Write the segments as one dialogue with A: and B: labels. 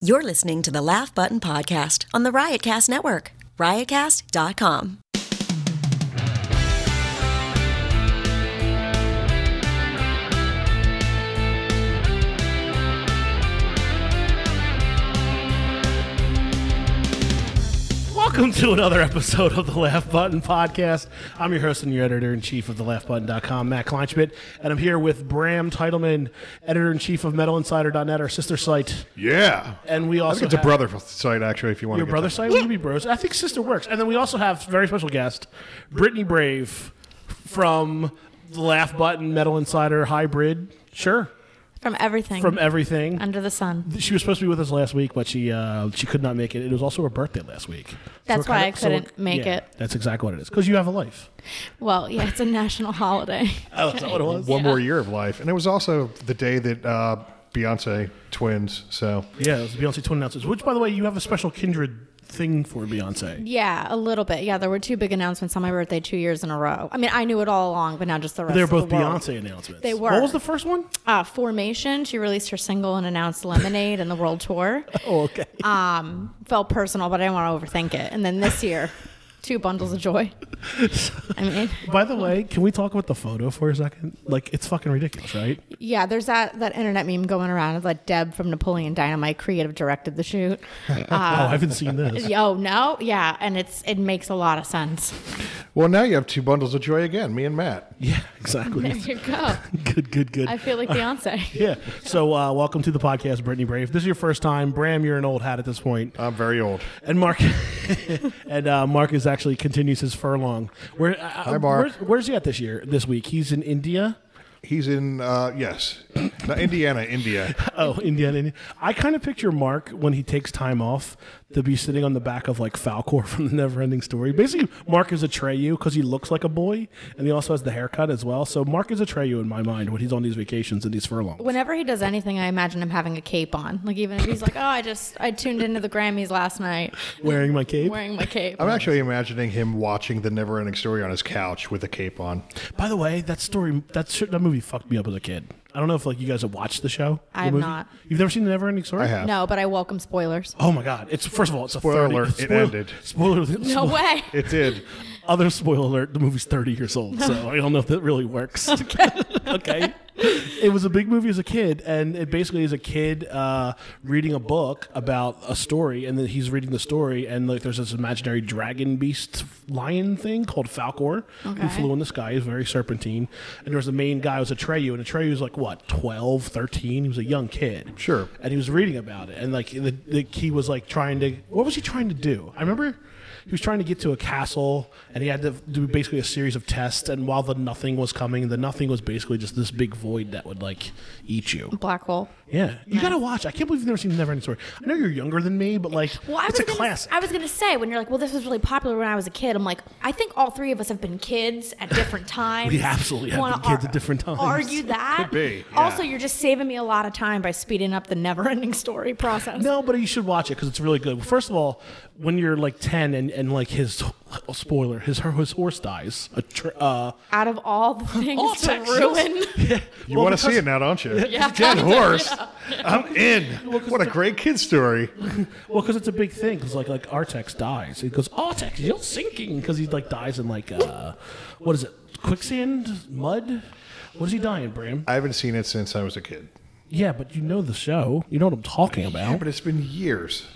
A: You're listening to the Laugh Button Podcast on the Riotcast Network, riotcast.com.
B: Welcome to another episode of the Laugh Button Podcast. I'm your host and your editor in chief of the laughbutton.com, Matt Kleinschmidt, and I'm here with Bram Teitelman, editor in chief of metalinsider.net, our sister site.
C: Yeah.
B: And we
C: I
B: also
C: think it's a
B: have-
C: brother site, actually, if you want
B: Your
C: to get
B: brother
C: that.
B: site? Would be bros. I think sister works. And then we also have very special guest, Brittany Brave from the Laugh Button Metal Insider Hybrid. Sure.
D: From everything.
B: From everything.
D: under the sun.
B: she was supposed to be with us last week, but she uh, she could not make it. It was also her birthday last week. So
D: That's
B: we're
D: why
B: kinda-
D: I
B: so we're-
D: couldn't make
B: yeah,
D: it.
B: That's exactly what it is. Because you have a life.
D: Well, yeah, it's a national holiday.
B: Oh, that's not what it was.
C: One more year of life. And it was also the day that uh, Beyonce twins. So
B: Yeah, it was Beyonce twin announcements. Which, by the way, you have a special kindred thing for Beyonce.
D: Yeah, a little bit. Yeah, there were two big announcements on my birthday two years in a row. I mean, I knew it all along, but now just the rest.
B: They're
D: of
B: both
D: the world.
B: Beyonce announcements.
D: They were.
B: What was the first one?
D: Uh, Formation. She released her single and announced Lemonade and the World Tour.
B: Oh, okay.
D: Um, Felt personal, but I didn't want to overthink it. And then this year, two bundles of joy. I mean,
B: By the way, can we talk about the photo for a second? Like, it's fucking ridiculous, right?
D: yeah, there's that that internet meme going around of like Deb from Napoleon Dynamite creative directed the shoot. Uh,
B: oh, I haven't seen this.
D: Oh no, yeah, and it's it makes a lot of sense.
C: Well, now you have two bundles of joy again, me and Matt.
B: Yeah, exactly.
D: There you go.
B: good, good, good.
D: I feel like Beyonce.
B: yeah. So, uh, welcome to the podcast, Brittany Brave. This is your first time. Bram, you're an old hat at this point.
C: I'm very old.
B: And Mark, and uh, Mark is actually continues his furlong. Where, uh, Hi,
C: Mark.
B: Where's, where's he at this year? This week, he's in India.
C: He's in, uh, yes, Not Indiana, India.
B: Oh, Indiana. Indiana. I kind of picture Mark when he takes time off to be sitting on the back of like Falcor from the Neverending Story. Basically, Mark is Atreyu because he looks like a boy and he also has the haircut as well. So Mark is Atreyu in my mind when he's on these vacations and these furlongs.
D: Whenever he does anything, I imagine him having a cape on. Like even if he's like, "Oh, I just I tuned into the Grammys last night,
B: Wearing my cape.
D: wearing my cape."
C: I'm actually imagining him watching the never ending story on his couch with a cape on.
B: By the way, that story, that sh- that movie fucked me up as a kid. I don't know if like you guys have watched the show.
D: I
B: the
D: have
B: movie?
D: not.
B: You've never seen the Neverending Story?
C: I have.
D: No, but I welcome spoilers.
B: Oh my god! It's first of all, it's a
C: Spoiler
B: 30
C: alert, it
B: spoiler-
C: ended.
B: Spoiler.
D: No
B: spoil-
D: way.
C: It did.
B: Other spoiler alert: the movie's thirty years old, so I don't know if that really works. Okay, okay. It was a big movie as a kid, and it basically is a kid uh, reading a book about a story, and then he's reading the story, and like there's this imaginary dragon beast lion thing called Falcor who
D: Okay.
B: flew in the sky. He's very serpentine, and there was the main guy who was Atreyu, and Atreyu was like what 12, 13? He was a young kid,
C: Sure.
B: and he was reading about it, and like the, the he was like trying to. What was he trying to do? I remember he was trying to get to a castle, and he had to do basically a series of tests. And while the nothing was coming, the nothing was basically just this big void that would like eat you.
D: Black hole.
B: Yeah, you gotta watch. I can't believe you've never seen the Neverending Story. I know you're younger than me, but like,
D: I
B: it's
D: was
B: a
D: gonna,
B: classic.
D: I was gonna say when you're like, "Well, this was really popular when I was a kid." I'm like, I think all three of us have been kids at different times.
B: We absolutely have
D: Wanna
B: been kids at different times.
D: Argue that.
C: Could be, yeah.
D: Also, you're just saving me a lot of time by speeding up the never-ending story process.
B: No, but you should watch it because it's really good. First of all, when you're like ten and, and like his spoiler, his his horse dies. A tr- uh,
D: Out of all the things
B: All
D: to
B: sections.
D: ruin.
C: You
B: Well,
C: want to
B: because-
C: see it now, don't you? Dead horse. I'm in. What a great kid story.
B: Well, because it's a big thing. Because like like Artex dies. He goes Artex, you're sinking. Because he like dies in like uh, what is it? Quicksand, mud. What is he dying, Bram?
C: I haven't seen it since I was a kid.
B: Yeah, but you know the show. You know what I'm talking
C: Yeah,
B: about.
C: but it's been years.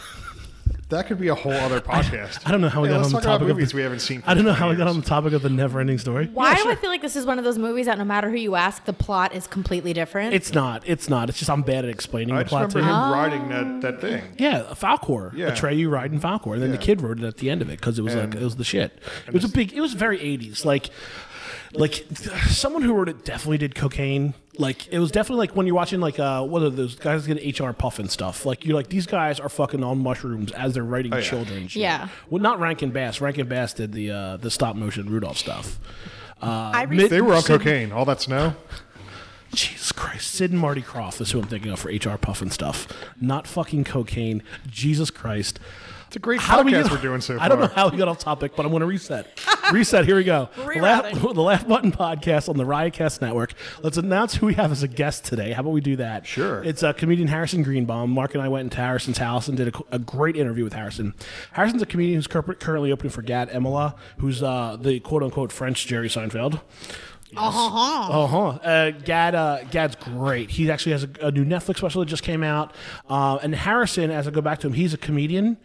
C: that could be a whole other podcast.
B: I don't know how we
C: Hey,
B: got
C: let's
B: on the
C: talk about
B: topic of
C: movies
B: the-
C: we haven't seen. for
B: I don't know
C: 20
B: how we got
C: years.
B: on the topic of the never-ending story.
D: Why do I feel like this is one of those movies that no matter who you ask, the plot is completely different?
B: It's not. It's not. It's just I'm bad at explaining
C: I
B: the
C: just
B: plot.
C: remember
B: to
C: him
B: you.
C: riding that,
B: Oh.
C: that thing.
B: Yeah, Falcor.
C: Yeah.
B: Atreyu riding Falcor, and then the
C: Yeah.
B: kid wrote it at the end of it because it was
C: And-
B: like it was the shit. It was a big. It was very '80s. Like, like someone who wrote it definitely did cocaine. Like it was definitely like when you're watching like uh what are those guys that get HR puff and stuff. Like you're like these guys are fucking on mushrooms as they're writing
C: Oh, yeah.
B: children. and shit.
D: Yeah.
B: Well, not Rankin Bass. Rankin Bass did the uh, the stop motion Rudolph stuff.
D: I
B: mid-
C: They were on
B: Sid-
C: cocaine. All that snow.
B: Jesus Christ. Sid and Marty Croft is who I'm thinking of for HR Puff and stuff. Not fucking cocaine. Jesus Christ.
C: It's a great
B: How do we
C: podcast
B: get-
C: we're doing so far.
B: I don't know how we got off topic, but I'm going to reset. reset. Here we go. The Laugh- the Laugh Button Podcast on the Riotcast Network. Let's announce who we have as a guest today. How about we do that?
C: Sure.
B: It's uh, comedian Harrison Greenbaum. Mark and I went into Harrison's house and did a, co- a great interview with Harrison. Harrison's a comedian who's cur- currently opening for Gad Emola, who's uh, the quote unquote French Jerry Seinfeld.
D: Uh-huh.
B: Uh-huh. Uh Gad uh, Gad's great. He actually has a, a new Netflix special that just came out. Uh, and Harrison, as I go back to him, he's a comedian.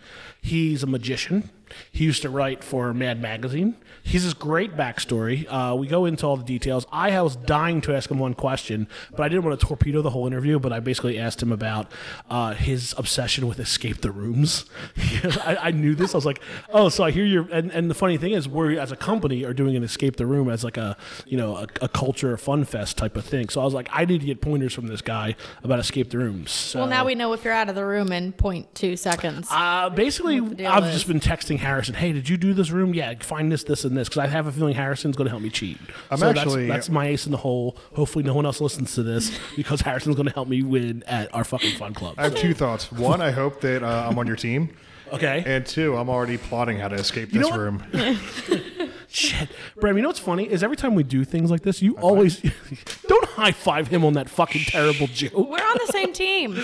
B: He's a magician. He used to write for Mad Magazine. He's this great backstory. Uh, we go into all the details. I was dying to ask him one question, but I didn't want to torpedo the whole interview. But I basically asked him about uh, his obsession with escape the rooms. I, I knew this. I was like, oh, so I hear you're. And, and the funny thing is, we as a company are doing an escape the room as like a you know a, a culture a fun fest type of thing. So I was like, I need to get pointers from this guy about escape the rooms. So,
D: Well, now we know if you're out of the room in 0.2 seconds.
B: Uh, basically,
D: deal
B: I've
D: is.
B: just been texting Harrison. Hey, did you do this room? Yeah, find this, this, and this because I have a feeling Harrison's going to help me cheat.
C: I'm
B: so that's-
C: actually-
B: that's, my ace in the hole. Hopefully, no one else listens to this because Harrison's going to help me win at our fucking fun club.
C: I have two thoughts. One, I hope that uh, I'm on your team.
B: okay.
C: And two, I'm already plotting how to escape
B: You know
C: this
B: what?
C: room.
B: Shit, Bram. You know what's funny is every time we do things like this, you always don't high five him on that fucking terrible joke.
D: We're on the same team.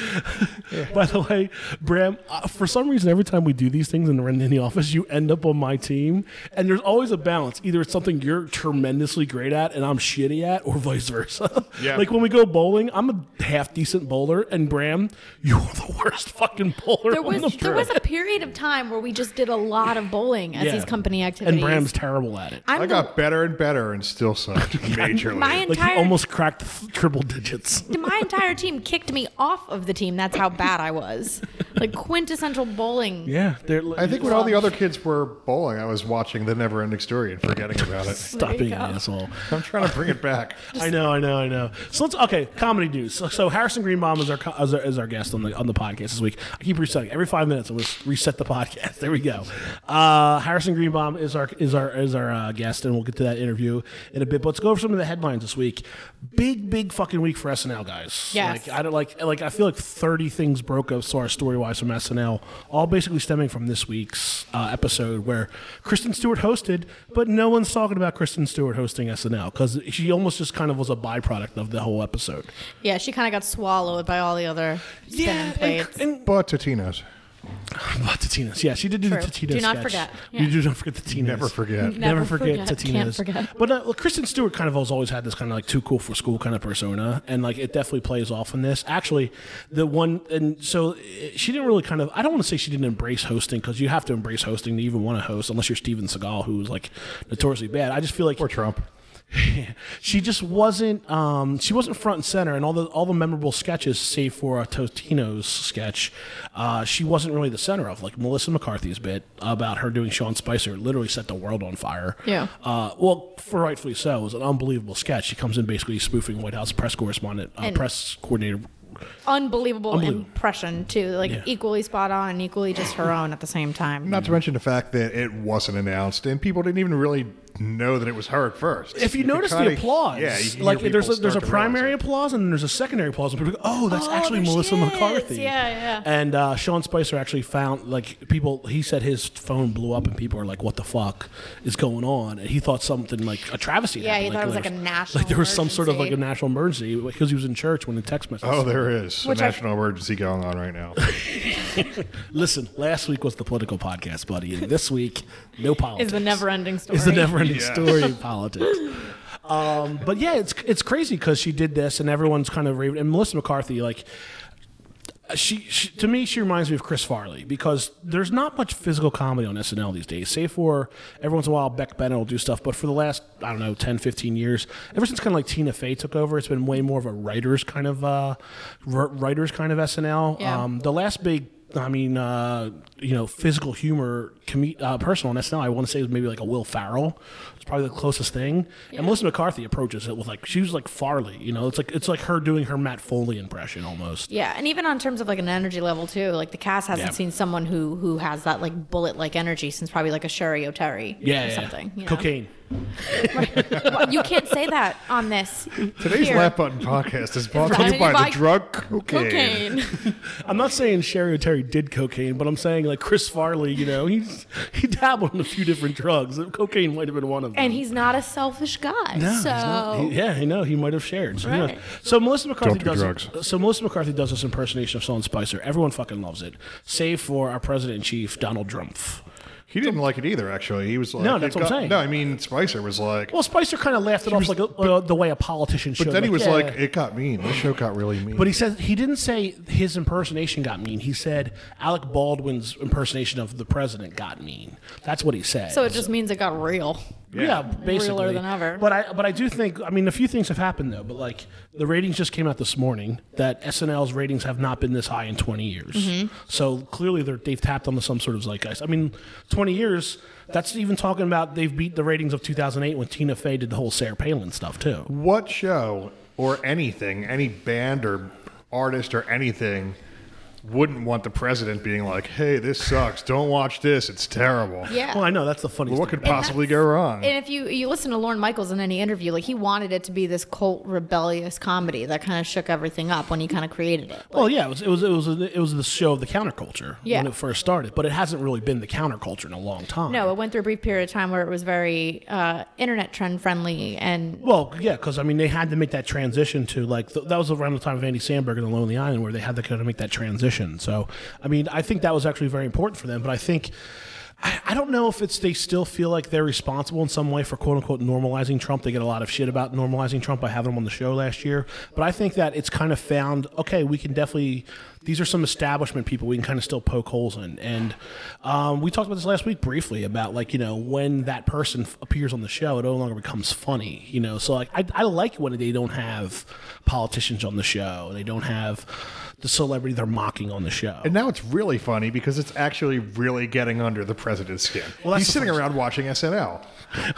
B: By the way, Bram, uh, for some reason, every time we do these things and we're in the office, you end up on my team, and there's always a balance. Either it's something you're tremendously great at and I'm shitty at, or vice versa.
C: Yeah.
B: Like when we go bowling, I'm a half decent bowler, and Bram, you're the worst fucking bowler.
D: There
B: on
D: was
B: the
D: there was a period of time where we just did a lot of bowling as
B: Yeah.
D: these company activities.
B: and Bram's terrible at it.
D: I'm
C: I got better and better and still sucked
D: the,
C: majorly.
D: my
B: Like he
D: entire
B: almost cracked th- triple digits.
D: my entire team kicked me off of the team. That's how bad I was. Like quintessential bowling.
B: Yeah, they're,
C: I think when all the other kids were bowling, I was watching The Never Ending Story and forgetting about it.
B: stop
D: you
B: being an
D: go.
B: asshole.
C: I'm trying to bring it back.
B: I know, I know, I know. So let's okay. Comedy news. So, so Harrison Greenbaum is our, co- is our is our guest on the on the podcast this week. I keep resetting every five minutes. I just reset the podcast. There we go. Uh, Harrison Greenbaum is our is our is our uh, guest, and we'll get to that interview in a bit. But let's go over some of the headlines this week. Big big fucking week for SNL guys.
D: Yes.
B: Like I don't like like I feel like thirty things broke up our story wise from SNL, all basically stemming from this week's uh, episode where Kristen Stewart hosted, but no one's talking about Kristen Stewart hosting SNL because she almost just kind of was a byproduct of the whole episode.
D: Yeah, she kind of got swallowed by all the other spinning
B: and,
D: plates.
B: and
C: But Totino's.
B: about Tatinas. Yeah, she did do
D: True.
B: the Tatinas.
D: Do not
B: sketch.
D: forget.
B: You
D: Yeah.
B: do not forget Tatinas.
C: Never forget.
B: Never,
D: Never
B: forget,
D: forget.
B: Tatinas.
D: Can't forget.
B: But uh, well, Kristen Stewart kind of has always had this kind of like too cool for school kind of persona, and like it definitely plays off in this. Actually, the one and so uh, she didn't really kind of. I don't want to say she didn't embrace hosting because you have to embrace hosting to even want to host, unless you're Steven Seagal, who's like notoriously bad. I just feel like
C: Or Trump.
B: she just wasn't um, she wasn't front and center and all the all the memorable sketches save for a Totino's sketch uh, she wasn't really the center of like Melissa McCarthy's bit about her doing Sean Spicer literally set the world on fire
D: Yeah.
B: uh, well for rightfully so it was an unbelievable sketch she comes in basically spoofing White House press correspondent uh,
D: And-
B: press coordinator
D: Unbelievable,
B: Unbelievable.
D: impression too. Like
B: Yeah.
D: equally spot on and equally just her own at the same time.
B: Mm-hmm.
C: Not to mention the fact that it wasn't announced and people didn't even really know that it was her at first.
B: if you, notice
C: kinda-
B: the applause,
C: yeah, you can hear
B: like there's
C: people
B: a, there's a
C: start to realize
B: primary
C: it.
B: applause and then there's a secondary applause, and people go, "Oh, that's
D: Oh,
B: actually
D: there she
B: Melissa
D: is.
B: McCarthy."
D: Yeah, yeah.
B: And uh, Sean Spicer actually found like people. He said his phone blew up, and people are like, "What the fuck is going on?" And he thought something like a travesty.
D: Yeah, he
B: happened,
D: thought it was, like,
B: there
D: a national
B: Like there was some sort of like a
D: emergency.
B: national emergency because he was in church when the text message.
C: Oh, there is
D: Which
C: a
D: I-
C: national emergency going on right now.
B: listen, last week was the political podcast, buddy, and this week, no politics.
D: Is the never-ending story.
B: It's the never-ending
C: Yeah.
B: story in politics. Um, but yeah, it's it's crazy because she did this, and everyone's kind of raving. And Melissa McCarthy, like. She, she to me she reminds me of Chris Farley because there's not much physical comedy on SNL these days save for every once in a while Beck Bennett will do stuff but for the last I don't know 10 15 years ever since kind of like Tina Fey took over it's been way more of a writers kind of uh, r- writers kind of SNL
D: Yeah.
B: um, the last big I mean, uh, you know, physical humor, com- uh, personal, and SNL. I want to say it was maybe like a Will Farrell. It's probably the closest thing. And Melissa McCarthy approaches it with like she was like Farley. You know, it's like it's like her doing her Matt Foley impression almost.
D: Yeah, and even on terms of like an energy level too, like the cast hasn't
B: Yeah.
D: seen someone who who has that like bullet like energy since probably like a Sherry O'Terry
B: Yeah,
D: or
B: yeah.
D: something. you know?
B: Cocaine.
D: Well, you can't say that on this.
C: Today's
D: Here.
C: Laugh Button podcast is brought
D: brought
C: to
D: to
C: you by
D: you by
C: the drug cocaine.
D: Cocaine.
B: I'm not saying Sherry O'Terry did cocaine, but I'm saying like Chris Farley, you know, he's he dabbled in a few different drugs. Cocaine might have been one of them.
D: And he's not a selfish guy.
B: No, he's
D: so
B: not. He- yeah, I know he might have shared. So, who knows?
D: Right.
B: So Melissa McCarthy
C: do
B: does.
C: drugs.
B: So Melissa McCarthy does this impersonation of Sloan Spicer. Everyone fucking loves it, save for our president in chief Donald Trump.
C: He didn't like it either. Actually, he was like,
B: No, that's
C: he'd
B: what I'm
C: got-
B: saying.
C: No, I mean Spicer was like,
B: Well, Spicer kind of laughed it off like a, uh, the way a politician should.
C: but then he was
B: yeah.
C: like, it got mean. The show got really mean.
B: But he says he didn't say his impersonation got mean. He said Alec Baldwin's impersonation of the president got mean. That's what he said.
D: so it just means it got real.
B: Yeah, basically.
D: Realer than ever.
B: But I but I do think I mean a few things have happened though. But like the ratings just came out this morning that SNL's ratings have not been this high in 20 years.
D: Mm-hmm.
B: So clearly they're, they've tapped onto some sort of zeitgeist. I mean, 20 years. That's even talking about they've beat the ratings of 2008 when Tina Fey did the whole Sarah Palin stuff too.
C: what show or anything, any band or artist or anything, wouldn't want the president being like, hey, this sucks. Don't watch this. It's terrible.
D: Yeah.
B: Well, I know that's the funniest.
C: What
B: thing.
C: could possibly go wrong?
D: And if you you listen to Lorne Michaels in any interview, like he wanted it to be this cult rebellious comedy that kind of shook everything up when he kind of created it.
B: Well, yeah, it was it was it was, it was the show of the counterculture
D: Yeah.
B: when it first started, but it hasn't really been the counterculture in a long time.
D: No, it went through a brief period of time where it was very uh, internet trend friendly and
B: Well, yeah, because I mean, they had to make that transition to like th- that was around the time of Andy Sandberg and the Lonely Island, where they had to kind of make that transition. So, I mean, I think that was actually very important for them. But I think I, I don't know if it's they still feel like they're responsible in some way for quote unquote normalizing Trump. They get a lot of shit about normalizing Trump by having him on the show last year. But I think that it's kind of found okay, we can definitely. These are some establishment people we can kind of still poke holes in, and um, we talked about this last week briefly about like you know when that person f- appears on the show, it no longer becomes funny. You know, so like I, I like when they don't have politicians on the show, they don't have the celebrity they're mocking on the show.
C: And now it's really funny because it's actually really getting under the president's skin.
B: Well, that's
C: he's
B: the
C: sitting
B: funny-
C: around watching SNL,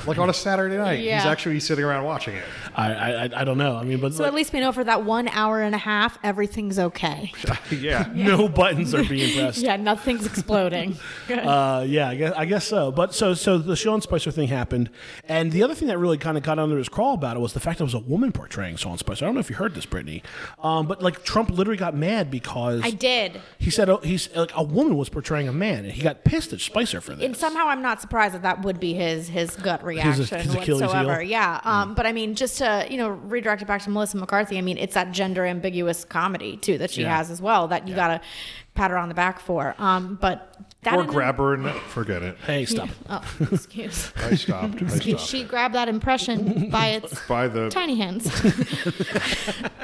C: like on a Saturday night. He's
D: Yeah.
C: actually sitting around watching it.
B: I, I I- I don't know. I mean, but
D: so at
B: like,
D: least we know for that one hour and a half everything's okay.
C: yeah,
B: no buttons are being pressed.
D: Yeah, nothing's exploding.
B: Uh, yeah, I guess, I guess so. But so so the Sean Spicer thing happened, and the other thing that really kind of got under his crawl about it was the fact that it was a woman portraying Sean Spicer. I don't know if you heard this, Brittany, um, but like Trump literally got mad because
D: I did.
B: He said oh, he's like a woman was portraying a man, and he got pissed at Spicer for this.
D: And somehow I'm not surprised that that would be his his gut reaction
B: his Achilles heel. Hmm.
D: whatsoever. Yeah. Um, but I mean, just to you know redirect it back to Melissa McCarthy. I mean, it's that gender ambiguous comedy too that she
B: Yeah.
D: has as well that you gotta pat her on the back for. Um, but that
C: or
D: in-
C: grab her and forget it.
B: hey, stop.
D: Oh, excuse.
C: I stopped. I stopped.
D: she grabbed that impression by its
C: By
B: Uh,
C: the
D: tiny hands,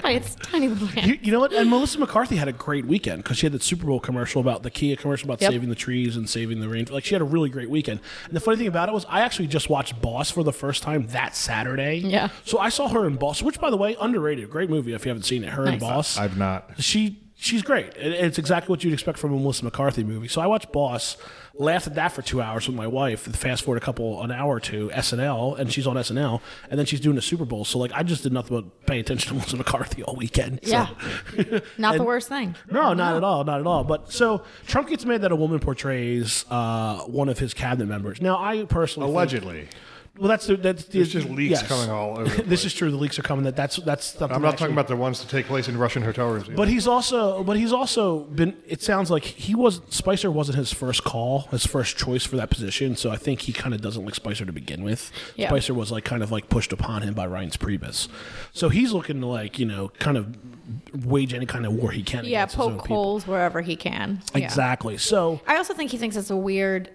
D: by its tiny little hands.
B: You, you know what? And Melissa McCarthy had a great weekend because she had that Super Bowl commercial about the Kia commercial about
D: Yep.
B: saving the trees and saving the rain. Like she had a really great weekend. And the funny thing about it was, I actually just watched Boss for the first time that Saturday.
D: Yeah.
B: So I saw her in Boss, which by the way, underrated. Great movie if you haven't seen it. Her in
D: Nice.
B: Boss.
C: I've not.
B: she she's great. It- It's exactly what you'd expect from a Melissa McCarthy movie. So I watched Boss, laughed at that for two hours with my wife. Fast forward a couple an hour or two, SNL, and she's on SNL, and then she's doing a Super Bowl. So like I just did nothing but pay attention to Melissa McCarthy all weekend. So-
D: Yeah, not the worst thing.
B: No, not at all, not at all. But so Trump gets mad that a woman portrays uh, one of his cabinet members. Now I personally think-
C: Allegedly,
B: well, that's the, that's the,
C: There's just leaks coming all over the
B: this
C: place.
B: is true. The leaks are coming. That that's that's something.
C: I'm
B: that
C: not talking
B: actually-
C: about the ones that take place in Russian hotel rooms. either.
B: but he's also, but he's also been. It sounds like he was Spicer wasn't his first call, his first choice for that position. So I think he kind of doesn't like Spicer to begin with.
D: Yeah.
B: Spicer was like kind of like pushed upon him by Ryan's Priebus, so he's looking to like you know kind of wage any kind of war he can.
D: Yeah,
B: against his own
D: poke
B: people.
D: holes wherever he can. Yeah.
B: Exactly. So
D: I also think he thinks it's a weird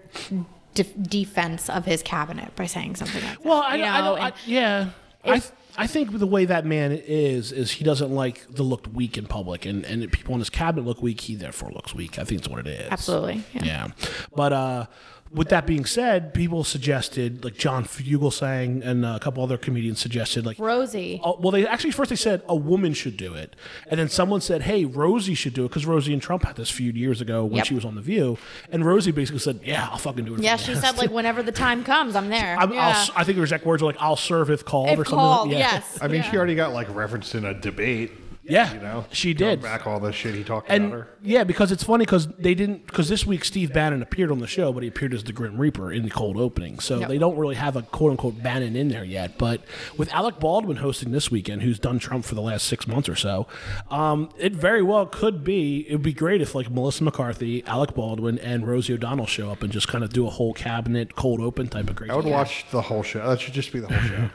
D: de- defense of his cabinet by saying something like that.
B: Well, I,
D: you
B: I
D: know,
B: don't. I,
D: and-
B: yeah, I, I think the way that man is is he doesn't like the looked weak in public, and and if people in his cabinet look weak. He therefore looks weak. I think that's what it is.
D: Absolutely,
B: Yeah.
D: yeah.
B: But uh, with that being said, people suggested like John Fugel sang and uh, a couple other comedians suggested like
D: Rosie.
B: Oh, well, they actually first they said a woman should do it, and then someone said, "Hey, Rosie should do it," because Rosie and Trump had this feud years ago when
D: Yep.
B: she was on The View, and Rosie basically said, "Yeah, I'll fucking do it." if
D: yeah,
B: I
D: she
B: have
D: said
B: to."
D: like whenever the time comes, I'm there.
B: I'm, I'll,
D: yeah.
B: s- I think her exact words were like, "I'll serve if called"
D: if
B: or something.
D: called,
B: like, yeah.
D: yes.
C: I mean,
D: yeah.
C: she already got like referenced in a debate.
B: Yeah,
C: You know,
B: she
C: Throw
B: did.
C: back all the shit he talked
B: And
C: about her.
B: yeah, because it's funny because they didn't because this week Steve Bannon appeared on the show, but he appeared as the Grim Reaper in the cold opening. So
D: Yep.
B: they don't really have a quote unquote Bannon in there yet. But with Alec Baldwin hosting this weekend, who's done Trump for the last six months or so, um, it very well could be. It'd be great if like Melissa McCarthy, Alec Baldwin, and Rosie O'Donnell show up and just kind of do a whole cabinet cold open type of crazy.
C: I would watch the whole show. That should just be the whole show.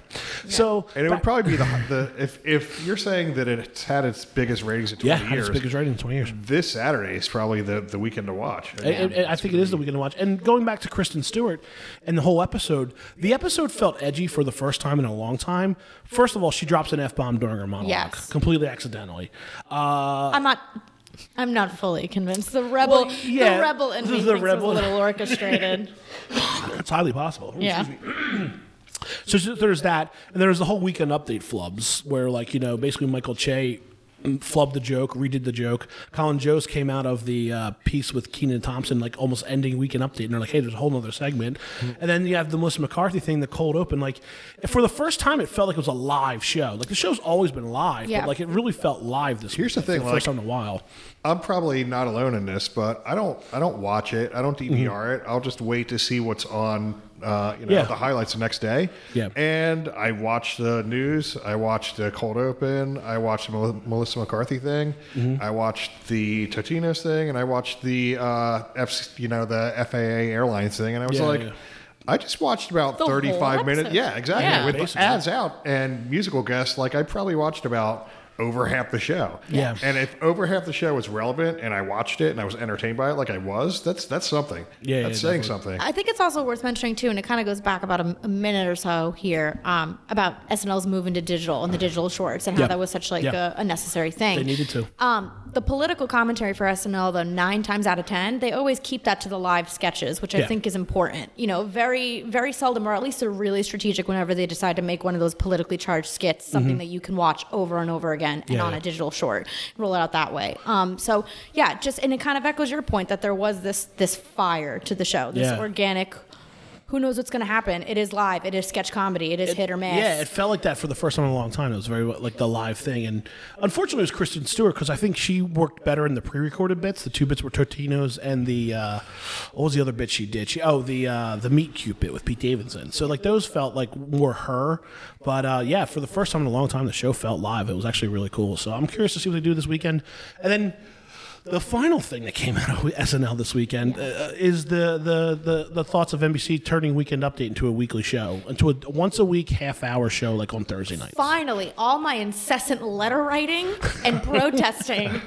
B: So
C: And it would probably be the, the if if you're saying that it's had its biggest ratings in 20
B: yeah, had its
C: years,
B: biggest rating in twenty years.
C: this Saturday is probably the, the weekend to watch. I
B: I- I- I think it is that we can watch. And going back to Kristen Stewart and the whole episode, the episode felt edgy for the first time in a long time. First of all, she drops an f bomb during her monologue,
D: Yes.
B: completely accidentally.
D: I'm not. I'm not fully convinced. The rebel,
B: uh, Well, yeah,
D: the rebel, in
B: the-
D: me
B: the
D: thinks it was
B: rebel.
D: a little orchestrated.
B: It's highly possible.
D: yeah,
B: So sh- there's that, and there's the whole weekend update flubs where, like, you know, basically Michael Che mm, flubbed the joke, redid the joke. Colin Jost came out of the uh, piece with Keenan Thompson, like almost ending weekend update, and they're like, hey, there's a whole other segment. And then you have the Melissa McCarthy thing, the cold open. Like, for the first time, it felt like it was a live show. Like the show's always been live,
D: Yeah.
B: but like it really felt live this.
C: Here's the
B: week, for
C: thing,
B: first
C: like-
B: time in a while.
C: I'm probably not alone in this, but I don't I don't watch it. I don't
B: Mm-hmm.
C: DVR it. I'll just wait to see what's on. Uh, you know
B: Yeah.
C: the highlights the next day.
B: Yeah.
C: And I watch the news. I watch the cold open. I watch the Mel- Melissa McCarthy thing.
B: Mm-hmm.
C: I watched the Totino's thing, and I watched the uh, F you know the FAA Airlines thing, and I was
B: Yeah,
C: like.
B: yeah.
C: I just watched about
D: The whole
C: 35 minutes.
D: episode.
C: Yeah, exactly.
D: Yeah.
C: With
B: Basically.
C: ads out and musical guests, like I probably watched about over half the show.
B: Yeah.
C: And if over half the show was relevant and I watched it and I was entertained by it like I was, that's that's something.
B: Yeah,
C: That's
B: yeah,
C: saying
B: definitely.
C: something.
D: I think it's also worth mentioning too, and it kind of goes back about a, a minute or so here um, about SNL's move into digital and the digital shorts and how
B: Yeah.
D: that was such like
B: Yeah.
D: a, a necessary thing.
B: They needed to.
D: Um, the political commentary for SNL, though, nine times out of ten, they always keep that to the live sketches, which I
B: Yeah.
D: think is important. You know, very, very seldom, or at least they're really strategic whenever they decide to make one of those politically charged skits, something that you can watch over and over again and
B: Mm-hmm. Yeah,
D: on
B: yeah.
D: a digital short, roll it out that way. Um, so yeah, just and it kind of echoes your point that there was this this fire to the show, this
B: Yeah.
D: organic. Who knows what's going to happen? It is live. It is sketch comedy. It is hit or miss.
B: Yeah, it felt like that for the first time in a long time. It was very like the live thing, and unfortunately, it was Kristen Stewart because I think she worked better in the pre-recorded bits. The two bits were Totino's and the uh, what was the other bit she did? She oh the uh, the meet cute bit with Pete Davidson. So like those felt like more her, but uh, yeah, for the first time in a long time, the show felt live. It was actually really cool. So I'm curious to see what they do this weekend, and then. The final thing that came out of SNL this weekend uh, is the, the, the, the thoughts of NBC turning Weekend Update into a weekly show, into a once a week half hour show like on Thursday nights.
D: finally all my incessant letter writing and protesting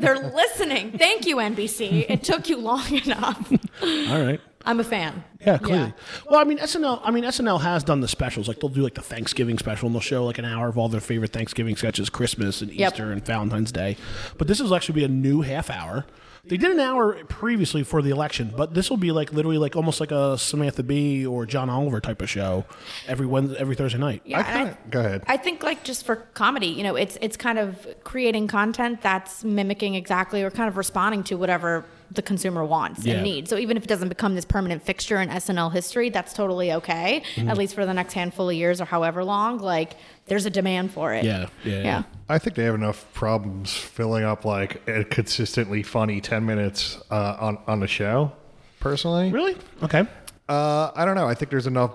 D: they're listening thank you nbc it took you long enough
B: All right.
D: i'm a fan
B: Yeah, clearly. Well, I mean SNL. I mean SNL has done the specials. Like they'll do like the Thanksgiving special, and they'll show like an hour of all their favorite Thanksgiving sketches, Christmas and
D: Yep.
B: Easter and Valentine's Day. But this will actually be a new half hour. They did an hour previously for the election, but this will be like literally like almost like a Samantha Bee or John Oliver type of show every Wednesday, every Thursday night.
D: yeah,
C: I
D: and I-
C: kinda, go ahead.
D: I think like just for comedy, you know, it's it's kind of creating content that's mimicking exactly or kind of responding to whatever the consumer wants
B: Yeah.
D: and needs. So even if it doesn't become this permanent fixture in SNL history, that's totally okay.
B: Mm-hmm.
D: At least for the next handful of years or however long, like there's a demand for it.
B: Yeah, yeah, yeah.
D: Yeah.
C: I think they have enough problems filling up like a consistently funny 10 minutes uh, on on the show personally.
B: Really? Okay.
C: Uh, I don't know. I think there's enough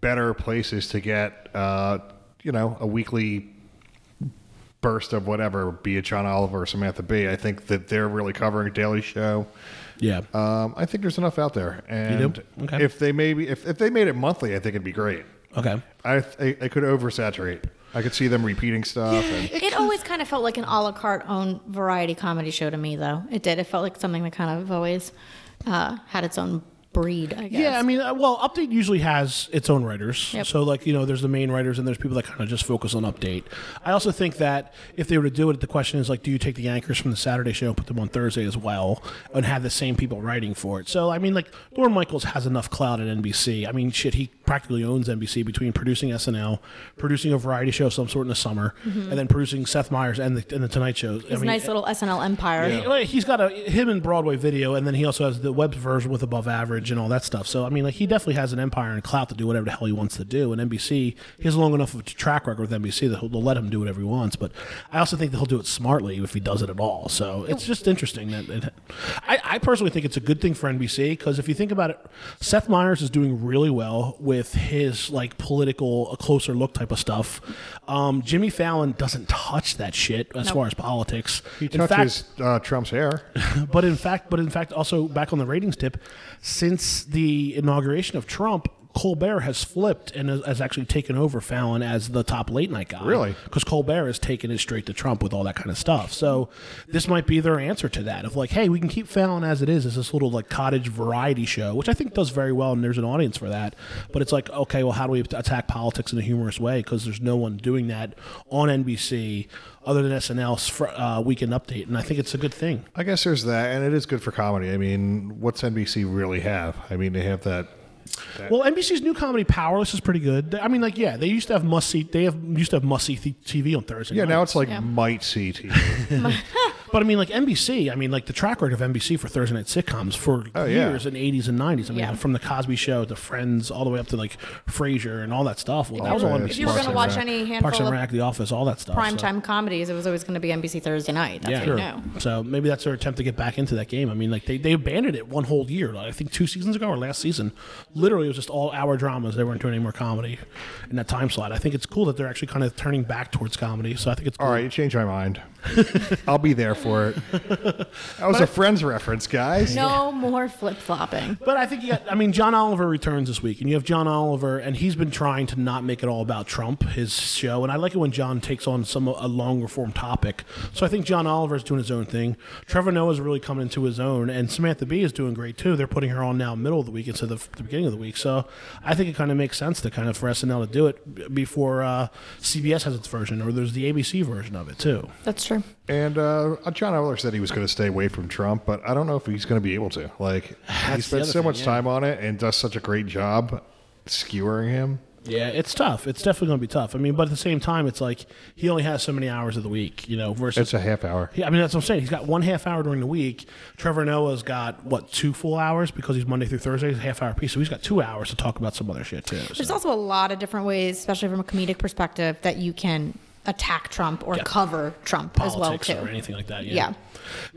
C: better places to get, uh, you know, a weekly burst of whatever, be it John Oliver or Samantha Bee. I think that they're really covering Daily Show.
B: Yeah.
C: Um, I think there's enough out there, and
B: Okay.
C: if they maybe if, if they made it monthly, I think it'd be great.
B: okay.
C: I th- I, I could oversaturate. I could see them repeating stuff. And
D: It always kind of felt like an a la carte own variety comedy show to me, though. It did. It felt like something that kind of always uh, had its own breed, I guess.
B: Yeah, I mean, uh, well, Update usually has its own writers.
D: Yep.
B: So, like, you know, there's the main writers and there's people that kind of just focus on Update. I also think that if they were to do it, the question is, like, do you take the anchors from the Saturday show and put them on Thursday as well and have the same people writing for it? So, I mean, like, Lauren Michaels has enough clout at NBC. I mean, shit, he practically owns NBC between producing SNL, producing a variety show of some sort in the summer, and then producing Seth Meyers and the, and the Tonight Shows.
D: His Mm-hmm. nice little SNL empire.
C: Yeah.
B: Like, he's got a him and Broadway Video, and then he also has the web version with Above Average and all that stuff. So I mean, like he definitely has an empire and clout to do whatever the hell he wants to do. And NBC, he has long enough of a track record with NBC that he'll, they'll let him do whatever he wants. But I also think that he'll do it smartly if he does it at all. So it's just interesting that it, I, I personally think it's a good thing for NBC because if you think about it, Seth Meyers is doing really well with his like political, a closer look type of stuff. Um, Jimmy Fallon doesn't touch that shit as far as politics.
C: He
B: In fact-
C: touches uh, Trump's hair.
B: but in fact, but in fact, also back on the ratings tip, since the inauguration of Trump, Colbert has flipped and has, has actually taken over Fallon as the top late night guy.
C: Really?
B: Because Colbert has taken it straight to Trump with all that kind of stuff. So this might be their answer to that of like, hey, we can keep Fallon as it is as this little like cottage variety show, which I think does very well and there's an audience for that. But it's like, okay, well, how do we attack politics in a humorous way? Because there's no one doing that on NBC other than SNL's fr- uh, Weekend Update, and I think it's a good thing.
C: I guess there's that, and it is good for comedy. I mean, what's NBC really have? I mean, they have that.
B: Well, NBC's new comedy Powerless is pretty good. I mean, like, yeah, they used to have must see. They have used to have must see th- TV on Thursday.
C: Yeah,
B: night.
C: now it's like might see TV.
B: But I mean, like NBC. I mean, like the track record of NBC for Thursday night sitcoms for
C: Oh, yeah.
B: years in the '80s and '90s. I mean,
D: Yeah.
B: from the Cosby Show to Friends, all the way up to like Frasier and all that stuff. Well, that was
C: yeah,
B: all
C: yeah.
B: NBC.
D: If you were
C: Parks
D: going to
C: and
D: watch
C: Rec.
D: any
B: Parks
D: handful
B: and
D: of
B: Rec, The Office, all that stuff. so-
D: primetime comedies, it was always going to be NBC Thursday night. That's
B: Yeah.
D: what
B: Sure.
D: you know.
B: So maybe that's their attempt to get back into that game. I mean, like they, they abandoned it one whole year. Like, I think two seasons ago or last season, literally it was just all hour dramas. They weren't doing any more comedy in that time slot. I think it's cool that they're actually kind of turning back towards comedy. So I think it's cool.
C: All right, you changed my mind. I'll be there for it. That was a Friends reference, guys.
D: No more flip flopping.
B: But I think you got, I mean, John Oliver returns this week, and you have John Oliver, and he's been trying to not make it all about Trump, his show. And I like it when John takes on some a longer form topic. So I think John Oliver's doing his own thing. Trevor Noah's really coming into his own, and Samantha Bee is doing great too. They're putting her on now middle of the week instead of the beginning of the week. So I think it kind of makes sense to kind of for SNL to do it b- before uh, CBS has its version, or there's the ABC version of it too.
D: That's true.
C: And uh, John Oliver said he was going to stay away from Trump, but I don't know if he's going to be able to. Like, he spent
B: other
C: so
B: thing,
C: much
B: yeah.
C: time on it and does such a great job skewering him.
B: Yeah, it's tough. It's definitely going to be tough. I mean, but at the same time, it's like he only has so many hours of the week, you know, versus
C: It's a half hour.
B: Yeah, I mean that's what I'm saying. He's got one half hour during the week. Trevor Noah's got what two full hours because he's Monday through Thursday, he's a half hour piece. So he's got two hours to talk about some other shit too.
D: There's
B: so.
D: also a lot of different ways, especially from a comedic perspective, that you can attack Trump or
B: Yeah.
D: cover Trump as well
B: Politics
D: too.
B: or anything like that.
D: Yeah.
B: Yeah.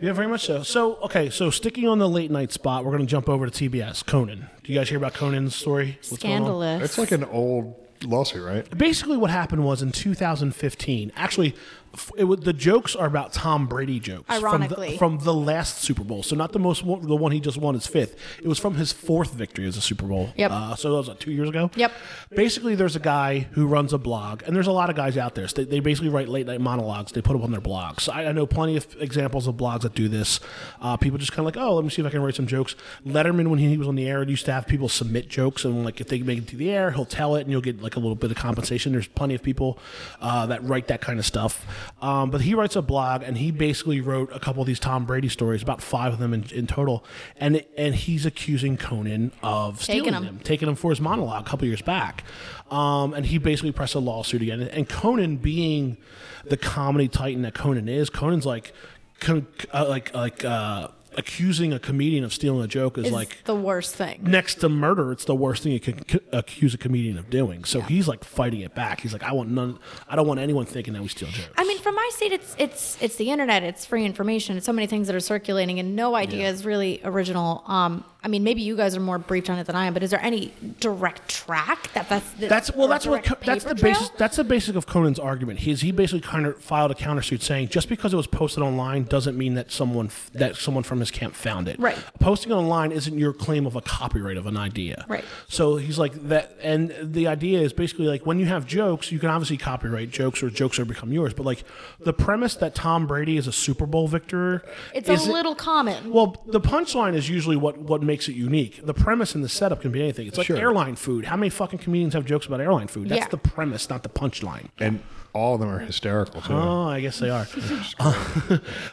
B: Yeah, very much so. So okay, so sticking on the late night spot, we're gonna jump over to TBS. Conan. Do you guys hear about Conan's story? What's going on?
D: Scandalous.
C: It's like an old lawsuit, right?
B: basically what happened was in 2015 actually f- it was, the jokes are about tom brady jokes from the-
D: Ironically.
B: from the, last super bowl so not the most one- the one he just won is fifth it was from his fourth victory as a super bowl
D: Yep.
B: uh, so that was like two years ago
D: Yep.
B: basically there's a guy who runs a blog and there's a lot of guys out there so they, they basically write late night monologues they put them on their blogs I, I know plenty of examples of blogs that do this uh, people just kind of like oh let me see if i can write some jokes letterman when he was on the air used to have people submit jokes and like if they make it to the air he'll tell it and you'll get like a little bit of compensation there's plenty of people uh, that write that kind of stuff um, but he writes a blog and he basically wrote a couple of these tom brady stories about five of them in, in total and and he's accusing conan of
D: Taking
B: stealing
D: them.
B: them taking him for his monologue a couple years back. Um, and he basically pressed a lawsuit again. And Conan, being the comedy titan that Conan is, Conan's like, co- uh, like, like uh, accusing a comedian of stealing a joke is
D: It's
B: like
D: the worst thing.
B: next to murder, it's the worst thing you can c- accuse a comedian of doing. So he's like fighting it back. He's like, I want none. I don't want anyone thinking that we steal jokes.
D: I mean, from my seat, it's it's it's the internet. It's free information. It's so many things that are circulating, and no idea is really original. Um, I mean, maybe you guys are more briefed on it than I am, but is there any direct track that that's the,
B: That's well.
D: or
B: That's what.
D: direct
B: Co- that's
D: paper
B: the
D: trail?
B: basis. That's the basic of Conan's argument. He's he basically kind of filed a countersuit saying just because it was posted online doesn't mean that someone f- that someone from his camp found it.
D: Right.
B: Posting online isn't your claim of a copyright of an idea.
D: Right.
B: So he's like that, and the idea is basically like when you have jokes, you can obviously copyright jokes or jokes are become yours. But like the premise that Tom Brady is a Super Bowl victor,
D: It's
B: is-
D: a little common.
B: well, the punchline is usually what, what makes it unique. The premise and the setup can be anything. It's like airline food. How many fucking comedians have jokes about airline food? That's
D: Yeah.
B: the premise, not the punchline.
C: And all of them are hysterical too.
B: Oh, I guess they are.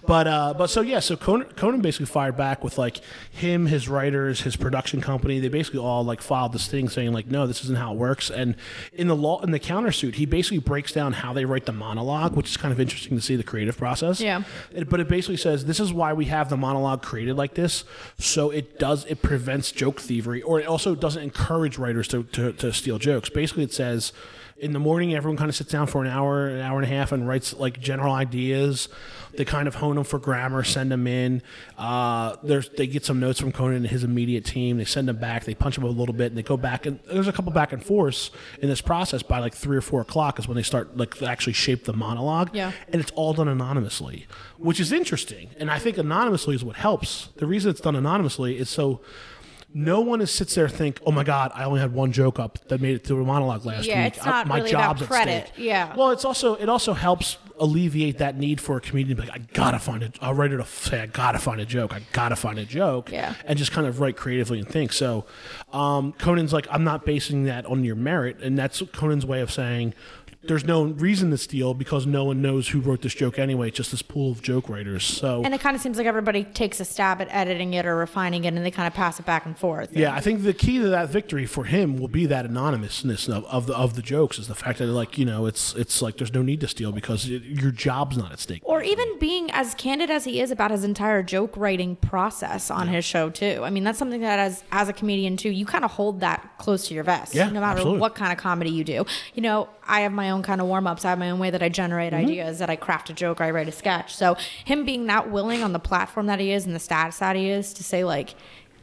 B: but uh, but so yeah, so Conan, Conan basically fired back with like him, his writers, his production company. They basically all like filed this thing saying like, no, this isn't how it works. And in the law in the countersuit, he basically breaks down how they write the monologue, which is kind of interesting to see the creative process.
D: Yeah.
B: It- but it basically says this is why we have the monologue created like this, so it does it prevents joke thievery, or it also doesn't encourage writers to to, to steal jokes. Basically, it says in the morning everyone kind of sits down for an hour an hour and a half and writes like general ideas they kind of hone them for grammar send them in uh, there's, they get some notes from conan and his immediate team they send them back they punch them a little bit and they go back and there's a couple back and forths in this process by like three or four o'clock is when they start like to actually shape the monologue
D: Yeah.
B: and it's all done anonymously which is interesting and i think anonymously is what helps the reason it's done anonymously is so no one is sits there and think, oh my god, I only had one joke up that made it through a monologue last
D: Yeah,
B: week.
D: it's
B: I-
D: not
B: my
D: really
B: job's
D: about
B: at
D: credit.
B: stake."
D: Yeah.
B: Well, it's also it also helps alleviate that need for a comedian to be like, I gotta find a, a writer to say, I gotta find a joke, I gotta find a joke,
D: Yeah.
B: and just kind of write creatively and think. So, um, Conan's like, I'm not basing that on your merit, and that's Conan's way of saying. There's no reason to steal because no one knows who wrote this joke anyway. It's just this pool of joke writers. So
D: And it kind of seems like everybody takes a stab at editing it or refining it, and they kind of pass it back and forth.
B: Yeah, I think the key to that victory for him will be that anonymousness of, of the of the jokes is the fact that like you know it's it's like there's no need to steal because it, your job's not at stake.
D: Or even being as candid as he is about his entire joke writing process on his show too. I mean, that's something that as as a comedian too, you kind of hold that close to your vest.
B: Yeah,
D: no matter
B: absolutely.
D: what kind of comedy you do. You know, I have my own kind of warm ups. I have my own way that I generate
B: Mm-hmm.
D: ideas, that I craft a joke, I write a sketch. So him being that willing on the platform that he is and the status that he is to say like,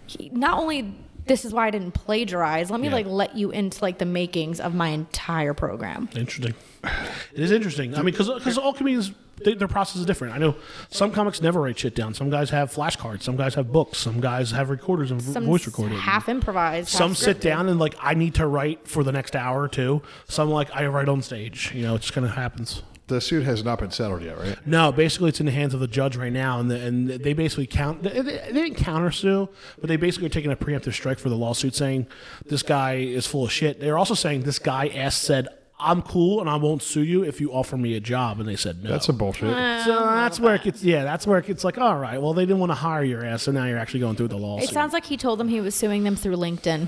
D: he, not only. This is why I didn't plagiarize. Let me
B: Yeah.
D: like let you into like the makings of my entire program.
B: Interesting. It is interesting. I mean, because all comedians, they, their process is different. I know some comics never write shit down. Some guys have flashcards. Some guys have books. Some guys have recorders and
D: Some
B: voice recording.
D: half improvised. half
B: some sit
D: scripted.
B: down and like I need to write for the next hour or two. Some like I write on stage. You know, it just kind of happens.
C: The suit has not been settled yet, right?
B: No, basically it's in the hands of the judge right now, and the, and they basically count. They, they they didn't countersue, but they basically are taking a preemptive strike for the lawsuit, saying this guy is full of shit. They're also saying this guy asked said. I'm cool, and I won't sue you if you offer me a job. And they said no.
C: That's some bullshit.
B: so that's where it gets. Yeah, that's where it gets like, all right, well, they didn't want to hire your ass, so now you're actually going through the lawsuit.
D: It sounds like he told them he was suing them through LinkedIn.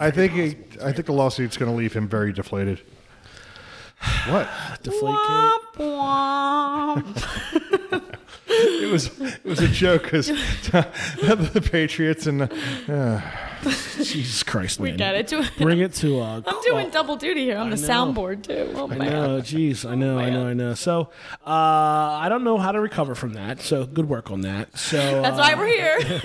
C: I think it, I think the lawsuit's going to leave him very deflated. What?
B: Deflate cake.
D: Womp womp.
C: It was it was a joke because the Patriots and uh,
B: Jesus Christ, man.
D: get it. Do it.
B: Bring it to. Uh,
D: I'm doing double duty here on the
B: know.
D: soundboard too. Oh
B: I
D: my God.
B: know, jeez, I know, I know, I know. So, uh, I don't know how to recover from that. So, good work on that. So,
D: That's
B: uh,
D: why we're here.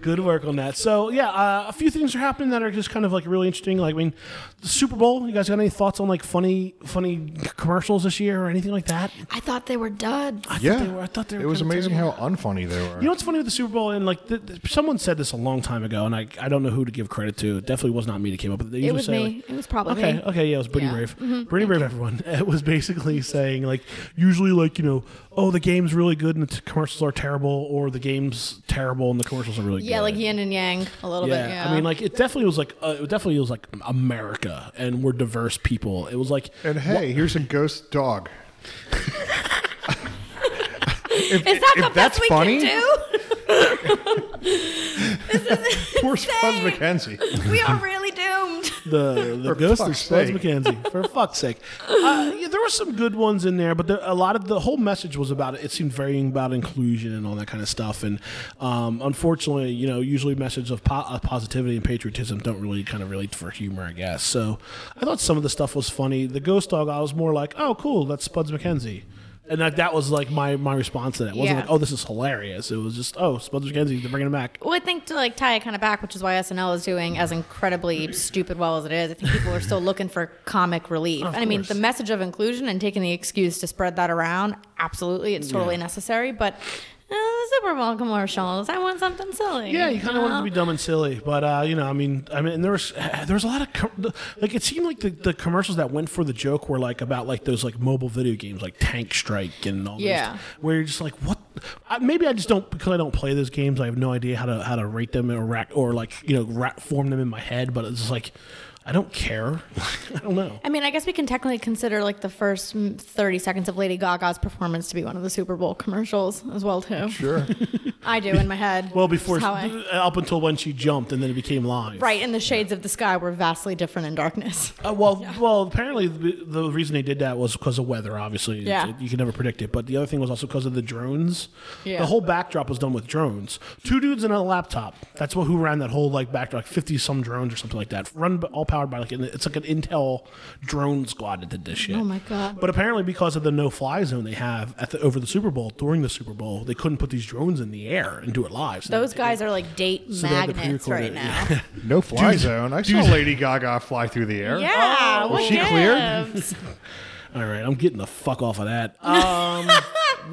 B: Good work on that. So yeah, uh, a few things are happening that are just kind of like really interesting. Like I mean, the Super Bowl. You guys got any thoughts on like funny, funny commercials this year or anything like that?
D: I thought they were duds.
B: I
C: yeah,
B: thought they were. I thought they were
C: it was
B: kinda
C: amazing
B: terrible.
C: how unfunny they were.
B: You know what's funny with the Super Bowl and like th- th- someone said this a long time ago, and I, I don't know who to give credit to. It definitely was not me that came up with it. They
D: It
B: usually
D: was
B: say,
D: me.
B: like-
D: it was probably
B: Okay,
D: me.
B: okay, yeah, it was Brittany
D: Yeah. Mm-hmm.
B: Brave. Brittany Brave, everyone. It was basically saying, like, usually, like, you know, oh, the game's really good and the t- commercials are terrible, or the game's terrible and the commercials are really
D: Yeah,
B: good.
D: like yin and yang a little bit. Yeah.
B: I mean, like, it definitely was like, uh, it definitely was like America and we're diverse people. It was like,
C: and hey, here's some ghost dog.
D: is that the
C: if
D: best
C: that's
D: we
C: funny-
D: can do?
C: Poor Spuds
D: Insane.
C: McKenzie.
D: we are really doomed.
B: the the
C: For
B: ghost of
C: fuck's
B: Spuds
C: sake.
B: McKenzie. For fuck's sake, uh, yeah, there were some good ones in there, but there, a lot of the whole message was about it. seemed very about inclusion and all that kind of stuff. And um, unfortunately, you know, usually messages of po- uh, positivity and patriotism don't really kind of relate for humor, I guess. So I thought some of the stuff was funny. The ghost dog, I was more like, oh, cool, that's Spuds McKenzie. And that, that was like my, my response to that. It wasn't
D: Yeah.
B: like, oh, this is hilarious. It was just, oh, Spuds McKenzie, they're bringing him back.
D: Well, I think to like tie it kind of back, which is why SNL is doing as incredibly stupid well as it is. I think people are still looking for comic relief, and I mean the message of inclusion and taking the excuse to spread that around. Absolutely, it's totally necessary. But uh, the Super Bowl commercials, I want something silly.
B: Yeah, you kind of
D: know?
B: wanted to be dumb and silly, but uh, you know, I mean, I mean, there was there was a lot of com- like it seemed like the, the commercials that went for the joke were like about like those like mobile video games like Tank Strike and all. those-
D: Yeah.
B: where you're just like, what? I, maybe I just don't because I don't play those games. I have no idea how to how to rate them or rack or like you know ra- form them in my head. But it's just like. I don't care. I don't know.
D: I mean, I guess we can technically consider like the first mm, 30 seconds of Lady Gaga's performance to be one of the Super Bowl commercials as well too.
C: Sure.
D: I do in my head.
B: Well,
D: It's
B: before
D: how I-
B: up until when she jumped and then it became live.
D: right, and the shades of the sky were vastly different in darkness.
B: Uh, well, well, apparently the, the reason they did that was because of weather. Obviously,
D: Yeah.
B: you, you can never predict it. But the other thing was also because of the drones.
D: Yeah.
B: The whole backdrop was done with drones. Two dudes and a laptop. That's what who ran that whole like backdrop, like fifty some drones or something like that. Run by- all powered by like an, it's like an Intel drone squad that did this shit.
D: Oh my God.
B: But apparently, because of the no fly zone they have at the, over the Super Bowl during the Super Bowl, they couldn't put these drones in the air and do it live. So
D: Those guys are like date
B: So they had to
D: magnets
B: pre-record
D: right
B: it,
D: now.
C: No fly zone. I saw Lady Gaga fly through the air.
D: Yeah,
B: Oh,
C: Was
D: what
C: she cleared?
D: gives?
B: all right, I'm getting the fuck off of that. Um,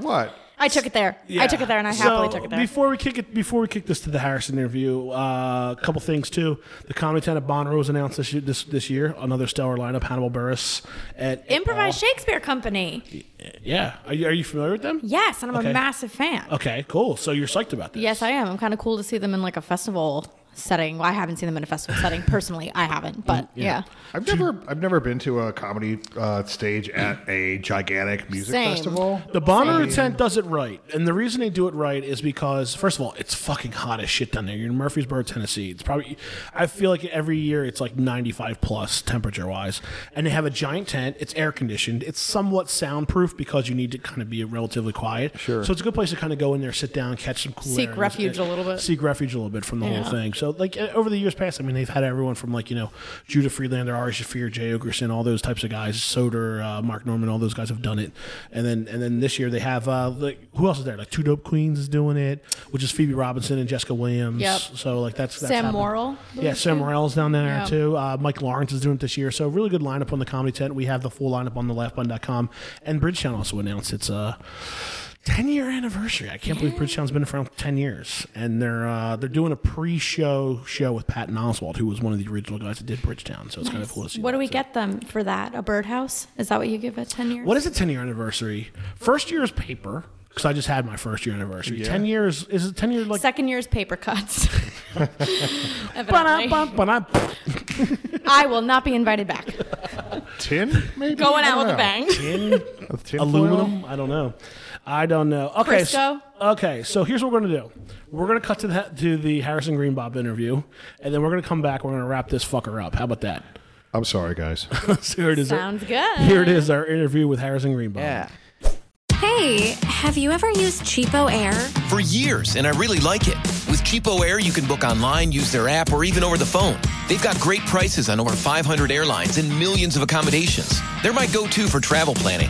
C: What?
D: I took it there. I took it there, and I
B: So,
D: happily took it there.
B: Before we kick it, before we kick this to the Harrison interview, uh, a couple things too. The comedy town at Bonnaroo was announced this, year- this this year. Another stellar lineup: Hannibal Burris and uh,
D: Improvised
B: Oh.
D: Shakespeare Company.
B: Yeah, are you, are you familiar with them?
D: Yes, and I'm
B: Okay.
D: a massive fan.
B: Okay, cool. So you're psyched about this?
D: Yes, I am. I'm kind of cool to see them in like a festival setting. Well, I haven't seen them in a festival setting personally. I haven't,
B: Mm,
D: but yeah.
C: I've never I've never been to a comedy uh, stage at a gigantic music
D: Same.
C: festival.
B: The Bonnaroo tent does it right, and the reason they do it right is because first of all, it's fucking hot as shit down there. You're in Murfreesboro, Tennessee. It's probably I feel like every year it's like 95 plus temperature wise, and they have a giant tent. It's air conditioned. It's somewhat soundproof because you need to kind of be relatively quiet. Sure. So it's a good place to kind of go in there, sit down, catch some cool
D: Seek
B: air,
D: refuge a little bit.
B: Seek refuge a little bit from the
D: Yeah.
B: whole thing. So like uh, over the years past, I mean they've had everyone from like you know Judah Freelander, Ari Shafir, Jay Ogerson, all those types of guys, Soder, uh, Mark Norman, all those guys have done it. And then and then this year they have uh, like who else is there? Like Two Dope Queens is doing it, which is Phoebe Robinson and Jessica Williams.
D: Yep.
B: So like that's, that's
D: Sam
B: happening.
D: Morrill.
B: Yeah, Sam Morrill's down there
D: Yeah.
B: too. Uh, Mike Lawrence is doing it this year. So really good lineup on the comedy tent. We have the full lineup on the laughbutton.com. And Bridgetown also announced its uh, 10 year anniversary. I can't believe Bridgetown's been around 10 years. And they're uh, they're doing a pre show show with Patton Oswald, who was one of the original guys that did Bridgetown. So it's kind of cool to see.
D: What do
B: that,
D: we
B: too.
D: get them for that? A birdhouse? Is that what you give at 10 years?
B: What is a 10 year anniversary? First year is paper. Because I just had my first year anniversary. Ten years is it ten year like
D: Second year's paper cuts. Evidently.
B: Ba-dum-bum-ba-dum.
D: I will not be invited back.
C: Tin? Maybe?
D: Going
C: I
D: out
C: don't
D: with a
C: know.
D: bang.
C: Of tin foil?
B: aluminum. I don't know. I don't know. Okay. s-
D: Crisco?
B: okay. So here's what we're gonna do. We're gonna cut to the to the Harrison Green Bob interview, and then we're gonna come back. We're gonna wrap this fucker up. How about that?
C: I'm sorry, guys.
B: so here it is.
D: Sounds good.
B: Here it is. Our interview with Harrison Green Bob.
E: Hey, have you ever used Cheapo Air?
F: for years, and I really like it. With Cheapo Air, you can book online, use their app, or even over the phone. They've got great prices on over 500 airlines and millions of accommodations. They're my go to for travel planning.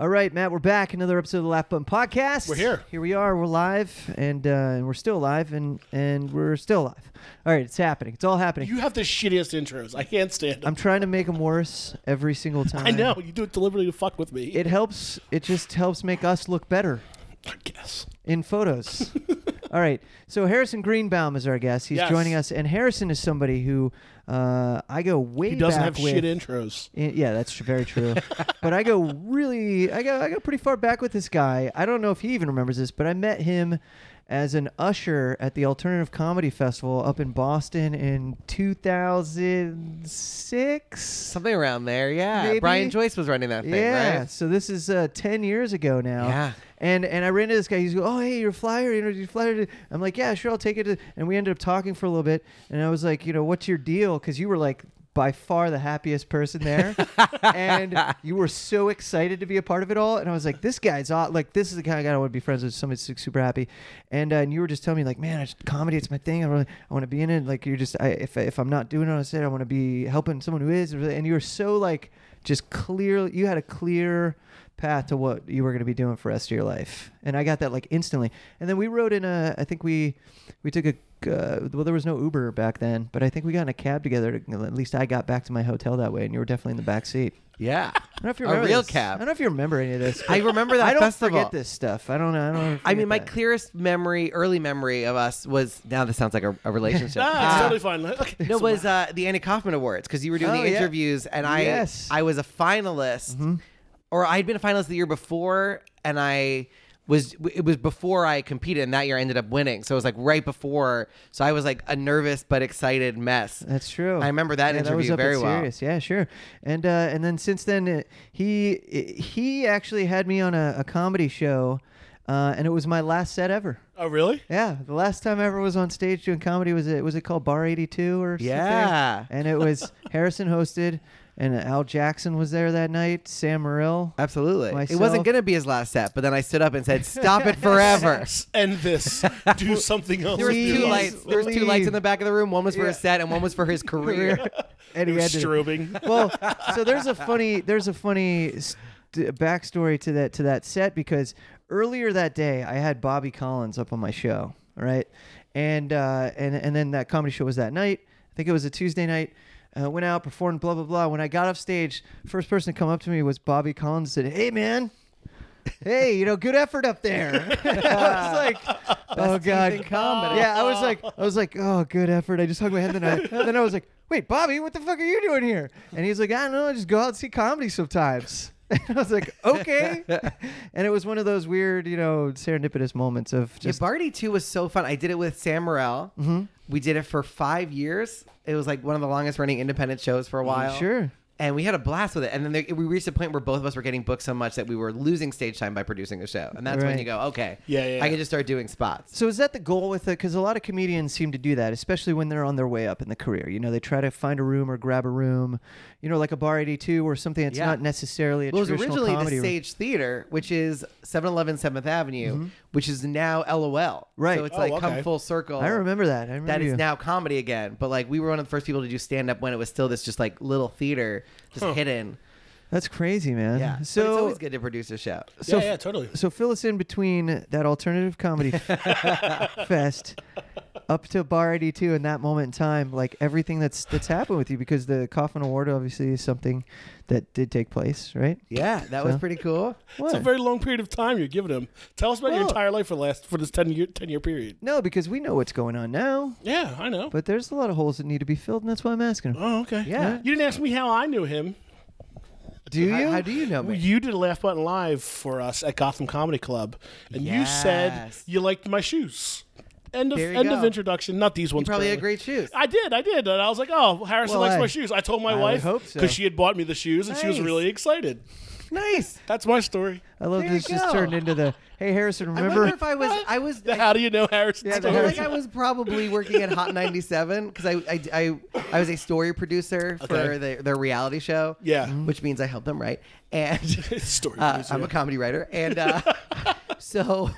G: All right, Matt, we're back. Another episode of the Laugh Button Podcast.
B: We're here.
G: Here we are. We're live, and uh, and we're still alive, and and we're still alive. All right, it's happening. It's all happening.
B: You have the shittiest intros. I can't stand them.
G: I'm trying to make them worse every single time.
B: I know you do it deliberately to fuck with me.
G: It helps. It just helps make us look better
B: I guess.
G: in photos. all right. So Harrison Greenbaum is our guest. He's
B: Yes.
G: joining us, and Harrison is somebody who uh, I go way
B: He doesn't
G: back
B: have
G: with.
B: shit intros.
G: Y- Eh, Yeah, that's tr- very true. but I go really, I go, I go pretty far back with this guy. I don't know if he even remembers this, but I met him as an usher at the Alternative Comedy Festival up in Boston in 2006.
H: Something around there, yeah.
G: Maybe.
H: Brian Joyce was running that thing,
G: Yeah,
H: right?
G: so this is uh, 10 years ago now.
H: Yeah.
G: And and I ran into this guy. He's go, oh hey, you're a flyer. You know, you flyer. I'm like, yeah, sure, I'll take it. to-" And we ended up talking for a little bit. And I was like, you know, what's your deal? Because you were like by far the happiest person there, and you were so excited to be a part of it all. And I was like, this guy's aw- like, this is the kind of guy I want to be friends with. Somebody's su- super happy. And uh, and you were just telling me like, man, I just, comedy, it's my thing. I really, I want to be in it. Like you're just, I, if if I'm not doing it, I said I want to be helping someone who is. And you were so like, just clear. You had a clear path to what you were going to be doing for the rest of your life. And I got that like instantly. And then we wrote in a, I think we, we took a uh, well, there was no Uber back then, but I think we got in a cab together. To, at least I got back to my hotel that way, and you were definitely in the back seat.
H: Yeah.
G: I don't know if you
H: a
G: remember
H: real
G: this. I
H: cab.
G: don't know if you remember any of this.
H: I
G: but
H: remember that
G: I don't
H: festival.
G: forget this stuff. I don't know. I don't.
H: I mean, my
G: forget
H: clearest memory, early memory of us was now this sounds like a, a relationship.
B: Ah,
H: Uh,
B: it's totally fine. Okay.
H: No, it was uh, the Annie Kaufman Awards because you were doing
G: Oh,
H: the
G: yeah.
H: interviews, and I
G: Yes. Mm-hmm.
H: I was a finalist, or I had been a finalist the year before, and I was it was before I competed, and that year I ended up winning. So it was like right before, so I was like a nervous but excited mess.
G: that. That's true.
H: I remember that
G: yeah,
H: interview
G: was up
H: very
G: at
H: well.
G: Sirius. Yeah, sure. And uh, and then since then, uh, he he actually had me on a, a comedy show, uh, and it was my last set ever.
B: Oh, really?
G: Yeah, the last time I ever was on stage doing comedy was it was it called Bar 82 or something?
H: Yeah.
G: And it was Harrison hosted and Al Jackson was there that night, Sam Morril.
H: Absolutely, it
G: Myself.
H: wasn't gonna be his last set, but then I stood up and said, "Stop it forever."
B: End this. Do something else.
H: There was two
G: Please
H: lights. There was two
G: leave.
H: lights in the back of the room. One was for his set, and one was for his career.
G: And he had to-
B: Strobing.
G: well, so there's a funny there's a funny st- backstory to that to that set because earlier that day I had Bobby Collins up on my show, all right, and uh, and and then that comedy show was that night. I think it was a Tuesday night. Uh, went out performed blah blah blah. When I got off stage, first person to come up to me was Bobby Collins. Said, "Hey man." Hey, you know, good effort up there. I was like, oh god, comedy. Yeah, I was like, I was like, oh, good effort. I just hung my head, then I, then I was like, wait, Bobby, what the fuck are you doing here? And he's like, I don't know, I just go out and see comedy sometimes. And I was like, okay. and it was one of those weird, you know, serendipitous moments of
H: Yeah,
G: just
H: Barty too was so fun. I did it with Sam Morril. We did it for five years. It was like one of the longest running independent shows for a while.
G: sure.
H: And we had a blast with it. And then there, we reached a point where both of us were getting booked so much that we were losing stage time by producing the show. And that's when
G: Right.
H: you go, okay,
B: Yeah, yeah,
H: I
B: yeah.
H: can just start doing spots.
G: So is that the goal with it? Because a lot of comedians seem to do that, especially when they're on their way up in the career. You know, they try to find a room or grab a room, you know, like a bar eighty-two or something that's
H: Yeah.
G: not necessarily a
H: Well, it was
G: traditional
H: originally
G: comedy
H: the
G: room.
H: Stage Theater, which is 711 7th Avenue, which is now LOL.
G: Mm-hmm. Right.
H: So it's
G: Oh,
H: like come
B: okay.
H: full circle.
G: I remember that. I remember
H: that is
G: you.
H: now comedy again. But like we were one of the first people to do stand up when it was still this just like little theater, just hidden.
G: That's crazy, man.
H: Yeah. So
G: Uh, So
H: it's always good to produce a show.
G: So
B: yeah, yeah, totally.
G: So fill us in between that alternative comedy f- fest up to Bar 82 in that moment in time, like everything that's that's happened with you, because the Coffin Award obviously is something that did take place, right?
H: Yeah, that was pretty cool.
G: What?
B: It's a very long period of time you're giving him. Tell us about your
G: Well-
B: entire life for the last for this ten year ten year period.
G: no, because we know what's going on now,
B: Yeah, I know.
G: but there's a lot of holes that need to be filled, and that's why I'm asking.
B: oh, okay.
G: Yeah.
B: You didn't ask me how I knew him.
G: Do you?
H: How, how do you know me?
B: You did a laugh button live for us at Gotham Comedy Club, and you said
H: Yes.
B: you liked my shoes. End of
H: There you
B: end of
H: go.
B: introduction. Not these ones.
H: probably had
B: clearly.
H: great shoes.
B: I did, I did, and I was like, "Oh, Harrison
G: Well,
B: likes
G: I-
B: my shoes." I told my
G: I would
B: wife
G: hope so.
B: she had bought me the shoes, and she was
H: Nice.
B: really excited.
H: nice.
B: That's my story.
G: I love
H: There
G: this
H: you
G: just
H: go.
G: turned into the hey Harrison,
H: I
G: remember?
H: wonder if I was. I was.
B: The
H: I,
B: how do you know Harrison?
G: Yeah,
H: I
G: the
B: story?
H: feel like I was probably working at Hot 97 because I, I, I, I was a story producer for
B: Okay.
H: their, their reality show.
B: Yeah. Mhm.
H: Which means I helped them write. And
B: Story
H: uh,
B: producer.
H: I'm a comedy writer. And uh, so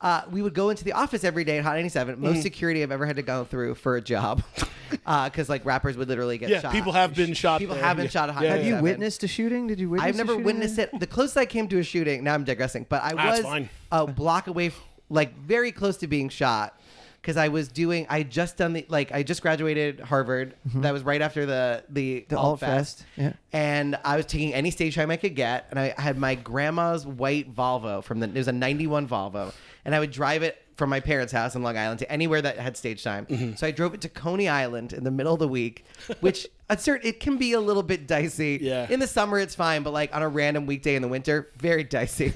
H: uh, we would go into the office every day at Hot 97.
B: Mm.
H: Most security I've ever had to go through for a job because like rappers would literally get
B: Yeah,
H: shot.
B: people have been shot
H: People
B: there.
H: have been
B: Yeah.
H: shot at Hot
B: Yeah, yeah,
G: have you
H: 97.
G: witnessed a shooting? Did you witness?
H: I've
G: a
H: never
G: shooting?
H: witnessed it. The closest I came to a shooting. Now I'm digressing, but I
B: That's
H: was
B: fine.
H: a block away, f- like very close to being shot, because I was doing. I just done the like. I just graduated Harvard. That was right after the the,
G: Mm-hmm. The Alt Fest, yeah.
H: And I was taking any stage time I could get, and I had my grandma's white Volvo from the. It was a '91 Volvo, and I would drive it. From my parents' house in Long Island to anywhere that had stage time,
B: Mm-hmm.
H: so I drove it to Coney Island in the middle of the week, which a certain it can be a little bit dicey.
B: Yeah.
H: In the summer, it's fine, but like on a random weekday in the winter, very dicey.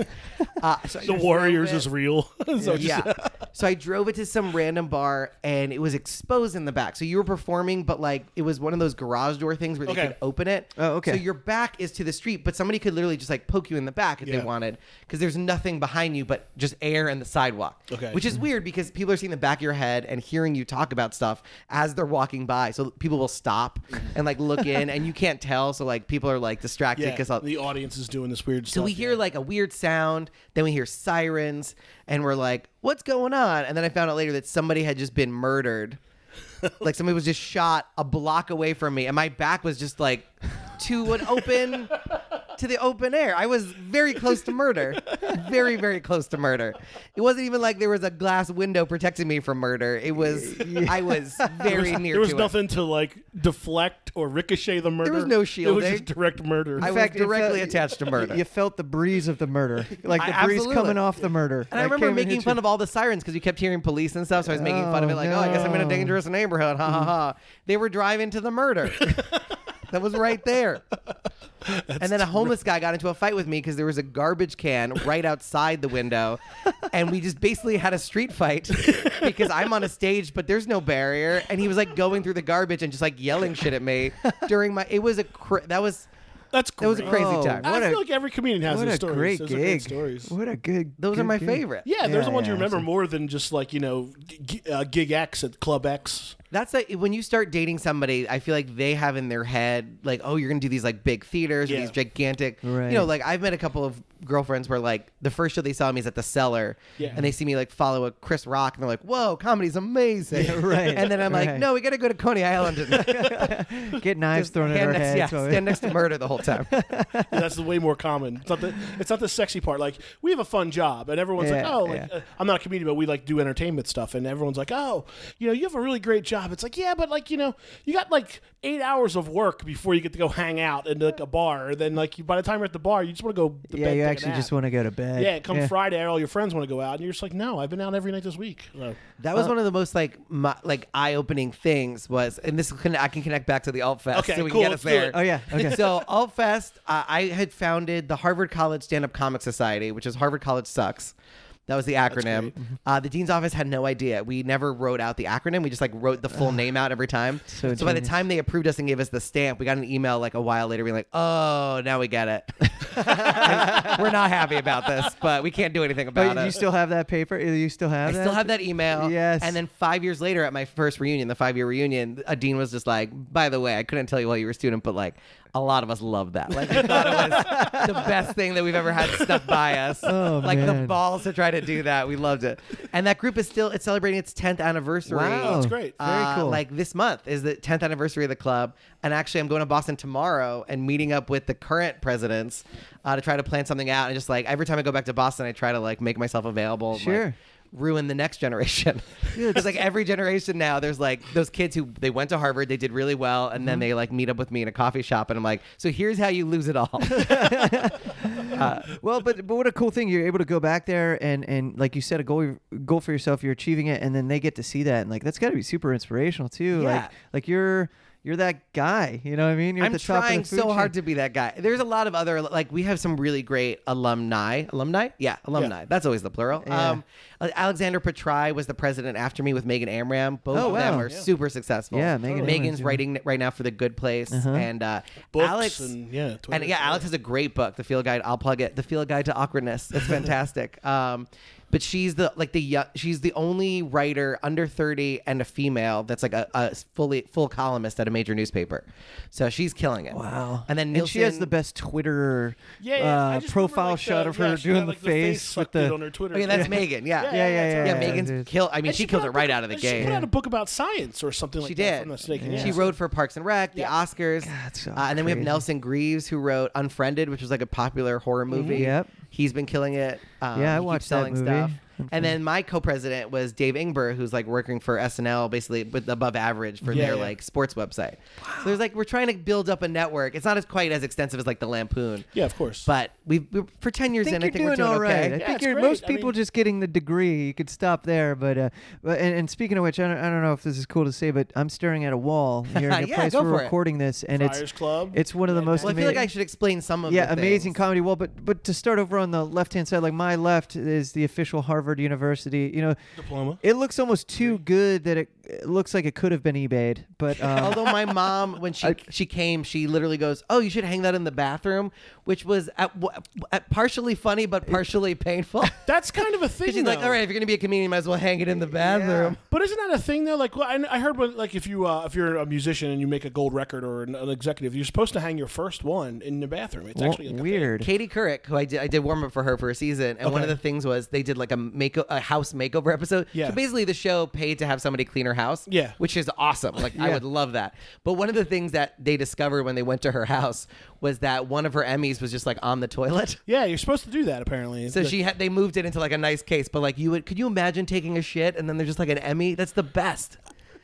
H: Uh, so I
B: the
H: just
B: Warriors
H: drove it-
B: is real. so just-
H: yeah. so I drove it to some random bar and it was exposed in the back. So you were performing, but like it was one of those garage door things where they
B: Okay.
H: could open it.
G: Oh, okay.
H: So your back is to the street, but somebody could literally just like poke you in the back if
B: Yeah.
H: they wanted because there's nothing behind you but just air and the sidewalk.
B: Okay.
H: Which
G: Mm-hmm.
H: is weird because people are seeing the back of your head and hearing you talk about stuff as they're walking by. So people will stop
B: Mm-hmm.
H: and like look in and you can't tell. So like people are like distracted
B: yeah.
H: because
B: the audience is doing this weird
H: so
B: stuff.
H: we hear
B: yeah.
H: like a weird sound, then we hear sirens, and we're like, what's going on? And then I found out later that somebody had just been murdered. like somebody was just shot a block away from me, and my back was just like to an open to the open air. I was very close to murder. very, very close to murder. It wasn't even like there was a glass window protecting me from murder. It was, I was very near
B: There was
H: to it.
B: nothing to like deflect or ricochet the murder.
H: was no
B: It was
H: shielding.
B: just direct murder.
H: I
G: In
H: was
G: fact, it felt-
H: directly attached to murder.
G: You felt the breeze of the murder, like the
H: I-
G: breeze
H: absolutely.
G: coming off the murder.
H: And I remember making fun of all the sirens because you kept hearing police and stuff. So I was making fun of it, like, oh, I guess I'm in a
G: no. Mm-hmm.
H: dangerous neighborhood. Ha ha ha. They were driving to the murder. that was right there. and then a homeless guy got into a fight with me because there was a garbage can right outside the window. and we just basically had a street fight because I'm on a stage, but there's no barrier. And he was like going through the garbage and just like yelling shit at me during my. It was a. Cr- that was.
B: That's great.
H: That was a crazy time.
B: Oh, I
G: What
B: feel
G: a-
B: like every comedian has
G: What
B: those
G: a
B: stories.
G: great
B: Those are
G: gig!
B: stories.
G: What a good.
H: Those are
G: good
H: my
G: gig.
H: favorite.
B: Yeah, those are the ones you
G: yeah,
B: remember more than just like you know, g- uh, gig X at Club X.
H: That's like when you start dating somebody, I feel like they have in their head like, oh, you're gonna do these like big theaters
B: Yeah.
H: or these gigantic,
G: Right.
H: you know, like I've met a couple of girlfriends where like the first show they saw me is at the cellar,
B: Yeah.
H: and they see me like follow a Chris Rock, and they're like, whoa, comedy's amazing,
G: right,
H: And then I'm like,
G: right.
H: no, we gotta go to Coney Island and
G: Get knives
H: just
G: thrown at
H: hand
G: our
H: next-
G: heads.
H: yeah,
G: while we-
H: stand next to murder the whole time.
B: Yeah, that's the way more common. It's not the it's not the sexy part. Like we have a fun job, and everyone's like,
G: Yeah,
B: "Oh, like,
G: yeah.
B: uh, I'm not a comedian, but we like do entertainment stuff." And everyone's like, "Oh, you know, you have a really great job." It's like, yeah, but like you know, you got like eight hours of work before you get to go hang out in like a bar. And then like you, by the time you're at the bar, you just want to go. To
G: yeah,
B: bed,
G: you
B: take a
G: actually
B: nap.
G: just want to go to bed.
B: Yeah, come Friday, all your friends want to go out, and you're just like, "No, I've been out every night this week." So,
H: That
B: Uh,
H: was one of the most like my, like eye opening things was, and this can, I can connect back to the Alt Fest,
B: Okay,
H: so we
B: cool,
H: can get
B: let's
H: us there.
B: do it.
G: Oh, yeah, okay.
H: So Alt Fest, uh, I had founded the Harvard College Stand Up Comic Society, which is Harvard College sucks. That was the acronym. Uh, the dean's office had no idea. We never wrote out the acronym. We just like wrote the full name out every time.
G: So
H: by the
G: genius.
H: time they approved us and gave us the stamp, we got an email like a while later being like, "Oh, now we get it. And we're not happy about this, but we can't do anything about
G: But
H: it."
G: Oh, you still have that paper? You still have
H: I
G: that?
H: still have that e- email.
G: Yes.
H: And then five years later, at my first reunion, the five year reunion, a dean was just like, "By the way, I couldn't tell you while you were a student, but like, a lot of us loved that. Like, we thought it was the best thing that we've ever had stuck by us.
G: Oh,
H: like the
G: man.
H: balls to try to do that. We loved it. And that group is still it's celebrating its tenth anniversary.
G: Wow.
B: That's great.
G: Very
H: Uh,
G: cool.
H: Like this month is the 10th anniversary of the club, and actually, I'm going to Boston tomorrow and meeting up with the current presidents uh, to try to plan something out. And just like every time I go back to Boston, I try to like make myself available. and, like,
G: Sure.
H: ruin the next generation. Because like every generation now, there's like those kids who they went to Harvard, they did really well, and then they like meet up with me in a coffee shop, and I'm like, so here's how you lose it all.
G: well, but but what a cool thing! You're able to go back there and and like you set a goal goal for yourself. You're achieving it, and then they get to see that, and like that's got to be super inspirational too.
H: Yeah.
G: Like like you're you're that guy. You know what I mean? You're
H: I'm
G: at the top
H: trying
G: of the food
H: so
G: chain.
H: hard to be that guy. There's a lot of other like we have some really great alumni. Alumni, yeah, alumni. That's always the plural.
G: Yeah.
H: Um, Alexander Patry was the president after me with Megan Amram. Both
G: Oh,
H: of them
G: wow.
H: are super successful.
G: Yeah, Megan Amram's,
H: Megan's
G: yeah. Uh-huh.
H: writing right now for The Good Place, and uh,
B: Books
H: Alex
B: and, yeah,
H: and
B: Twitter.
H: yeah, Alex has a great book, The Field Guide. I'll plug it. The Field Guide to Awkwardness. It's fantastic. um, but she's the like the yo- she's the only writer under thirty and a female that's like a, a fully full columnist at a major newspaper. So she's killing it.
G: Wow.
H: And then
G: and she has
H: Nielsen-
G: the best Twitter
B: yeah, yeah, I
G: uh,
B: just remember,
G: profile
B: like, the-
G: shot of
B: yeah,
G: her
B: she
G: doing
B: got, like,
G: the face
B: sucked
G: with the.
B: in on her Twitter.
H: Okay, that's Megan. Oh, Yeah.
B: Yeah,
G: yeah, yeah, yeah.
H: Yeah,
G: yeah.
H: Megan's kill. I mean,
B: And
H: she,
B: put
H: kills
B: out
H: it
B: a
H: right
B: book-
H: out of the
B: she
H: gate.
B: put out a book about science or something like
H: She
B: that.
H: did.
B: From the Snake and
H: She
B: Ants.
H: wrote for Parks and Rec, the Oscars,
G: it's so
H: uh, and then we have
G: crazy.
H: Nelson Greaves who wrote Unfriended, which was like a popular horror
B: Mm-hmm.
H: movie.
G: Yep.
H: he's been killing it. Um,
G: Yeah, I
H: he keeps
G: watched that
H: selling
G: movie.
H: stuff. And then my co-president was Dave Ingber, who's like working for SNL, basically with above average for
B: Yeah,
H: their
B: yeah.
H: like sports website. So there's like we're trying to build up a network. It's not as quite as extensive as like the Lampoon.
B: Yeah, of course.
H: But we have for ten years
G: I think
H: in, I
G: you're
H: think
G: doing
H: we're doing
G: all right. I
H: okay.
B: Yeah,
G: think
B: it's
G: you're,
B: great.
G: most
B: I
G: people
B: mean-
G: just getting the degree. You could stop there, but uh, but and, and speaking of which, I don't, I don't know if this is cool to say, but I'm staring at a wall here in the
H: Yeah,
G: place
H: go
G: we're
H: for it.
G: recording this, and
B: Friars
G: it's
B: Club.
G: it's one of the most.
H: Well, I feel like
G: amazing-
H: I should explain some of
G: yeah,
H: the
G: amazing
H: things.
G: comedy. Well, but but to start over on the left hand side, like my left is the official Harvard University. You know,
B: Diploma.
G: It looks almost too good that it, it looks like it could have been eBayed, but um,
H: Although my mom, when she she came, she literally goes, "Oh, you should hang that in the bathroom," which was at, w- at partially funny but partially painful.
B: That's kind of a thing.
H: Because she's like,
B: though.
H: "All right, if you're gonna be a comedian, you might as well hang it in the bathroom."
B: But isn't that a thing though? Like, well, I, I heard when, like if you uh, if you're a musician and you make a gold record or an, an executive, you're supposed to hang your first one in the bathroom. It's
G: well,
B: actually like a thing.
G: weird.
H: Katie Couric, who I did, I did warm up for her for a season, and one of the things was they did like a make a house makeover episode.
B: Yeah.
H: So basically, the show paid to have somebody clean her house.
B: Yeah.
H: Which is awesome. Like, I
G: Yeah.
H: would love that. But one of the things that they discovered when they went to her house was that one of her Emmys was just like on the toilet.
B: Yeah, you're supposed to do that apparently.
H: So she had they moved it into like a nice case, but like you would could you imagine taking a shit and then there's just like an Emmy? That's the best.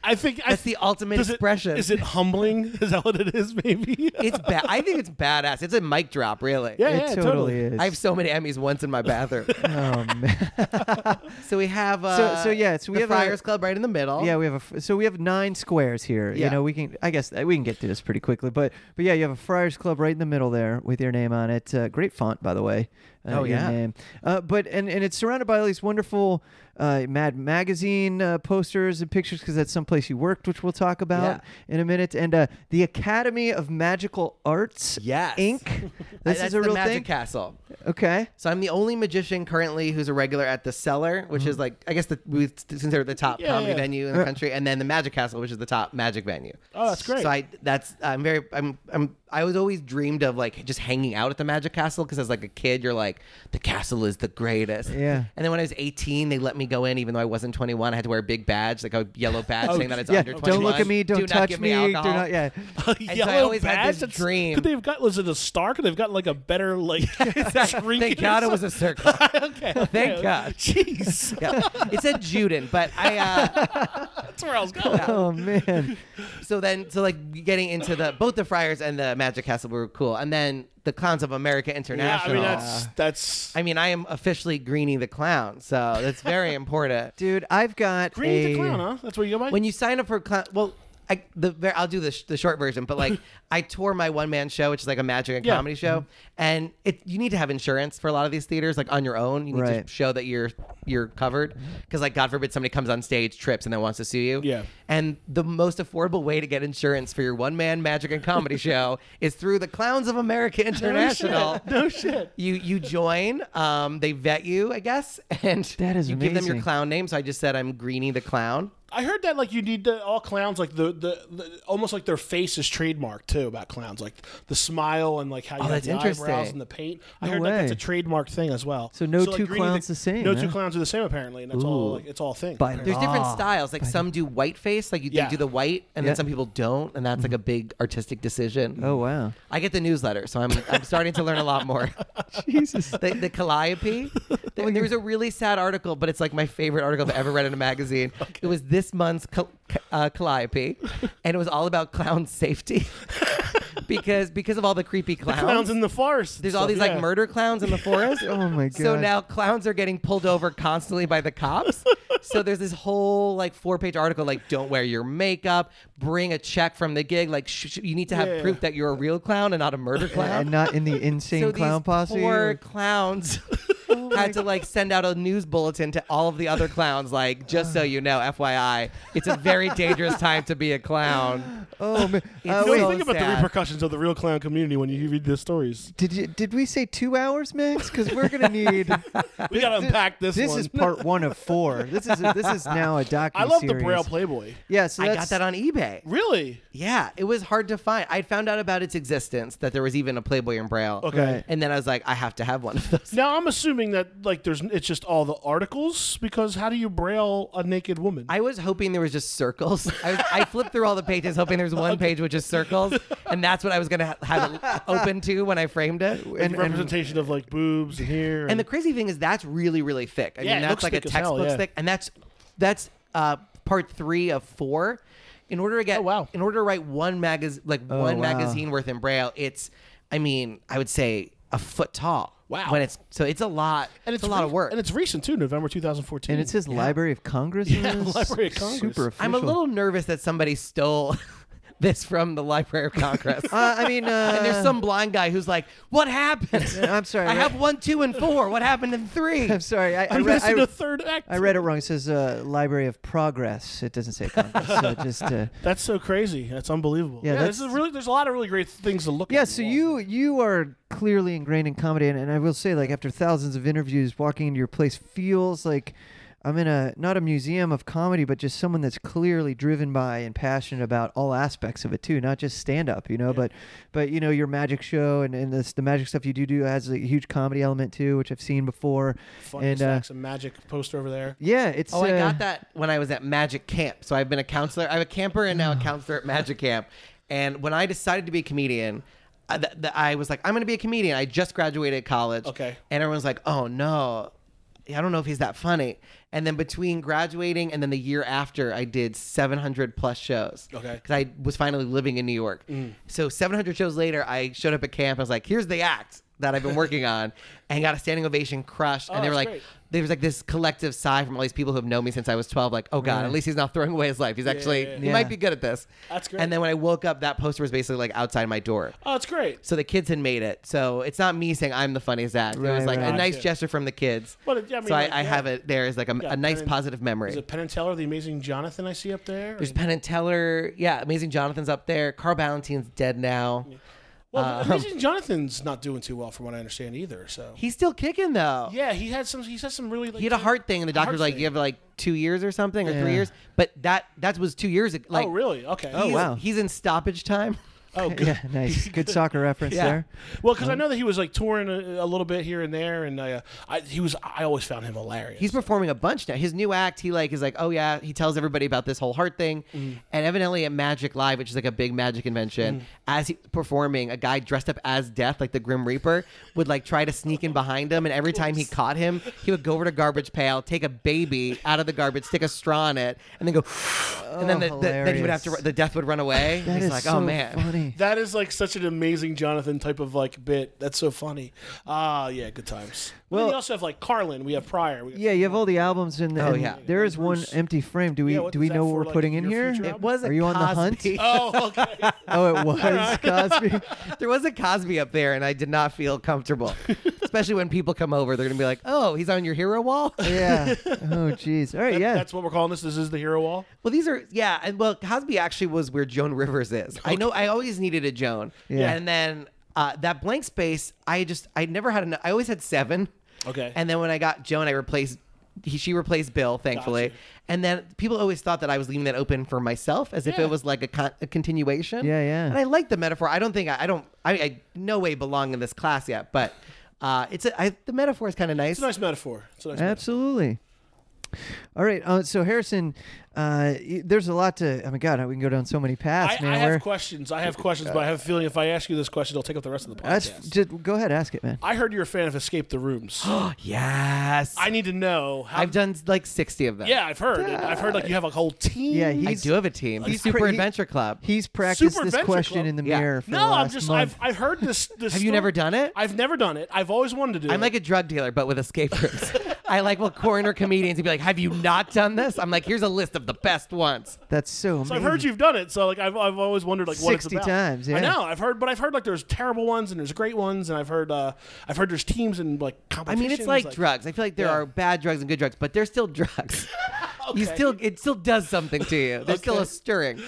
B: I think I
H: That's
B: th-
H: the ultimate
B: does it-
H: expression.
B: Is it humbling? Is that what it is? Maybe.
H: It's bad. I think it's badass. It's a mic drop, really.
B: yeah,
G: it
B: yeah,
G: totally,
B: totally.
G: is.
H: I have so many Emmys once in my bathroom.
G: oh, man.
H: so we have uh,
G: so, yeah, so we
H: the
G: have a-
H: Friars Club right in the middle.
G: Yeah, we have a f- so we have nine squares here.
H: Oh. Yeah.
G: You know, we can I guess uh, we can get through this pretty quickly, but but yeah, you have a Friars Club right in the middle there with your name on it. Uh, great font, by the way. Uh,
H: Oh,
G: your
H: yeah.
G: name. Uh, but and and it's surrounded by all these wonderful uh, Mad Magazine uh, posters and pictures because that's someplace you worked, which we'll talk about in a minute. And uh, the Academy of Magical Arts,
H: Yes.
G: Inc.
H: Th-
G: This
H: that's
G: is a
H: the
G: real
H: Magic
G: thing.
H: Castle.
G: Okay.
H: So I'm the only magician currently who's a regular at the Cellar, which
G: Mm-hmm.
H: is like I guess the, we consider it the top
B: Yeah,
H: comedy
B: yeah.
H: venue in the country, and then the Magic Castle, which is the top magic venue.
B: Oh, that's great.
H: So I that's I'm very I'm I'm I was always dreamed of like just hanging out at the Magic Castle because as like a kid you're like the castle is the greatest.
G: Yeah.
H: And then when I was 18, they let me go in even though I wasn't 21. I had to wear a big badge, like a yellow badge saying that it's
G: Oh, yeah.
H: under 21.
G: Don't look at me. Don't
H: Do not
G: touch
H: give
G: me. do
H: alcohol.
G: not. Yeah.
H: I
B: Yellow
H: always had
B: badge?
H: this
B: That's-
H: dream.
B: Could they have got? Was it a star? Could they've got like a better like?
H: Exactly. Thank God it was a circle.
B: okay.
H: Thank God.
B: Jeez,
H: Yeah. It said Juden, but I uh,
B: that's where I was going.
G: Oh man.
H: so then so like getting into the both the friars and the magic castle were cool and then the clowns of america
B: Yeah, I
H: international
B: mean that's that's.
H: I mean, I am officially Greeny the Clown, so that's very important.
G: Dude, I've got
B: Green
G: a
B: the clown, huh? That's what you go by.
H: When you sign up for clown, well, I, the ver- I'll do the, sh- the short version, but like I tour my one man show, which is like a magic and
B: Yeah. Mm-hmm.
H: comedy show, and it you need to have insurance for a lot of these theaters, like on your own. You need
G: Right.
H: to show that you're you're covered, because like God forbid somebody comes on stage, trips, and then wants to sue you.
B: Mm-hmm. Yeah.
H: And the most affordable way to get insurance for your one man magic and comedy show is through the Clowns of America International.
B: no shit.
H: You you join, um, they vet you, I guess, and
G: That is
H: you give them your
G: amazing.
H: clown name. So I just said I'm Greeny the clown.
B: I heard that like you need to, all clowns like the, the the almost like their face is trademarked too about clowns like the smile and like how you have
H: that's
B: the eyebrows
H: interesting.
B: and the paint. I
G: No
B: heard that that's a
G: way.
B: trademark thing as well.
G: So no
B: like,
G: two
B: Greenie
G: clowns the same,
B: No
G: huh?
B: two clowns are the same apparently, and it's all like it's all a thing.
G: By
H: There's
G: law.
H: different styles. Like some do white face, like you,
B: Yeah.
H: they do the white, and
G: Yeah.
H: then some people don't, and that's like a big artistic decision.
G: Oh wow.
H: I get the newsletter, so I'm I'm starting to learn a lot more.
G: Jesus.
H: the, the calliope. There, there was a really sad article, but it's like my favorite article I've ever read in a magazine. It was this month's cal- ca- uh, calliope, and it was all about clown safety because because of all the creepy clowns.
B: clowns in the forest. and
H: there's all
B: stuff,
H: these
B: yeah.
H: like murder clowns in the forest.
G: Oh my
H: So
G: God.
H: now clowns are getting pulled over constantly by the cops. so there's this whole like four page article like don't wear your makeup, bring a check from the gig, like sh- sh- you need to have
B: Yeah.
H: proof that you're a real clown and not a murder clown
G: and not in the insane
H: Uh, so
G: clown
H: these
G: posse.
H: Poor
G: or- Oh
H: clowns had to like send out a news bulletin to all of the other clowns, like just so you know, FYI, it's a very dangerous time to be a clown.
G: oh man. Uh,
H: It's
B: You
G: wait,
B: know,
H: so
B: think about the
H: sad.
B: repercussions of the real clown community when you read the stories.
G: did you, did we say two hours, Max? Because we're gonna need.
B: We gotta unpack this.
G: this
B: one.
G: is part one of four. This is this is now a documentary.
B: I love the Braille Playboy.
G: Yeah, so
H: I
G: that's,
H: got that on eBay.
B: Really?
H: Yeah, it was hard to find. I found out about its existence that there was even a Playboy in Braille.
B: Okay.
H: And then I was like, I have to have one of those.
B: Now I'm assuming that like there's it's just all the articles because how do you braille a naked woman?
H: I was hoping there was just circles. I, was, I flipped through all the pages, hoping there was one page with just circles, and that's what I was gonna ha- have it open to when I framed it.
G: and, and
B: representation of like boobs and here
H: And the crazy thing is that's really, really thick. I
B: Yeah, it
H: mean, that's
B: looks
H: like a
B: thick as hell,
H: textbook
B: yeah.
H: thick, and that's that's uh, part three of four. In order to get,
B: Oh, wow. Oh,
H: in order to write one magazine, like one
G: wow.
H: magazine worth in braille, it's, I mean, I would say a foot tall.
B: Wow.
H: When it's so, it's a lot, and it's, a lot
B: re-
H: of work.
B: And it's recent too, November 2014.
G: and it says Library of Congress. in this?
B: Library of Congress.
G: Super official.
H: I'm a little nervous that somebody stole this from the Library of Congress.
G: Uh, I mean, uh,
H: and there's some blind guy who's like, "What happened?
G: I'm sorry,
H: I
G: I-
H: have one, two, and four. What happened in three?
G: I'm sorry. I, I,
B: I'm
G: read,
B: missing
G: I,
B: the third act.
G: I read it wrong. It says uh, Library of Progress. It doesn't say Congress. so just. Uh,
B: That's so crazy. That's unbelievable.
G: Yeah,
B: Yeah, this
G: that's-
B: is really. There's a lot of really great things to look at.
G: Yeah, so you you are clearly ingrained in comedy, and, and I will say, like after thousands of interviews, walking into your place feels like I'm in a not a museum of comedy, but just someone that's clearly driven by and passionate about all aspects of it too, not just stand up, you know. But but you know your magic show and and this, the magic stuff you do do has a huge comedy element too, which I've seen before.
B: Funny
G: and uh,
B: stacks of magic poster over there.
G: yeah, it's
H: Oh, I
G: uh,
H: got that when I was at Magic Camp. So I've been a counselor. I'm a camper and now
B: Mm.
H: a counselor at Magic Camp. And when I decided to be a comedian, I, th- th- I was like, I'm going to be a comedian. I just graduated college.
B: Okay.
H: And everyone's like, oh no, I don't know if he's that funny. And then between graduating and then the year after, I did 700 plus shows.
B: Okay. Mm.
H: Because I was finally living in New York. So 700 shows later, I showed up at camp. I was like, here's the act that I've been working on and got a standing ovation crushed. and they were
B: Oh, that's
H: like,
B: great.
H: there was like this collective sigh from all these people who have known me since I was 12, like, oh God, at least he's not throwing away his life. He's actually, he
G: yeah.
H: might be good at this.
B: That's great.
H: And then when I woke up, that poster was basically like outside my door.
B: Oh, it's great.
H: So the kids had made it. So it's not me saying I'm the funniest act. it was
G: Right,
H: like
G: right.
H: a nice gesture from the kids.
B: Well, it- yeah, I mean,
H: so
B: like,
H: I, I
B: yeah.
H: have it there as like a,
B: Yeah,
H: a nice
B: Penn and-
H: positive memory.
B: Is it Penn and Teller, the amazing Jonathan I see up there?
H: There's Penn and Teller. Yeah, Amazing Jonathan's up there. Carl Ballantine's dead now. Um,
B: well,
H: Uh,
B: amazing Jonathan's not doing too well, from what I understand either. So
H: He's still kicking though.
B: yeah, he had some. He said some really. Like,
H: He had a heart thing, and the
B: heart
H: doctor's like,
B: thing.
H: "You have like two years or something, or three
G: Yeah.
H: years." But that that was two years. ago. Like,
B: oh really? Okay.
H: he's-
B: He-
G: wow.
H: He's in stoppage time.
B: Oh good.
G: uh, yeah, nice, good soccer reference there.
B: Well, because I know that he was like touring a, a little bit here and there, and I, uh, I he was. I always found him hilarious.
H: He's performing a bunch now. His new act, he like is like, oh yeah, he tells everybody about this whole heart thing,
G: Mm.
H: and evidently at Magic Live, which is like a big magic convention, as he's performing, a guy dressed up as Death, like the Grim Reaper, would like try to sneak in behind him, and every time he caught him, he would go over to garbage pail, take a baby out of the garbage, stick a straw in it, and then go, and then the, the, then he would have to
G: hilarious.
H: the Death would run away.
G: That
H: He's
G: is
H: like,
G: so
H: oh man,
G: funny.
B: that is like such an amazing Jonathan type of like bit. That's so funny. Ah, yeah, good times. Well,
G: Well-
B: we also have like Carlin. We have Pryor. We got-
G: Yeah, you have all the albums in the.
H: Oh,
G: and
H: yeah.
G: There is one empty frame. Do we
B: Yeah, what
G: do
B: is
G: we
B: that
G: know what
B: for,
G: we're
B: like,
G: putting in
B: your
G: here?
B: future
H: it was. A
G: Are you on the hunt?
H: Cosby.
B: Oh, okay.
G: Oh, it was Cosby.
H: there was a Cosby up there, and I did not feel comfortable. Especially when people come over, they're gonna be like, "Oh, he's on your hero wall."
G: Yeah. Oh, jeez. All right. Yeah.
B: That's what we're calling this. This is the hero wall.
H: Well, these are yeah, and well, Cosby actually was where Joan Rivers is. I know I always needed a Joan,
G: Yeah.
H: and then uh, that blank space, I just I never had enough. I always had seven.
B: Okay.
H: and then when I got Joan, I replaced. He, she replaced Bill, thankfully,
B: Gotcha.
H: and then people always thought that I was leaving that open for myself, as if
B: Yeah.
H: it was like a, con- a continuation.
G: Yeah, yeah.
H: And I like the metaphor. I don't think I, I don't I, I no way belong in this class yet, but uh, it's a, I, the metaphor is kind of nice.
B: It's a nice metaphor. It's a nice metaphor.
G: Absolutely. All right. Uh, so Harrison, uh, y- there's a lot to. Oh my God, we can go down so many
B: I,
G: paths, man.
B: I
G: We're-
B: have questions. I have questions, but I have a feeling if I ask you this question, it'll take up the rest of the
G: that's
B: podcast.
G: just go ahead, ask it, man.
B: I heard you're a fan of Escape the Rooms.
H: Yes,
B: I need to know how.
H: I've done like sixty of them.
B: Yeah, I've heard. And I've heard like you have a whole team.
G: Yeah,
H: I
G: he's
H: do have a team.
G: he's
H: Super
G: cra- he-
H: Adventure Club.
G: He's practiced
B: Super
G: this
B: Adventure
G: question
B: Club.
G: in the
H: Yeah.
G: mirror for the
B: No, I'm
G: last
B: just.
G: month.
B: I've I've heard this. this
H: Have you never done it?
B: I've never done it. I've always wanted to do.
H: I'm like a drug dealer, but with escape rooms. I like will corner comedians and be like, "Have you not done this?" I'm like, "Here's a list of the best ones."
G: That's
B: So
G: so.
B: I've
G: amazing.
B: heard you've done it. So like I've, I've always wondered like what it's
G: 60
B: about.
G: times,
B: I
G: yeah.
B: know. I've heard, but I've heard like there's terrible ones and there's great ones, and I've heard uh I've heard there's teams and like
H: I
B: competitions.
H: mean, it's like, drugs. I feel like there
B: Yeah.
H: are bad drugs and good drugs, but they're still drugs. You still, it still does something to you. There's still a stirring.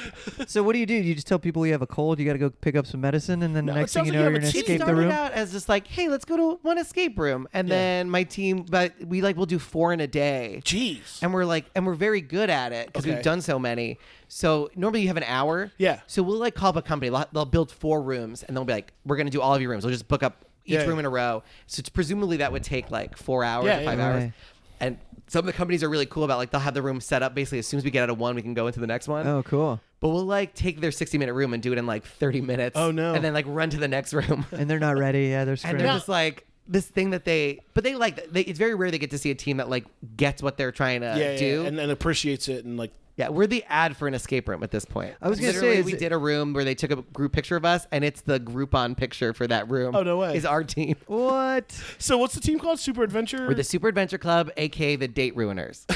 G: So what do you do? You just tell people you have a cold, you got to go pick up some medicine, and then the
B: it
G: next thing
B: sounds like you
G: you know,
B: have
G: you're
B: a
G: gonna
B: cheat
G: escape the
H: started
G: room.
H: out as just like, "Hey, let's go to one escape room," and then my team, but we like will do four in a day.
B: jeez.
H: and we're like and we're very good at it because
B: Okay.
H: we've done so many so normally you have an hour
B: Yeah.
H: so we'll like call up a company they'll, they'll build four rooms and they'll be like we're gonna do all of your rooms we'll just book up each
B: Yeah,
H: room
B: yeah.
H: in a row so it's presumably that would take like four hours
B: Yeah,
H: or
B: yeah.
H: five hours
G: Right.
H: and some of the companies are really cool about like they'll have the room set up basically as soon as we get out of one we can go into the next one
G: Oh, cool.
H: but we'll like take their 60 minute room and do it in like 30 minutes
B: Oh, no.
H: and then like run to the next room
G: And they're not ready. Yeah, they're
H: and
G: screwed.
H: they're just like this thing that they but they like they, it's very rare they get to see a team that like gets what they're trying to
B: yeah, yeah,
H: do
B: and, and appreciates it and like
H: yeah, we're the ad for an escape room at this point. I
G: was gonna say, is
H: we
G: it-
H: did a room where they took a group picture of us, and it's the Groupon picture for that room.
B: Oh, no way.
H: Is our team?
G: what?
B: so what's the team called? Super Adventure.
H: We're the Super Adventure Club, aka the Date Ruiners,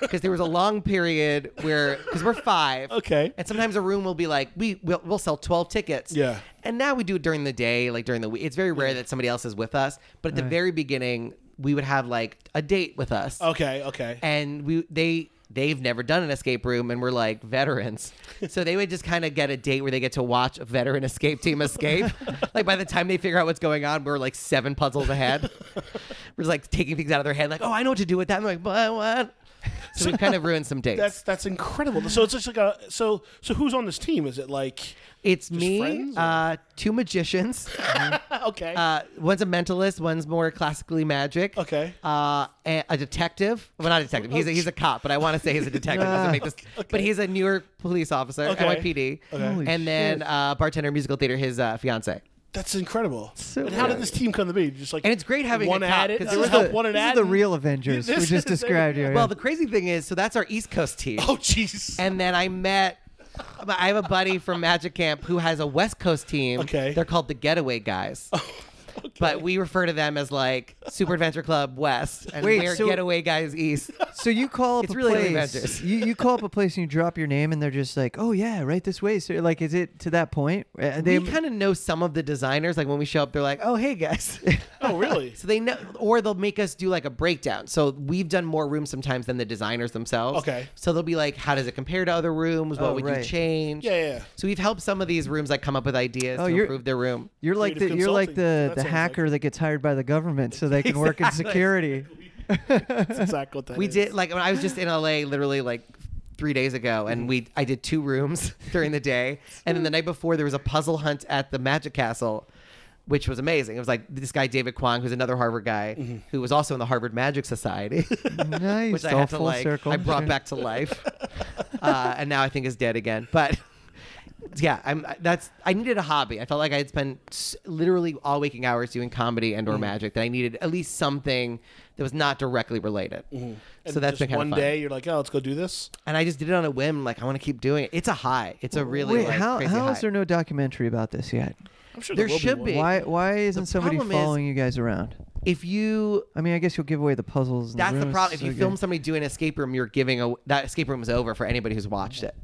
H: because there was a long period where because we're five,
B: Okay.
H: and sometimes a room will be like we we'll, we'll sell twelve tickets,
B: Yeah.
H: and now we do it during the day, like during the week. It's very rare that somebody else is with us, but at the very beginning, we would have like a date with us,
B: okay, okay.
H: and we they they've never done an escape room and we're like veterans so they would just kind of get a date where they get to watch a veteran escape team escape like by the time they figure out what's going on we're like seven puzzles ahead we're just like taking things out of their head like oh i know what to do with that i'm like but what So we've kind of ruined some dates.
B: That's that's incredible. So it's just like a so so who's on this team? Is it like
H: it's
B: just
H: me,
B: friends, or-
H: uh, two magicians.
B: okay,
H: Uh, one's a mentalist, one's more classically magic.
B: Okay.
H: Uh, a, a detective. Well, not a detective. He's a, he's a cop, but I want to say he's a detective. doesn't make this. But he's a New York police officer,
B: Okay.
H: NYPD.
B: Okay. Holy
H: And then uh, bartender, musical theater, his uh, fiance.
B: that's incredible. and how did this team come to be? Just like
H: And it's great having
B: one
H: a
B: at
H: cop,
B: it.
H: 'cause
B: uh,
H: there was
B: help
H: a-
B: one at
G: this is
B: it.
G: the real Avengers
B: This
G: we
B: is-
G: just described here.
H: Well, the crazy thing is, so that's our East Coast team.
B: Oh jeez.
H: And then I met. I have a buddy from Magic Camp who has a West Coast team.
B: Okay. Oh,
H: They're called the Getaway Guys. But we refer to them as like Super Adventure Club West, and
G: Wait,
H: we're
G: so-
H: Getaway Guys East.
G: so you call up
H: It's
G: a
H: really the
G: place.
H: Avengers.
G: You, you call up a place and you drop your name, and they're just like, "Oh yeah, right this way." So like, is it to that point? Uh, They
H: we kind of know some of the designers. Like when we show up, they're like, "Oh, hey guys."
B: oh really?
H: so they know, or they'll make us do like a breakdown. So we've done more rooms sometimes than the designers themselves.
B: Okay.
H: So they'll be like, "How does it compare to other rooms? What
G: Oh,
H: would you
G: right.
H: change?"
B: Yeah, yeah, yeah.
H: So we've helped some of these rooms like come up with ideas
G: Oh,
H: to
G: you're-
H: improve their room.
G: you're like the
B: Creative
G: you're like
B: consulting.
G: the
B: That
G: the
B: sounds
G: hacker that gets hired by the government so they can work in security.
B: That's exactly what that
H: We
B: is.
H: did like when I was just in LA literally like three days ago, and we I did two rooms during the day, and then the night before there was a puzzle hunt at the Magic Castle, which was amazing. It was like this guy David Kwong, who's another Harvard guy, who was also in the Harvard Magic Society,
G: Mm-hmm. nice,
H: which I
G: all
H: had to
G: full
H: like
G: circle.
H: I brought back to life, uh, and now I think is dead again, but. Yeah, I'm. That's. I needed a hobby. I felt like I had spent s- literally all waking hours doing comedy
G: Mm-hmm.
H: and or magic. That I needed at least something that was not directly related.
G: Mm-hmm.
H: So
B: And
H: that's been
B: just
H: kind
B: one
H: of fun
B: day. You're like, oh, let's go do this.
H: and I just did it on a whim. Like I want to keep doing it. It's a high. It's a really
G: Wait,
H: like,
G: how
H: crazy
G: how
H: high.
G: is there no documentary about this yet?
B: I'm sure
H: There
B: will
H: should
B: one.
H: be.
G: Why why isn't somebody
H: problem is-
G: following you guys around?
H: if you
G: I mean, I guess you'll give away the puzzles. And
H: that's the
G: rooms,
H: problem. If
G: so
H: you
G: good.
H: film somebody doing an escape room, you're giving a that escape room is over for anybody who's watched it.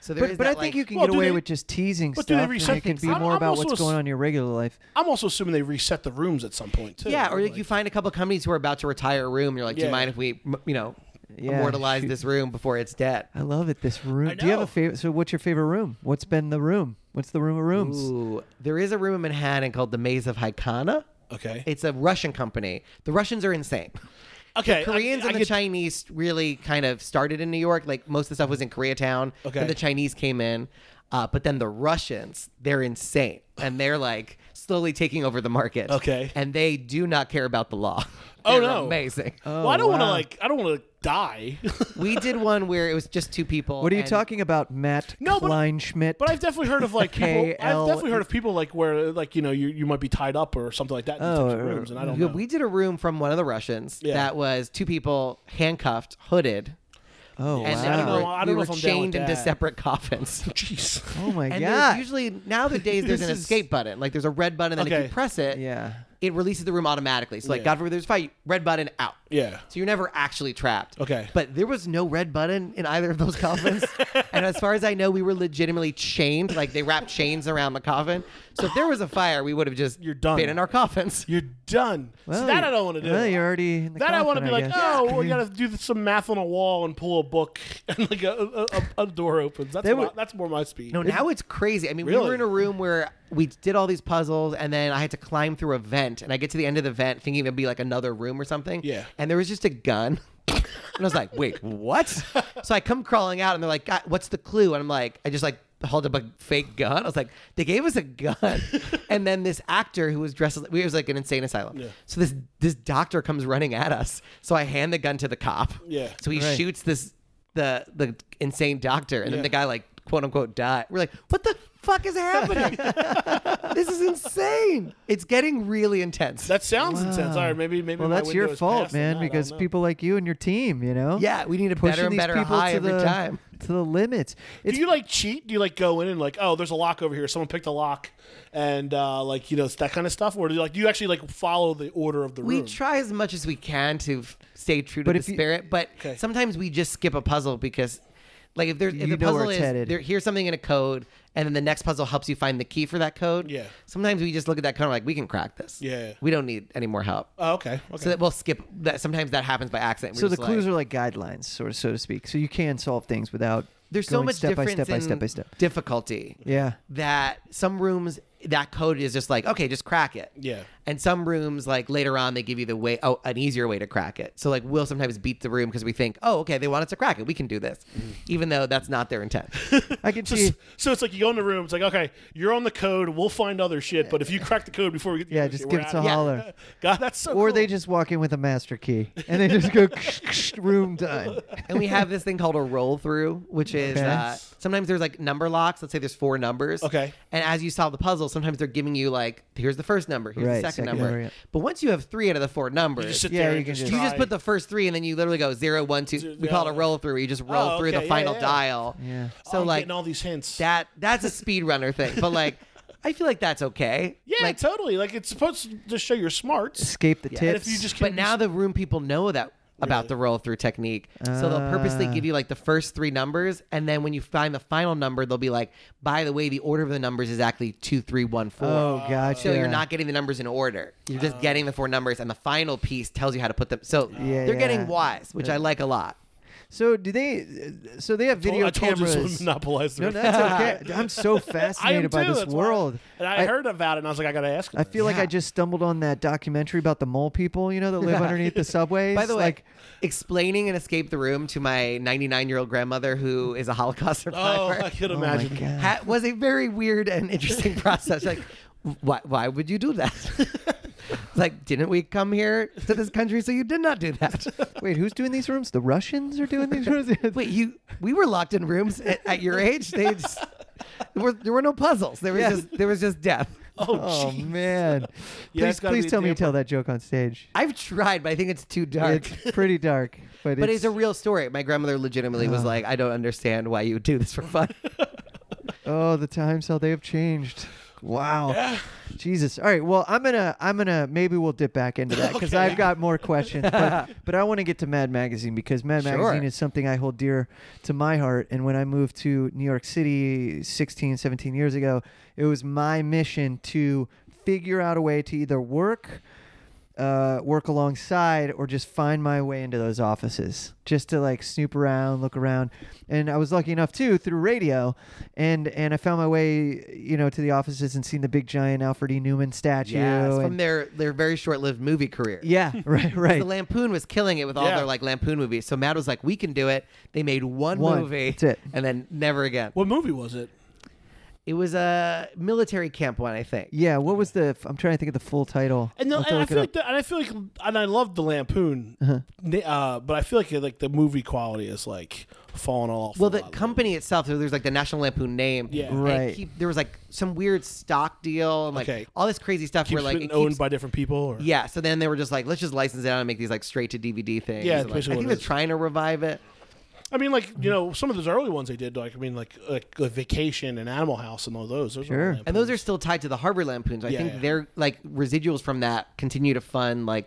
H: So there is
G: but, but I
H: that,
G: think
H: like-
G: you can
B: Well,
G: get
B: do
G: away
B: they-
G: with just teasing
B: but
G: stuff.
B: do they
G: and
B: reset
G: it can
B: things?
G: be
B: I'm-
G: more
B: I'm
G: about
B: also
G: what's
B: ass-
G: going on in your regular life.
B: I'm also assuming they reset the rooms at some point too.
H: Yeah, or like you find a couple companies who are about to retire a room. You're like, do
B: Yeah.
H: you mind if we, m- you know,
G: Yeah,
H: immortalize
G: shoot.
H: this room before it's dead?
G: I love it. This room.
B: I
G: Do you have
B: know.
G: a favorite? So, what's your favorite room? What's been the room? What's the room of rooms?
H: Ooh, there is a room in Manhattan called the Maze of Haikana.
B: Okay.
H: It's a Russian company. The Russians are insane.
B: okay.
H: Koreans
B: I, I
H: and the
B: get-
H: Chinese really kind of started in New York. Like most of the stuff was in Koreatown.
B: Okay.
H: Then the Chinese came in. Uh, but then the Russians, they're insane. And they're like slowly taking over the market.
B: Okay.
H: And they do not care about the law.
B: Oh,
H: They're
B: no.
H: Amazing. Oh,
B: well, I don't want to like. I don't want to die.
H: we did one where it was just two people.
G: What are you
H: and-
G: talking about, Matt
B: No, but-
G: Kleinschmidt?
B: But I've definitely heard of like people. I've
G: KL.
B: definitely heard of people like where like you know you, you might be tied up or something like that in
G: Oh,
B: types of
G: or-
B: rooms, and I don't
H: Yeah,
B: know.
H: We did a room from one of the Russians
B: Yeah.
H: that was two people handcuffed, hooded.
G: oh,
H: And
B: I
H: then
B: don't
H: we
B: know.
H: were,
B: I don't
H: we
B: know
H: were
B: if I'm down with
H: chained into
B: that.
H: separate coffins.
B: Jeez.
G: oh my
H: And
G: god!
H: there's usually nowadays there's an
G: This is-
H: escape button. Like there's a red button, and if
B: Okay.
H: you press it,
G: Yeah.
H: it releases the room automatically. So like
B: Yeah.
H: God forbid there's a fight, red button out.
B: Yeah.
H: So you're never actually trapped.
B: Okay.
H: But there was no red button in either of those coffins. and as far as I know, we were legitimately chained. Like they wrapped chains around the coffin. So if there was a fire, we would have just
B: You're done.
H: been in our coffins.
B: You're done.
G: Well,
B: so that
G: you-
B: I don't want to do.
G: well, you're already in the
B: that I want to be
G: coffin, I
B: like,
G: guess.
B: oh, well, you got to do some math on a wall and pull a book, and like a, a, a, a door opens. That's
G: They
B: my,
G: were-
B: that's more my speed.
H: No, now it's crazy. I mean, we
B: Really?
H: were in a room where we did all these puzzles, and then I had to climb through a vent, and I get to the end of the vent thinking it'd be like another room or something.
B: Yeah.
H: And there was just a gun. and I was like, wait, what? so I come crawling out, and they're like, "God, what's the clue? And I'm like, I just like held up a fake gun. I was like, they gave us a gun. and then this actor who was dressed, as- it was like an insane asylum. So this this doctor comes running at us. So I hand the gun to the cop.
B: Yeah.
H: So he shoots this the the insane doctor, and then the guy like quote unquote died. We're like, what the fuck is happening? this is insane. It's getting really intense.
B: that sounds intense. All right, maybe maybe.
G: well,
B: my
G: that's your
B: window is
G: fault,
B: past the
G: man,
B: night. I don't
G: because
B: know.
G: people like you and your team, you know.
H: yeah, we need a
G: Pushing
H: better and
G: these
H: better
G: people
H: high
G: to
H: every
G: the,
H: time.
G: to the limits. It's
B: do you like cheat? Do you like go in and like, oh, there's a lock over here. Someone picked a lock, and uh, like you know it's that kind of stuff. Or do you like do you actually like follow the order of the
H: We
B: room?
H: try as much as we can to f- stay true to
G: But
H: the
G: if you-
H: spirit, but sometimes we just skip a puzzle because, like, if there's if
G: You
H: the
G: know where
H: puzzle
G: it's
H: is
G: headed.
H: there, here's something in a code, and then the next puzzle helps you find the key for that code.
I: Yeah.
H: Sometimes we just look at that code and we're like, we can crack this.
I: Yeah.
H: We don't need any more help.
I: Oh, okay. Okay.
H: So that we'll skip that. Sometimes that happens by accident. We're
G: So the
H: just
G: clues
H: like-
G: are like guidelines, sort of, so to speak. So you can solve things without
H: there's so
G: going
H: much
G: step by
H: difference
G: step by
H: in
G: step by step.
H: difficulty.
G: Yeah.
H: That some rooms that code is just like okay, just crack it.
I: Yeah.
H: And some rooms like later on they give you the way oh an easier way to crack it. So like we'll sometimes beat the room because we think oh okay they want us to crack it we can do this,
I: Mm.
H: even though that's not their intent.
G: I can
B: So,
G: see.
B: so it's like you go in the room. It's like, okay, you're on the code. We'll find other shit. But if you crack the code before we get, the
G: Yeah,
B: other
G: just
B: shit,
G: give
B: we're
G: us a
B: out. Yeah.
G: holler.
B: God, that's so.
G: Or
B: cool.
G: they just walk in with a master key and they just go room time.
H: and we have this thing called a roll through, which is
G: Okay.
H: uh, sometimes there's like number locks. Let's say there's four numbers.
I: Okay.
H: And as you solve the puzzle, sometimes they're giving you like, here's the first number, here's
G: Right,
H: the second,
G: second
H: number.
G: number, yeah.
H: But once you have three out of the four numbers,
I: You just sit
G: Yeah,
I: there
G: you
I: and
G: can
I: just,
G: just-
H: you
I: try.
H: just put the first three and then you literally go zero, one, two. We call it a roll through. where You just roll
I: Oh,
H: through
I: okay.
H: the
I: Yeah,
H: final
I: yeah. Oh,
H: dial.
G: Yeah.
H: So
I: I'm
H: like
I: getting all these hints.
H: that, that's a speedrunner thing. But like, I feel like that's okay.
I: yeah,
H: Like,
I: totally. Like it's supposed to show your smarts.
G: Escape the
I: And
G: tips.
I: if you just
H: but
I: can't
H: now the room people know that about the roll through technique. So they'll purposely
G: Ah.
H: give you like the first three numbers, and then when you find the final number, they'll be like, "By the way, the order of the numbers is actually two, three, one, four.
G: oh, gotcha.
H: So you're not getting the numbers in order. You're
I: Oh.
H: just getting the four numbers, and the final piece tells you how to put them. So
G: Yeah,
H: they're
G: yeah.
H: getting wise, which I like a lot.
G: So do they? So they have video
B: I told
G: cameras.
B: you this would monopolize the
G: no, that's okay. I'm
B: I
G: so
B: am
G: fascinated
B: too.
G: by this
B: that's why I-
G: world.
B: and I, heard about it, and I was like, I gotta ask.
G: I feel like I just stumbled on that documentary about the mole people, you know, that live underneath the subways.
H: By the way,
G: like,
H: explaining and escape the room to my 99 year old grandmother who is a Holocaust
B: oh,
H: survivor.
B: I could
G: oh my
B: imagine.
G: god.
H: ha- was a very weird and interesting process. Like, why, why would you do that? It's like, didn't we come here to this country so you did not do that?
G: Wait, who's doing these rooms? The Russians are doing these rooms.
H: Wait, you we were locked in rooms at, at your age. They just, there, were, there were no puzzles. There was
G: Yeah.
H: just there was just death.
G: oh man!
B: Yeah,
G: Please,
B: it's gotta
G: please
B: be
G: tell me you
B: damper.
G: tell that joke on stage.
H: I've tried, but I think it's too dark.
G: It's pretty dark, but, Uh.
H: but it's, a real story. My grandmother legitimately was like, I don't understand why you do this for fun.
G: Oh, the times how they have changed. Wow. Jesus. All right. Well, I'm gonna, I'm gonna, maybe we'll dip back into that because I've got more questions. But, but I want to get to Mad Magazine because Mad
H: Sure.
G: Magazine is something I hold dear to my heart. And when I moved to New York City 16, 17 years ago, it was my mission to figure out a way to either work uh, work alongside or just find my way into those offices just to like snoop around look around and i was lucky enough too through radio and and i found my way you know to the offices and seen the big giant alfred e newman statue
H: Yes, from
G: and-
H: their their very short lived movie career.
G: yeah right right
H: The Lampoon was killing it with all
B: Yeah.
H: their like Lampoon movies. So Matt was like, "We can do it." They made one,
G: One.
H: movie,
G: That's it.
H: and then never again.
B: What movie was it?
H: It was a military camp one, I think.
G: yeah what was the i'm trying to think of the full title
B: And, no,
G: I'll have to
B: and I
G: look it
B: feel like,
G: up. Uh-huh.
B: the, and I feel like, and I loved the lampoon, Na- uh, but I feel like like the movie quality is like falling off.
H: Well,
B: a
H: the
B: lot
H: company itself, so there's like the National Lampoon name,
B: Yeah.
H: and it
G: Right.
H: keep- there was like some weird stock deal and like
B: Okay.
H: all this crazy stuff.
B: keeps
H: where like
B: being
H: it
B: owned
H: keeps-
B: by different people. Or,
H: yeah. So then they were just like, let's just license it out and make these like straight to DVD things.
B: Yeah, that's
H: And, like,
B: basically
H: I
B: what
H: think
B: it
H: they're
B: is.
H: trying to revive it.
B: I mean, like
G: Mm-hmm.
B: you know, some of those early ones they did, like I mean, like like, like Vacation and Animal House and all those. those
G: Sure.
B: sure,
H: And those are still tied to the Harvard Lampoons. I
B: Yeah,
H: think
B: yeah.
H: they're like residuals from that continue to fund like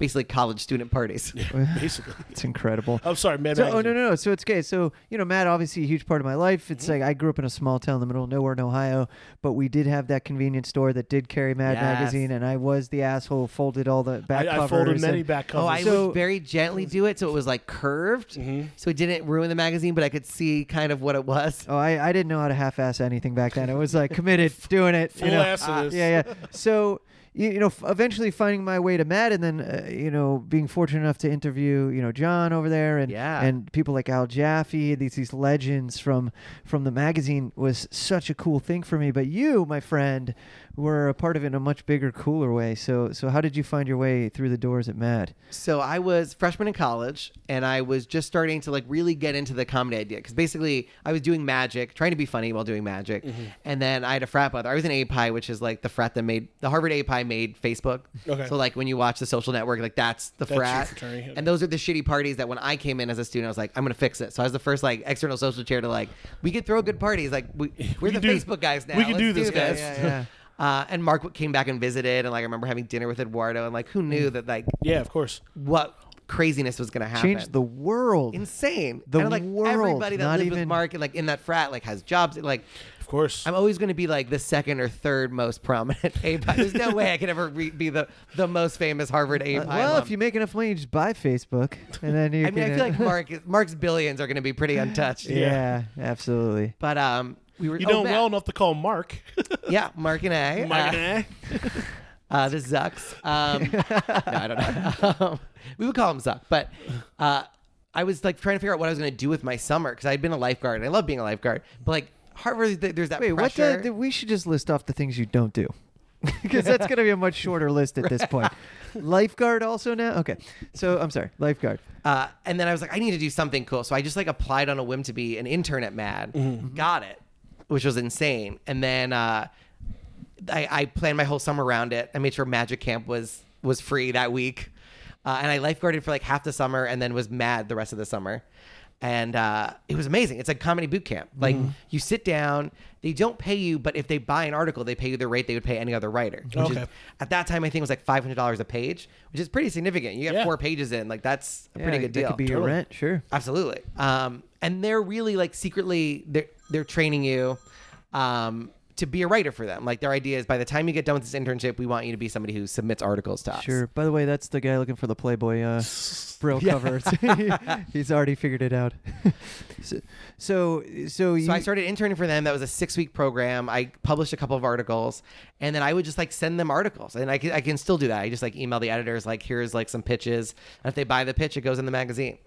H: basically college student parties.
B: Oh, basically.
G: it's incredible
B: I'm sorry, Mad
G: So, oh
B: Magazine.
G: no, no, no. So it's okay. So you know, Matt, obviously a huge part of my life.
B: Mm-hmm.
G: It's like I grew up in a small town in the middle of nowhere in Ohio, but we did have that convenience store that did carry Mad
H: Yes.
G: magazine, and I was the asshole who folded all the back
B: I, I
G: covers.
B: folded many
G: and-
B: back
H: Oh, I
B: covers.
G: So-
H: would very gently do it so it was like curved,
B: Mm-hmm.
H: so it didn't ruin the magazine, but I could see kind of what it was.
G: Oh, I, I didn't know how to half-ass anything back then. It was like committed, doing it. you
B: Full
G: know. Ah,
B: ass of this.
G: Yeah, yeah. So you, you know, f- eventually finding my way to Matt, and then uh, you know, being fortunate enough to interview you know John over there, and
H: Yeah.
G: and people like Al Jaffe, these these legends from from the magazine was such a cool thing for me. But you, my friend, were a part of it in a much bigger, cooler way. So so how did you find your way through the doors at Matt?
H: So I was freshman in college, and I was just starting to like really get into the comedy idea because basically I was doing magic, trying to be funny while doing magic,
B: Mm-hmm.
H: and then I had a frat brother. I was in API, which is like the frat that made the Harvard API made Facebook.
B: Okay.
H: So like when you watch the Social Network, like that's the
B: That's your
H: frat,
B: fraternity, okay.
H: and those are the shitty parties that when I came in as a student, I was like, I'm gonna fix it. So I was the first like external social chair to like we could throw good parties. Like we, we're
B: can
H: the
B: do-
H: Facebook guys now.
B: we can
H: Let's
B: do this, guys.
G: Yeah, yeah.
H: Uh, and
B: Mm-hmm.
H: Mark came back and visited, and like I remember having dinner with Eduardo, and like who knew that like
B: yeah, of course.
H: what craziness was going to happen.
G: Change the world.
H: insane.
G: The
H: and, like
G: world,
H: everybody that
G: not
H: lives with
G: even-
H: Mark, like in that frat, like has jobs. Like
I: Of course.
H: I'm always going to be like the second or third most prominent A. Pi. There's no way I could ever re- be the the most famous Harvard A.
G: Uh,
H: Pi
G: well,
H: alum.
G: if you make enough money, you just buy Facebook, and then you.
H: I mean,
G: can, uh,
H: I feel like Mark is- Mark's billions are going to be pretty untouched.
G: Yeah, absolutely.
H: But um, we were
B: You
H: oh,
B: know
H: Matt.
B: well enough to call Mark.
H: Yeah, Mark and I.
B: Mark
H: uh,
B: and
H: Uh, the Zucks. Um, no, I don't know. Um, we would call him Zuck, but uh, I was like trying to figure out what I was going to do with my summer because I'd been a lifeguard and I love being a lifeguard. But like Harvard, th- there's that
G: Wait, what?
H: pressure.
G: The, the- we should just list off the things you don't do, because that's going to be a much shorter list at this point. lifeguard also now. Okay, so I'm sorry, lifeguard.
H: uh, and then I was like, I need to do something cool. So I just like applied on a whim to be an intern at Mad.
B: Mm-hmm.
H: Got it, which was insane. And then uh, I, I planned my whole summer around it. I made sure Magic Camp was was free that week, uh, and I lifeguarded for like half the summer, and then was mad the rest of the summer. And uh, it was amazing. It's like comedy boot camp. Like
B: Mm-hmm.
H: you sit down, they don't pay you, but if they buy an article, they pay you the rate they would pay any other writer. Which is,
B: Okay.
H: at that time, I think it was like five hundred dollars a page, which is pretty significant. You get
B: Yeah.
H: four pages in, like that's a
G: Yeah,
H: pretty good
G: That
H: deal.
G: could be your rent, sure.
H: Absolutely. Um, and they're really like secretly they're they're training you um, to be a writer for them. Like their idea is by the time you get done with this internship, we want you to be somebody who submits articles to us.
G: Sure. By the way, that's the guy looking for the Playboy uh, brill covers. He's already figured it out. so, so, so you,
H: So I started interning for them. That was a six week program. I published a couple of articles, and then I would just like send them articles, and I can, I can still do that. I just like email the editors like here's like some pitches, and if they buy the pitch, it goes in the magazine.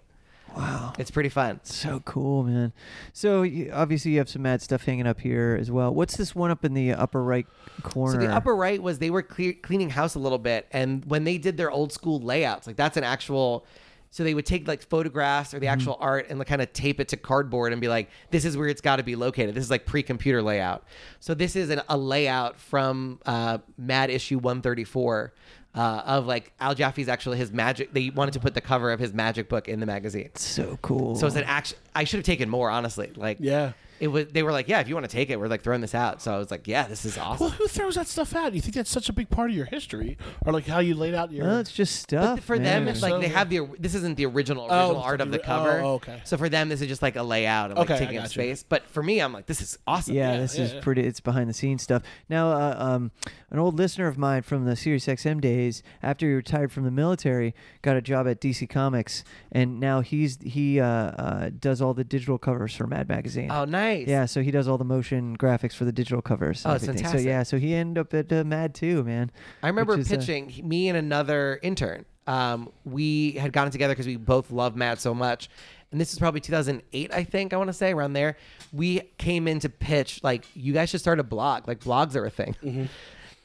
H: Wow, it's pretty fun.
G: So cool, man. So you, obviously you have some mad stuff hanging up here as well. What's this one up in the upper right corner?
H: So the upper right was they were clear, cleaning house a little bit, and when they did their old school layouts, like that's an actual. So they would take like photographs
G: Mm-hmm.
H: or the actual art and like, kind of tape it to cardboard and be like, "This is where it's got to be located. This is like pre-computer layout." So this is an, a layout from uh, Mad Issue 134 uh, of like Al Jaffe's actually his magic. They wanted to put the cover of his magic book in the magazine.
G: so Oh, cool.
H: So it's an action. I should have taken more, honestly. Like,
B: Yeah.
H: it was. They were like, "Yeah, if you want to take it, we're like throwing this out." So I was like, "Yeah, this is awesome."
B: Well, who throws that stuff out? You think that's such a big part of your history, or like how you laid out your?
G: Well, it's just stuff.
H: But for them,
G: man.
H: it's like they have the. This isn't the original original
B: it's
H: art of the
B: Oh, the-
H: cover.
B: oh, okay.
H: So for them, this is just like a layout of like
B: Okay, I
H: taking up
B: gotcha.
H: space. But for me, I'm like, this is awesome.
G: Yeah, this is pretty. It's behind the scenes stuff. Now, uh, um, an old listener of mine from the Sirius XM days, after he retired from the military, got a job at DC Comics, and now he's he uh, uh, does all the digital covers for Mad Magazine.
H: Oh, nice.
G: Yeah, so he does all the motion graphics for the digital covers. and
H: Oh, it's
G: everything.
H: fantastic.
G: So yeah, so he ended up at uh, Mad too, man.
H: I remember
G: which is, uh,
H: pitching he- me and another intern. Um, we had gotten together because we both love Matt so much. And this is probably 2008, I think, I want to say, around there. We came in to pitch, like, you guys should start a blog. Like, blogs are a thing.
G: Mm-hmm.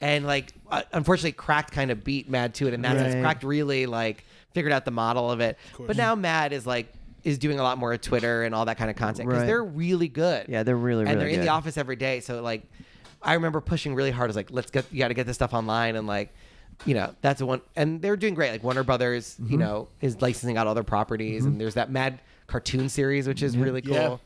H: And, like, uh, unfortunately, Cracked kind of beat Mad to it. And that's
G: Right.
H: Cracked really, like, figured out the model of it. but now Mad is, like, is doing a lot more of Twitter and all that kind of content because
G: Right.
H: they're really good.
G: Yeah, they're really,
H: and
G: really
H: they're in the
G: good.
H: office office every day. So like, I remember pushing really hard. I was like, let's get, you got to get this stuff online. And like, you know, that's the one. And they're doing great. Like Warner Brothers, you
G: Mm-hmm.
H: know, is licensing out all their properties. And there's that mad cartoon series, which is really cool.
B: Yeah.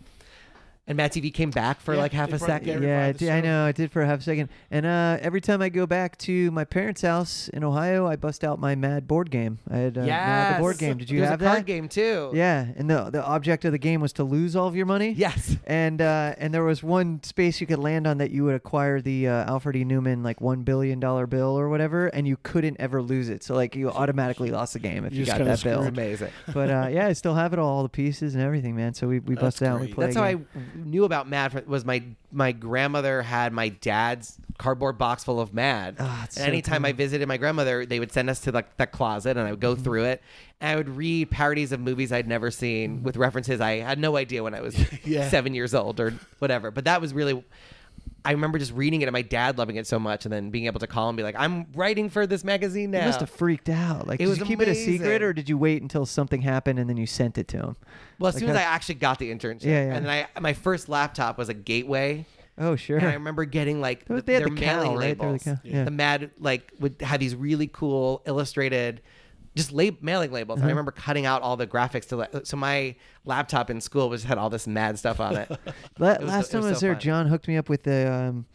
H: And Mad TV came back for
B: Yeah,
H: like half
B: they
H: a
B: brought-
H: second.
B: yeah.
G: Yeah, I,
B: the
G: did, I
B: server.
G: know. I did for a half second. And uh, every time I go back to my parents' house in Ohio, I bust out my Mad board game. I had uh, Mad the board
H: Yes.
G: game. Did you
H: There's
G: have
H: a
G: that?
H: card game too?
G: Yeah, and the the object of the game was to lose all of your money.
H: Yes.
G: and uh, and there was one space you could land on that you would acquire the uh, Alfred E. Newman like one billion dollar bill or whatever, and you couldn't ever lose it. So like you automatically lost the game if you,
B: just
G: got
B: kinda
G: that bill.
H: It's amazing.
G: But uh, yeah, I still have it all, all the pieces and everything, man. So we we bust it out. And we
B: great.
G: play
H: That's
G: a
H: how I
G: game.
H: knew about Mad fr- was my my grandmother had my dad's cardboard box full of Mad. and
G: Ah, it's so
H: anytime I visited my grandmother, they would send us to like the closet, and I would go through it, and I would read parodies of movies I'd never seen with references I had no idea when I was
B: Yeah.
H: seven years old or whatever. But that was really. I remember just reading it and my dad loving it so much, and then being able to call and be like, "I'm writing for this magazine now."
G: You must have freaked out. Like,
H: It
G: did
H: was
G: you keep it a secret,
H: amazing.
G: or did you wait until something happened and then you sent it to him?
H: Well, as
G: Like
H: soon as I
G: that-
H: actually got the internship,
G: Yeah, yeah.
H: and then I my first laptop was a Gateway.
G: Oh, sure.
H: And I remember getting like
G: They
H: the,
G: had the
H: their
G: cow,
H: mailing
G: right? They were the
H: labels.
G: cow.
H: The,
G: Yeah.
H: Mad like would have these really cool illustrated, just lab- mailing labels.
G: Mm-hmm.
H: And I remember cutting out all the graphics to like, uh, so my laptop in school was had all this Mad stuff on it.
G: La-
H: It was
G: last
H: so-
G: time
H: it was
G: I was
H: so
G: there,
H: fun.
G: John hooked me up with the um,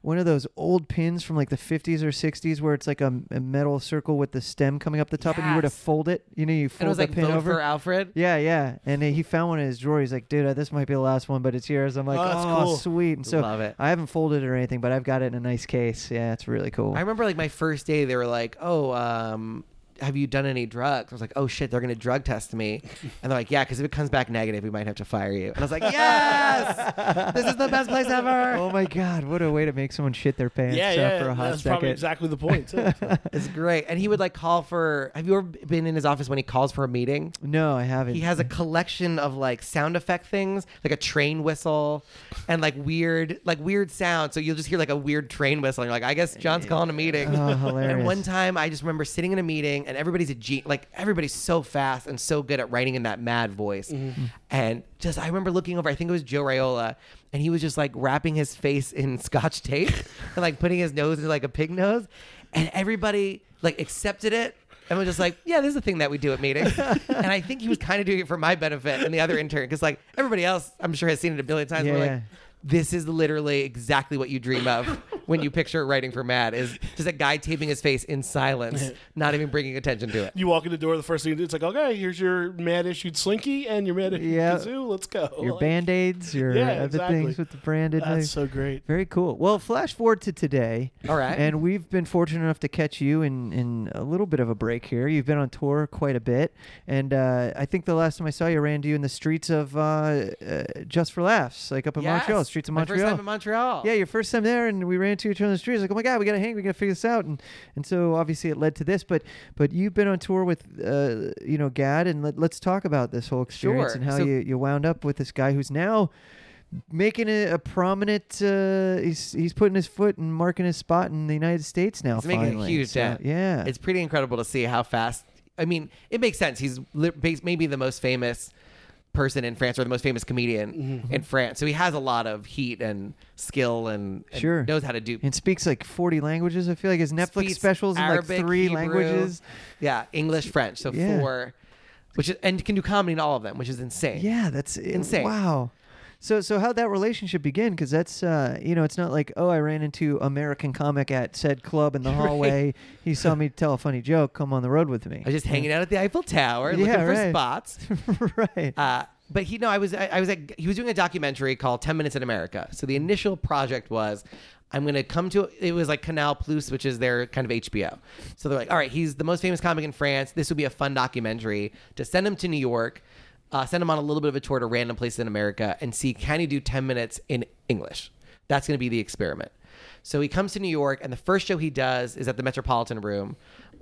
G: one of those old pins from like the 50s or 60s where it's like a, a metal circle with the stem coming up the top, and you were to
D: Yes.
G: fold it. You know, you fold
H: And it was
G: the
H: like
G: pin
H: vote
G: over.
H: for Alfred.
G: yeah, yeah, and he found one in his drawer. He's like, "Dude, uh, this might be the last one, but it's yours." I'm like,
B: Oh, that's
G: "Oh,
B: cool.
G: sweet!" And so
H: Love it.
G: I haven't folded it or anything, but I've got it in a nice case. Yeah, it's really cool.
H: I remember like my first day, they were like, "Oh, um, have you done any drugs?" I was like, "Oh shit, they're gonna drug test me," and they're like, "Yeah, because if it comes back negative, we might have to fire you." And I was like, "Yes, this is the best place ever.
G: oh my god, what a way to make someone shit their pants
I: yeah,
G: uh,
I: yeah,
G: for a hot
I: that's
G: second.
I: probably exactly the point. too.
H: It's great." And he would like call for. Have you ever been in his office when he calls for a meeting?
G: No, I haven't.
H: He has a collection of like sound effect things, like a train whistle, and like weird, like weird sounds. So you'll just hear like a weird train whistle, and you're like, "I guess John's calling a meeting."
G: Oh, hilarious.
H: And one time, I just remember sitting in a meeting, and everybody's a gen- like everybody's so fast and so good at writing in that mad voice,
G: Mm-hmm.
H: and just I remember looking over. I think it was Joe Raiola, and he was just like wrapping his face in Scotch tape and like putting his nose into like a pig nose, and everybody like accepted it. And was just like, yeah, this is a thing that we do at meetings. and I think he was kind of doing it for my benefit and the other intern, because like everybody else, I'm sure has seen it a billion times. We're
G: Yeah,
H: like,
G: yeah.
H: this is literally exactly what you dream of when you picture writing for Mad is just a guy taping his face in silence, not even bringing attention to it.
I: you walk in the door, the first thing you do, it's like, okay, here's your mad issued Slinky and your mad issued
G: Yeah.
I: Kazoo. Let's go.
G: your
I: Like,
G: band aids, your
I: Yeah,
G: other
I: exactly.
G: things with the branded.
I: That's
G: names.
I: so great.
G: Very cool. Well, flash forward to today.
H: All right.
G: And we've been fortunate enough to catch you in, in a little bit of a break here. You've been on tour quite a bit. And uh, I think the last time I saw you, I ran to you in the streets of uh, uh, Just for Laughs, like up in Montreal,
H: Yes.
G: streets of
H: My
G: Montreal.
H: first time in Montreal.
G: Yeah, your first time there, and we ran into each other on the streets. Like, oh my god, we gotta hang, we gotta figure this out, and and so obviously it led to this. But but you've been on tour with uh, you know Gad, and let, let's talk about this whole experience
H: Sure.
G: and how
H: So-
G: you you wound up with this guy who's now making a, a prominent. Uh, he's he's putting his foot and marking his spot in the United States now.
H: He's making
G: finally.
H: a huge
G: So,
H: dent.
G: Yeah,
H: It's pretty incredible to see how fast. I mean, it makes sense. He's li- bas- maybe the most famous person in France or the most famous comedian
G: Mm-hmm.
H: in France. So he has a lot of heat and skill and, and
G: Sure.
H: knows how to do
G: and speaks like forty languages. I feel like his Netflix
H: speaks
G: specials in
H: Arabic,
G: like three
H: Hebrew,
G: languages.
H: Yeah, English, French. So
G: Yeah.
H: four, which is, and can do comedy in all of them, which is insane.
G: Yeah, that's
H: Insane.
G: insane. Wow. So so how'd that relationship begin? Because that's uh, you know it's not like oh I ran into American comic at said club in the hallway. He saw me tell a funny joke. Come on the road with me.
H: I was just hanging out at the Eiffel Tower looking
G: Yeah,
H: for
G: right.
H: spots.
G: right.
H: Uh, but he no, I was I, I was at, he was doing a documentary called Ten Minutes in America. So the initial project was I'm gonna come to it was like Canal Plus, which is their kind of HBO. So they're like, all right, he's the most famous comic in France. This would be a fun documentary to send him to New York, uh, send him on a little bit of a tour to random places in America, and see can he do ten minutes in English. That's gonna be the experiment. So he comes to New York, and the first show he does is at the Metropolitan Room,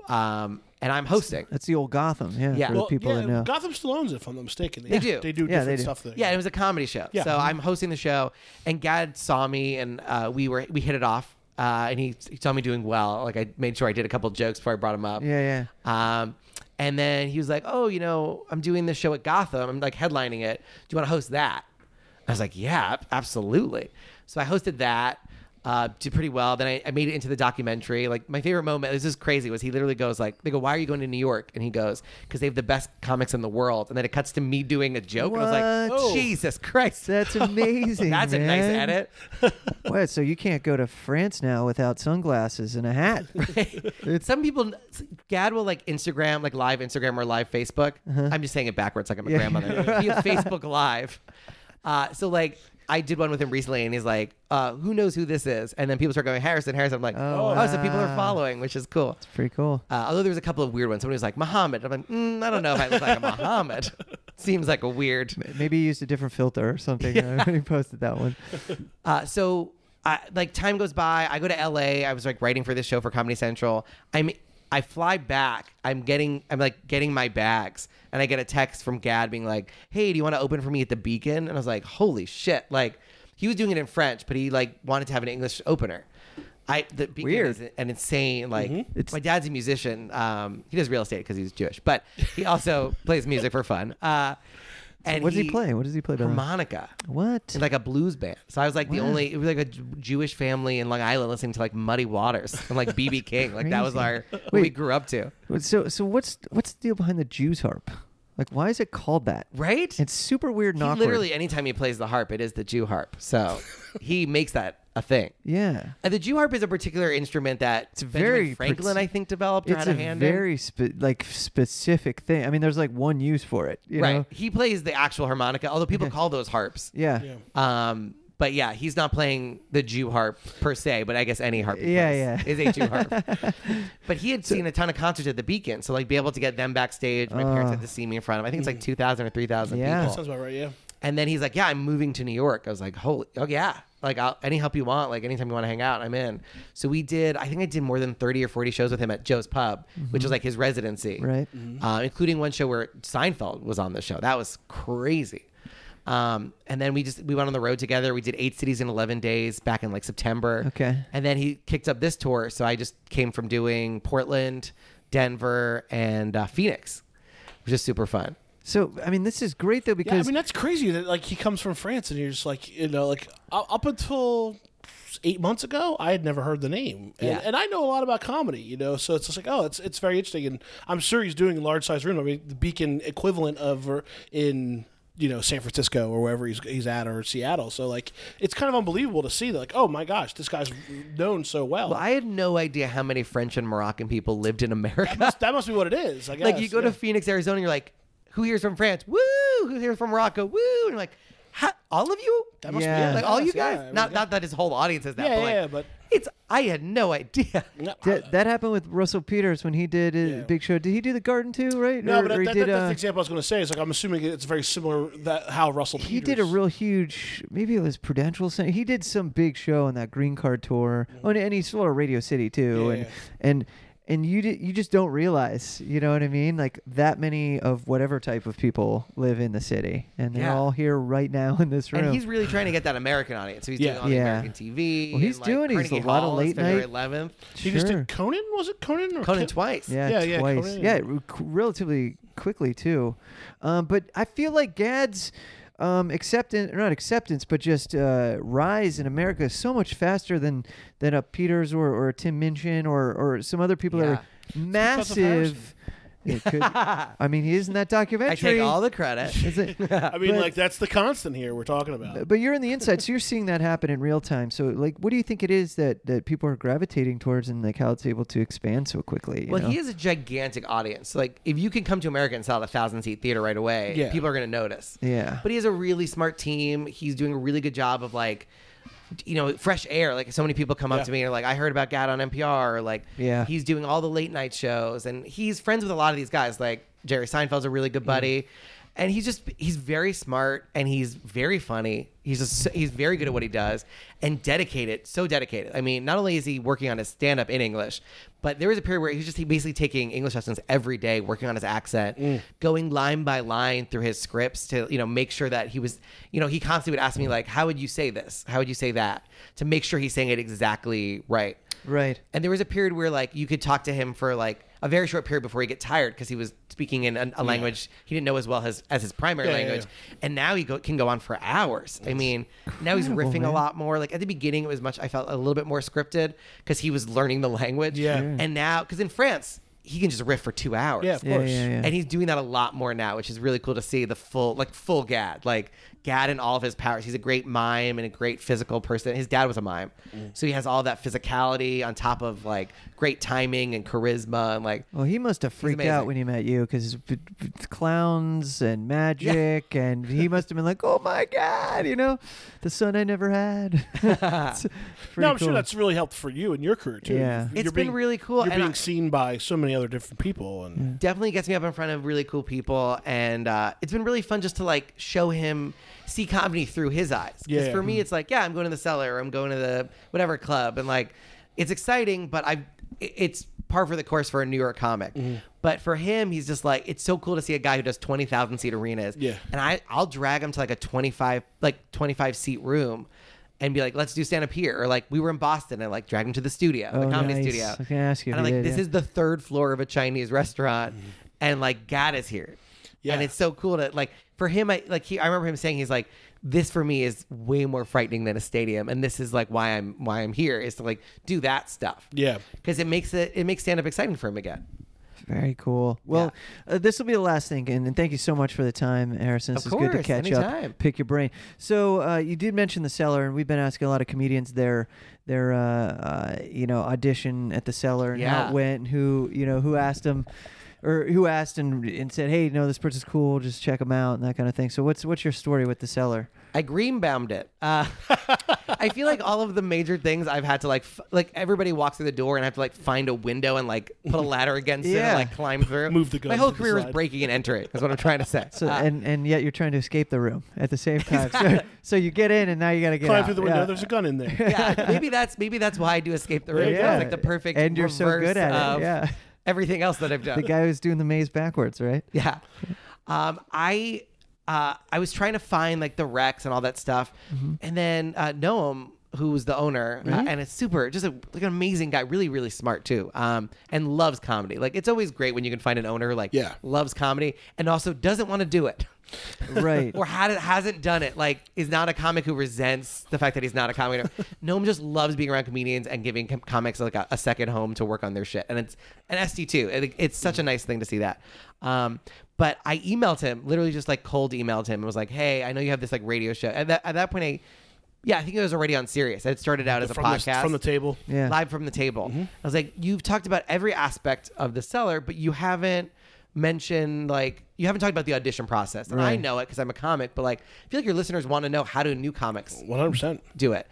H: um, and I'm hosting.
G: That's the old Gotham. Yeah.
H: Yeah.
G: For
H: Well,
G: the people
I: yeah,
G: that know.
I: Gotham still owns it, if I'm not mistaken. They,
H: do.
I: They do
G: Yeah,
I: different
G: they do.
I: stuff there.
H: Yeah, it was a comedy show.
I: Yeah.
H: So I'm hosting the show, and Gad saw me, and uh, we were we hit it off, uh, and he, he saw me doing well. Like I made sure I did a couple jokes before I brought him up.
G: Yeah,
H: yeah. Um, and then he was like, "Oh, you know, I'm doing this show at Gotham. I'm like headlining it. Do you want to host that?" I was like, "Yeah, absolutely." So I hosted that uh, did pretty well. Then I, I made it into the documentary. Like my favorite moment, this is crazy, was he literally goes like, they go, why are you going to New York? And he goes, because they have the best comics in the world. And then it cuts to me doing a joke. And I was like,
G: What?
H: Jesus Christ.
G: That's amazing.
H: That's a nice
G: man.
H: edit.
G: What? So you can't go to France now without sunglasses and a hat.
H: Some people, Gad will like Instagram, like live Instagram or live Facebook.
G: Uh-huh.
H: I'm just saying it backwards, like I'm a grandmother. He has Facebook Live. Uh, so like, I did one with him recently, and he's like, uh, "Who knows who this is?" And then people start going Harrison, Harrison. I'm like, "Oh, so people are
G: wow.
H: following, which is cool."
G: Pretty cool.
H: Uh, although there was a couple of weird ones. Somebody was like Muhammad. I'm like, mm, I don't know if I look like a Muhammad. Seems like a weird.
G: Maybe you used a different filter or something when you posted that one.
H: Uh, so, I, like time goes by. I go to LA. I was like writing for this show for Comedy Central. I'm. I fly back. I'm getting. I'm like getting my bags, and I get a text from Gad being like, "Hey, do you want to open for me at the Beacon?" And I was like, "Holy shit!" Like, he was doing it in French, but he like wanted to have an English opener. I the Beacon
G: Weird. Mm-hmm.
H: is an insane like my dad's a musician. Um, he does real estate because he's Jewish, but he also plays music for fun. Uh, and
G: What does he, play? What does he play? by the way?
H: Harmonica
G: What?
H: in like a blues band. So I was like the
G: Wow.
H: only it was like a J- Jewish family in Long Island listening to like Muddy Waters and like BB King. Like that was
G: crazy.
H: our what we
G: Wait.
H: grew up to.
G: So so what's what's the deal behind the Jews harp? Like why is it called that?
H: Right?
G: It's super weird and
H: he
G: awkward.
H: literally anytime he plays the harp, it is the Jew harp. So he makes that a thing.
G: Yeah.
H: Uh, the Jew harp is a particular instrument that it's
G: very
H: Franklin,
G: partic-
H: I think, developed or
G: It's
H: had a,
G: a
H: hand in.
G: very spe- like specific thing. I mean, there's like one use for it. You
H: right.
G: Know?
H: He plays the actual harmonica, although people call those harps.
G: Yeah. Yeah.
H: Um, but yeah, he's not playing the Jew harp per se, but I guess any harp. he
G: Yeah,
H: plays is a Jew harp. but he had seen a ton of concerts at the Beacon, so like be able to get them backstage. My parents had to see me in front of. I think it's like two thousand or three thousand
G: Uh. Yeah.
H: people.
I: Sounds about right. Yeah.
H: And then he's like, "Yeah, I'm moving to New York." I was like, "Holy, oh yeah!" Like, I'll, any help you want, like anytime you want to hang out, I'm in. So we did. I think I did more than thirty or forty shows with him at Joe's Pub, which was like his residency,
G: Mm-hmm. Right.
H: Uh, including one show where Seinfeld was on the show. That was crazy. Um, and then we just we went on the road together. We did eight cities in eleven days back in like September.
G: Okay.
H: And then he kicked up this tour, so I just came from doing Portland, Denver, and uh, Phoenix, which is super fun.
G: So I mean, this is great though
I: Yeah, I
G: because
I: mean that's crazy that like he comes from France and you're just like you know like u- up until eight months ago I had never heard the name and,
H: Yeah.
I: and I know a lot about comedy you know so it's just like oh it's it's very interesting and I'm sure he's doing large size room I mean the Beacon equivalent of or in you know San Francisco or wherever he's he's at or Seattle so like it's kind of unbelievable to see that like oh my gosh this guy's known so
G: Oh.
I: well,
H: Well, I had no idea how many French and Moroccan people lived in America.
I: that must be what it is I guess
H: like you go
I: yeah.
H: to Phoenix, Arizona, you're like, who here's from France? Woo! Who here's from Morocco? Woo! And you're like, "Ha- all of you? That
G: must be Yeah. it.
H: Like all you
I: Yes, yeah,
H: guys?
I: I mean,
H: not
I: yeah.
H: not that his whole audience is that.
I: Yeah,
H: but like,
I: yeah, but-
H: it's I had no idea.
I: No,
G: that, that happened with Russell Peters when he did his
I: Yeah.
G: big show. Did he do the Garden too? Right?
I: No,
G: Or-
I: but that,
G: or he
I: that,
G: did,
I: that's the
G: uh,
I: example I was going to say. Is like I'm assuming it's very similar that how Russell
G: he did a
I: Peters-
G: real huge maybe it was prudential center he did some big show on that green card tour oh, and, and he sold a radio city too and
I: yeah.
G: and and you did, you just don't realize you know what i mean like that many of whatever type of people live in the city and they're
H: Yeah.
G: all here right now in this room
H: And he's really trying to get that American audience. So he's
I: Yeah.
H: doing it on
G: Yeah.
H: American TV.
G: Well, he's
H: and,
G: doing- he's
H: Carnegie
G: a lot of
H: Hall is
G: late
H: February
G: night-
H: 11th.
I: He just did Conan. Was it Conan or
H: Conan
I: Ken-
H: twice.
G: Yeah,
I: Yeah, yeah,
G: twice.
I: Conan.
G: Yeah, it re- c- relatively quickly too. Um, but I feel like Gad's um, acceptance, not acceptance, but just uh, rise in America is so much faster than than a Peters or, or a Tim Minchin or or some other people
H: Yeah.
G: that are massive. It could- I mean, he is in that documentary.
H: I take all the credit.
G: Is it-
I: I mean,
G: But-
I: like that's the constant here we're talking about.
G: but you're in the inside, so you're seeing that happen in real time. So, like, what do you think it is that, that people are gravitating towards, and like how it's able to expand so quickly? you
H: Well,
G: know?
H: he is a gigantic audience. Like, if you can come to America and sell a thousand seat theater right away,
I: Yeah.
H: people are going to notice.
G: Yeah.
H: But he has a really smart team. He's doing a really good job of like, you know, fresh air. Like, so many people come up
I: Yeah.
H: to me and are like, I heard about Gad on NPR. Or like,
G: Yeah.
H: he's doing all the late night shows, and he's friends with a lot of these guys. Like Jerry Seinfeld's a really good buddy. And he's just he's very smart and he's very funny. He's just he's very good at what he does and dedicated, so dedicated. I mean, not only is he working on his stand up in English, but there was a period where he was just he basically taking English lessons every day, working on his accent, going line by line through his scripts to, you know, make sure that he was, you know, he constantly would ask me like, "How would you say this? How would you say that?" to make sure he's saying it exactly right.
G: right.
H: And there was a period where like you could talk to him for like a very short period before he get tired because he was speaking in a, a language he didn't know as well as as his primary
I: Yeah, yeah,
H: language. And now he go, can go on for hours. I mean, now he's riffing a lot more. Like at the beginning, it was much I felt a little bit more scripted because he was learning the language.
I: Yeah. Sure.
H: And now, because in France. He can just riff for two hours.
I: Yeah, of Yeah, course.
G: yeah, yeah.
H: And he's doing that a lot more now, which is really cool to see the full, like full Gad, like Gad and all of his powers. He's a great mime and a great physical person. His dad was a mime, so he has all that physicality on top of like great timing and charisma and like
G: Well, Oh, he must have freaked
H: amazing.
G: out when he met you because clowns and magic, and he must have been like, "Oh my god," you know, the son I never had. It's pretty
I: No, I'm sure
G: cool.
I: that's really helped for you in your career too.
G: Yeah.
I: You've-
H: It's
I: you're
H: been
I: being-
H: really cool,
I: You're
H: and
I: being
H: I-
I: seen by so many other different people, and
H: definitely gets me up in front of really cool people and uh, it's been really fun just to like show him see comedy through his eyes because
I: Yeah.
H: for me it's like yeah i'm going to the cellar or i'm going to the whatever club and like it's exciting but i it- it's par for the course for a new york comic
G: Mm-hmm.
H: but for him he's just like it's so cool to see a guy who does 20000 seat arenas
I: Yeah.
H: and i i'll drag him to like a 25 like 25 seat room and be like, let's do stand up here, or like we were in Boston and like dragged him to the studio, the
G: Oh,
H: comedy
G: nice.
H: studio.
G: I was gonna ask you
H: And I'm
G: if
H: like,
G: you did,
H: this
G: yeah.
H: is the third floor of a Chinese restaurant,
B: Mm-hmm.
H: and like God is here.
I: Yeah.
H: And it's so cool to like for him. I like he. I remember him saying he's like, this for me is way more frightening than a stadium, and this is like why I'm why I'm here is to like do that stuff.
I: Yeah.
H: Because it makes it it makes stand up exciting for him again.
G: Very cool. Well, uh, this will be the last thing, and, and thank you so much for the time, Harrison. This
H: Of
G: is good to
H: course,
G: catch
H: anytime.
G: up, pick your brain. So uh, you did mention the cellar, and we've been asking a lot of comedians their their uh, uh, you know audition at the cellar and how
H: Yeah.
G: it went, and who you know who asked them. Or who asked and, and said, "Hey, no, this person's cool. Just check them out and that kind of thing." So, what's what's your story with the seller?
H: I greenbound it. Uh, I feel like all of the major things I've had to like, f- like everybody walks through the door and I have to like find a window and like put a ladder against it
G: Yeah.
H: and like climb through.
B: Move the gun
H: My whole
B: to the
H: career was
B: side.
H: breaking and entering. Is what I'm trying to say.
G: So,
H: Uh,
G: and and yet you're trying to escape the room at the same time. so, so you get in and now you got to get
B: Climb
G: out.
B: through the window.
G: Yeah.
B: There's a gun in there.
H: yeah, maybe that's maybe that's why I do escape the room.
G: you
H: Yeah.
G: go.
H: like the perfect
G: And you're so
H: reverse
G: good at it,
H: of
G: yeah.
H: everything else that I've done.
G: the guy who's doing the maze backwards, right?
H: Yeah. Um, I uh, I was trying to find like the wrecks and all that stuff,
G: Mm-hmm.
H: and then uh, Noam, who was the owner, uh, and a super, just a, like an amazing guy, really really smart too, um, and loves comedy. Like it's always great when you can find an owner who, like
I: Yeah.
H: loves comedy and also doesn't want to do it.
G: Right.
H: Or had it hasn't done it, like is not a comic who resents the fact that he's not a comic. Noam just loves being around comedians and giving com- comics like a, a second home to work on their shit, and it's an SD too. It, it's such a nice thing to see that. Um, but I emailed him, literally just like cold emailed him, and was like, "Hey, I know you have this like radio show." At that, at that point, I yeah, I think it was already on Sirius. It started out as a
B: from,
H: podcast
B: the, from the table.
G: Yeah.
H: live from the table. I was like, you've talked about every aspect of the seller, but you haven't mentioned like you haven't talked about the audition process. And I know it because I'm a comic, but like I feel like your listeners want to know how do new comics
I: 100%.
H: do it.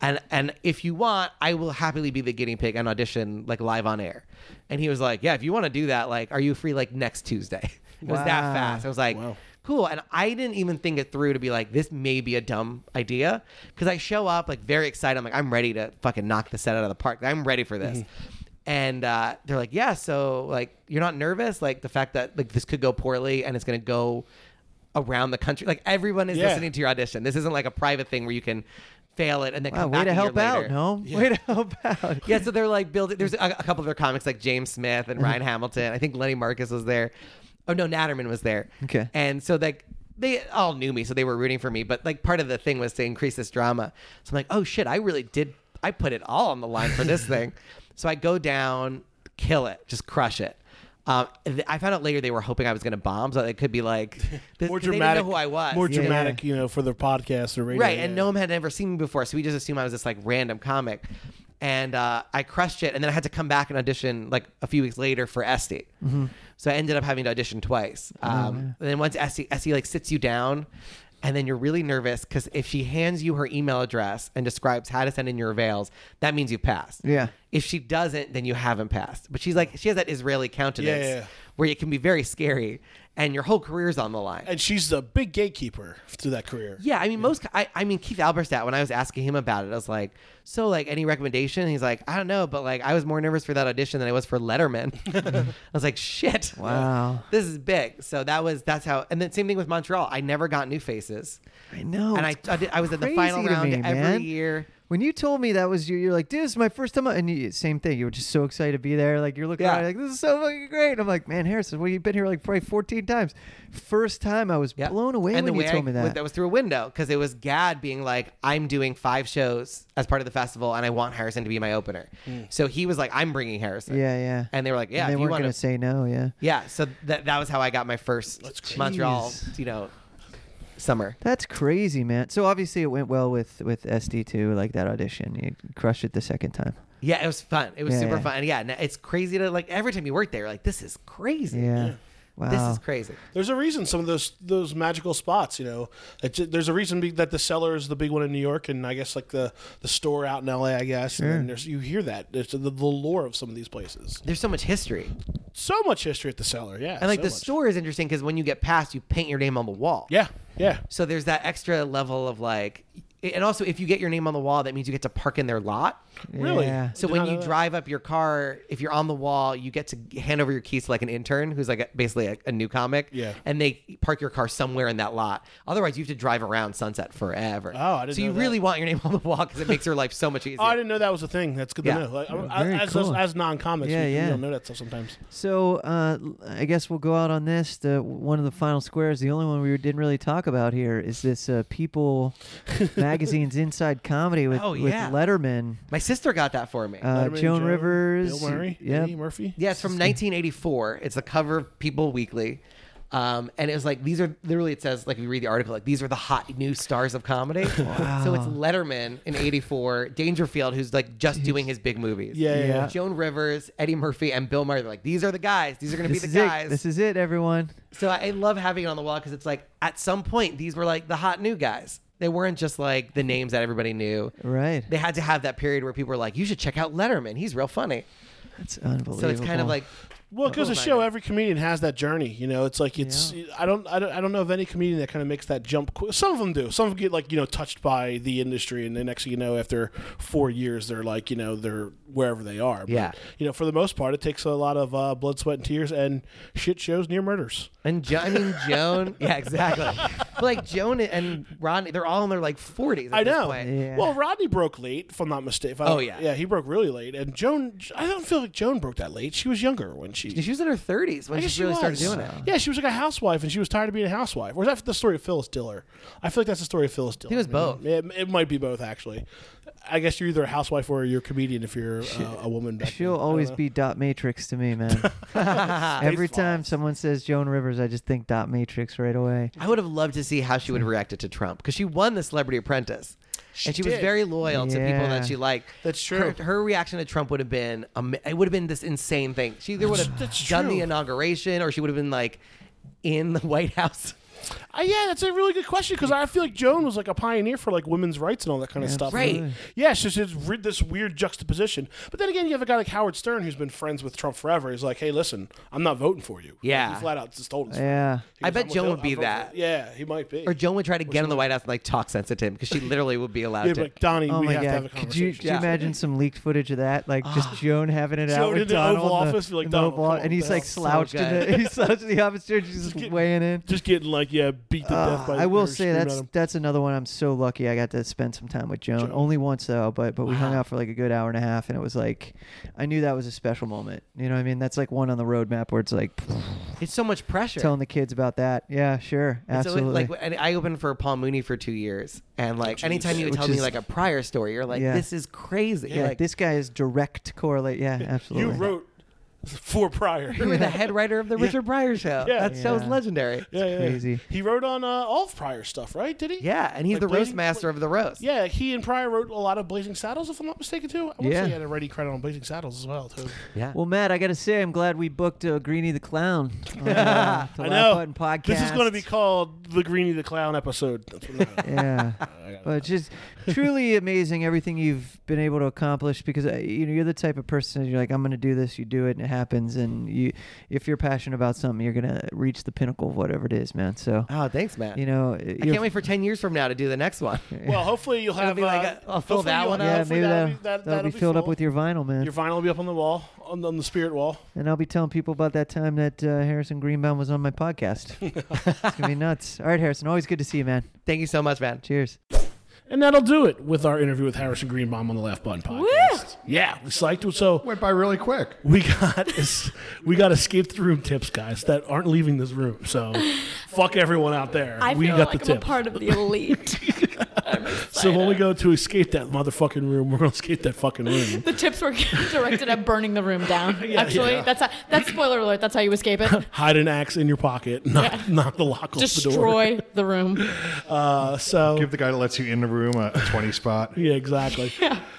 H: And and if you want, I will happily be the guinea pig and audition like live on air. And he was like, Yeah, if you want to do that, like, are you free like next Tuesday? It was that
G: Wow.
H: fast. I was like, cool. And I didn't even think it through to be like, this may be a dumb idea. Cause I show up like very excited. I'm like, I'm ready to fucking knock the set out of the park. I'm ready for this.
G: Mm-hmm.
H: And uh, they're like, yeah, so like you're not nervous, like the fact that like this could go poorly and it's gonna go around the country. Like everyone is
I: Yeah.
H: listening to your audition. This isn't like a private thing where you can fail it and then
G: Wow,
H: come
G: Oh, way
H: back
G: to
H: a year
G: help out,
H: later.
G: no? Way to help out.
H: Yeah, so they're like building. There's a, a couple of their comics like James Smith and Ryan Hamilton. I think Lenny Marcus was there. Oh no, Natterman was there.
G: Okay.
H: and so like they all knew me, so they were rooting for me. But like part of the thing was to increase this drama. So I'm like, oh shit, I really did. I put it all on the line for this thing. So I go down, kill it, just crush it. Um, th- I found out later they were hoping I was going to bomb, so it could be like this,
B: More
H: 'cause They
B: dramatic.
H: didn't know who I was.
B: More
G: Yeah.
B: dramatic, you know, for the podcast or radio.
H: Right, and
B: yeah.
H: Noam had never seen me before, so we just assumed I was this like random comic. And uh, I crushed it, and then I had to come back and audition like a few weeks later for Esty. So I ended up having to audition twice. Um, and then once Esty, Esty like sits you down, and then you're really nervous because if she hands you her email address and describes how to send in your avails, that means you passed.
G: Yeah.
H: If she doesn't, then you haven't passed. But she's like, she has that Israeli countenance
I: Yeah, yeah, yeah.
H: where it can be very scary, and your whole career's on the line.
I: And she's the big gatekeeper to that career.
H: Yeah, I mean, most. I, I mean, Keith Alberstadt. When I was asking him about it, I was like, "So, like, any recommendation?" And he's like, "I don't know, but like, I was more nervous for that audition than I was for Letterman." I was like, "Shit,
G: Wow.
H: this is big." So that was that's how. And then same thing with Montreal. I never got new faces,
G: I know.
H: and I
G: it's
H: I, did, I was in the
G: crazy
H: final
G: to
H: round
G: me,
H: every
G: man.
H: year.
G: When you told me that was you, you're like, dude, this is my first time. out," And you, same thing. You were just so excited to be there. Like, you're looking
H: Yeah.
G: around, you're like, this is so fucking great. And I'm like, man, Harrison, well, you've been here like probably 14 times. First time I was
H: Yeah.
G: blown away
H: And
G: when
H: the
G: you
H: way
G: told me
H: I- with-
G: that.
H: That was through a window because it was Gad being like, "I'm doing five shows as part of the festival, and I want Harrison to be my opener." So he was like, "I'm bringing Harrison."
G: Hmm. yeah, yeah.
H: And they were like, "Yeah,
G: they
H: if you
G: weren't
H: wanna-
G: going to say no, yeah.
H: Yeah, so that that was how I got my first Montreal,
G: Jeez.
H: you know, summer.
G: That's crazy, man. So obviously it went well with with SD2, like that audition. You crushed it the second time.
H: Yeah, it was fun. It was
G: Yeah,
H: super
G: yeah.
H: fun. Yeah, now it's crazy to like every time you work there, you're like this is crazy.
G: Yeah. Wow.
H: This is crazy.
I: There's a reason some of those those magical spots, you know. It ju- there's a reason be, that the cellar is the big one in New York, and I guess like the, the store out in L.A. I guess. And then there's you hear that there's the, the lore of some of these places.
H: There's so much history,
I: So much history at the cellar, yeah.
H: and like
I: so
H: the
I: much.
H: store is interesting because when you get past, you paint your name on the wall.
I: Yeah, yeah.
H: So there's that extra level of like, and also if you get your name on the wall, that means you get to park in their lot.
I: Really.
G: Yeah.
H: So when you drive up your car, if you're on the wall, you get to hand over your keys to like an intern who's like a, basically a, a new comic.
I: Yeah.
H: And they park your car somewhere in that lot. Otherwise, you have to drive around Sunset forever.
I: Oh, I didn't
H: So you
I: know that.
H: really want your name on the wall because it makes your life so much easier.
I: Oh, I didn't know that was a thing. That's good
H: Yeah.
I: to know. Like, I- I-
G: very
I: as
G: cool.
I: as non comics,
G: Yeah,
I: we,
G: yeah.
I: we don't know that stuff sometimes.
G: So uh, l- I guess we'll go out on this. The one of the final squares, the only one we didn't really talk about here is this uh, people magazine's Inside Comedy with,
H: Oh, yeah.
G: with Letterman,
H: My sister got that for me.
G: uh,
B: Letterman,
G: Joan
B: Joe,
G: Rivers.
B: Bill Murray,
G: Yeah.
B: Eddie Murphy.
H: Yeah, it's from 1984. It's the cover of People Weekly. Um, and it was like these are literally it says like if you read the article like these are the hot new stars of comedy. So it's Letterman in '84, Dangerfield who's like just doing his big movies.
B: Yeah, yeah,
G: yeah.
H: Joan Rivers, Eddie Murphy, and Bill Murray. They're like these are the guys. These are going to be
G: This
H: the
G: is
H: guys.
G: it. This is it, everyone.
H: so I I love having it on the wall because it's like at some point these were like the hot new guys. They weren't just like the names that everybody knew.
G: Right.
H: They had to have that period where people were like, you should check out Letterman. He's real funny.
G: That's unbelievable.
H: So it's kind of like
B: Well, it goes to
H: Cool.
B: show every comedian has that journey. You know, it's like it's. I don't. I don't. I don't know of any comedian that kind of makes that jump. Qu- Some of them do. Some of them get like you know touched by the industry, and then next thing you know, after four years, they're like you know they're wherever they are. But,
H: Yeah.
B: You know, for the most part, it takes a lot of uh, blood, sweat, and tears, and shit shows near murders.
H: And jo- I mean Joan, yeah, exactly. but like Joan and Rodney, they're all in their like forties.
B: I know.
G: Yeah.
B: Well, Rodney broke late, if I'm not mistaken.
H: Oh, yeah.
B: Yeah, he broke really late, and Joan. I don't feel like Joan broke that late. She was younger when she.
H: She was in her thirties when
B: I
H: she
B: guess
H: really started
B: was.
H: doing it.
B: Yeah, she was like a housewife, and she was tired of being a housewife. Or is that the story of Phyllis Diller? I feel like that's the story of Phyllis Diller.
H: it was both.
B: It, it might be both, actually. I guess you're either a housewife or you're a comedian if you're uh, a woman. Back
G: She'll
B: then. I
G: always
B: don't
G: be dot matrix to me, man. Every time someone says Joan Rivers, I just think dot matrix right away.
H: I would have loved to see how she would have reacted to Trump because she won the Celebrity Apprentice, and she was
B: did.
H: very loyal to people
G: Yeah.
H: that she liked.
B: That's
H: Her,
B: true.
H: her reaction to Trump would have been ama- it would have been this insane thing. She either would have
B: that's
H: done the
B: true.
H: inauguration or she would have been like in the White House.
B: know. Uh, yeah, that's a really good question because I feel like Joan was like a pioneer for like women's rights and all that kind of stuff.
H: Right.
B: And, Yeah, so she's rid this weird juxtaposition. But then again, you have a guy like Howard Stern who's been friends with Trump forever. He's like, hey, listen, I'm not voting for you.
H: Yeah.
B: He flat out just told us.
G: Yeah.
B: He
H: I
B: goes,
H: bet
B: "I'm with
H: Joan
B: Hil-
H: would be
B: I'm voting for-
H: that.
B: Yeah, he might be.
H: Or Joan would try to get in the White House and like talk sense to him because she literally would be allowed
B: yeah,
H: to.
B: but like, Donnie,
G: Oh
B: we
G: my
B: have to have a
G: god! Could
B: conversation. Ah.
G: you, could you imagine some leaked footage of that? Like just Joan having it
B: Joan
G: out
B: in
G: with
B: the
G: Donald
B: Oval
G: in the-
B: Office, be like,
G: in the
B: "Donald,
G: Oval
B: come
G: Office,"
B: on
G: and he's
B: down.
G: like
B: So
G: slouched in the he's slouched in the office chair, just, just
B: get-
G: weighing in.
B: just getting like yeah beat to death
G: Uh,
B: by
G: I will
B: or
G: say
B: screamed at
G: that's
B: him.
G: that's another one. I'm so lucky I got to spend some time with Joan. Only once though, but but we hung out for like a good hour and a half, and it was like I knew that was a special moment. You know what I mean? That's like one on the roadmap where it's like
H: it's so much pressure.
G: telling the kids about that. Yeah, sure,
H: And
G: absolutely.
H: So, like, and I opened for Paul Mooney for two years, and like, anytime you would
G: Which
H: tell me
G: is-
H: like a prior story, you're like,
G: Yeah.
H: this is crazy.
G: yeah,
H: like,
G: this guy is direct correlate. Yeah,
B: you
G: absolutely.
B: wrote for Pryor.
H: you were the head writer of the Richard Pryor show.
B: Yeah.
H: That show's
G: Yeah.
H: legendary.
B: yeah, yeah, yeah.
G: crazy.
B: He wrote on uh, all of Pryor stuff, right? Did he?
H: Yeah, and he's
B: Like
H: the roast
B: Blazing-
H: master of the roast.
B: Yeah, he and Pryor wrote a lot of Blazing Saddles, if I'm not mistaken, too. I want
G: Yeah.
B: to say he had a writing credit on Blazing Saddles as well, too.
H: yeah.
G: Well, Matt, I gotta say, I'm glad we booked uh, Greeny the Clown. On, uh, the
B: I
G: Laugh
B: know.
G: Button podcast.
B: This is going to be called the Greenie the Clown episode. That's what I'm-
G: yeah but just truly amazing everything you've been able to accomplish because uh, you know you're the type of person you're like i'm going to do this you do it and it happens and you if you're passionate about something you're going to reach the pinnacle of whatever it is man so
H: Oh, thanks, man.
G: you know
H: I can't wait for ten years from now to do the next one.
B: well, hopefully you'll have.
H: be like
B: uh,
H: a- I'll fill
B: hopefully
H: that
B: you'll
H: one
B: have-
H: up.
G: yeah,
B: hopefully
G: maybe that'll,
B: that'll, be, that,
G: that'll be filled up
B: full.
G: with your vinyl, man.
B: Your vinyl will be up on the wall, on, on the spirit wall.
G: and I'll be telling people about that time that uh, Harrison Greenbaum was on my podcast. it's going to be nuts. All right, Harrison, always good to see you, man.
H: Thank you so much, man.
G: Cheers.
B: And that'll do it with our interview with Harrison Greenbaum on the Left Button podcast. Yeah, we psyched. So
C: Went by really quick.
B: we got is- we got escape the room tips, guys, that aren't leaving this room. So fuck everyone out there.
D: I
B: we
D: feel
B: got
D: like
B: the
D: I'm a
B: tips.
D: part of the elite.
B: so when we go to escape that motherfucking room, we're gonna escape that fucking room.
D: the tips were directed at burning the room down. Actually, that's how, that's spoiler alert. That's how you escape it.
B: Hide an axe in your pocket. Knock, knock the lock off the door.
D: Destroy the room.
B: Uh, so
C: Give the guy that lets you in the room a, a 20 spot.
B: Yeah, exactly.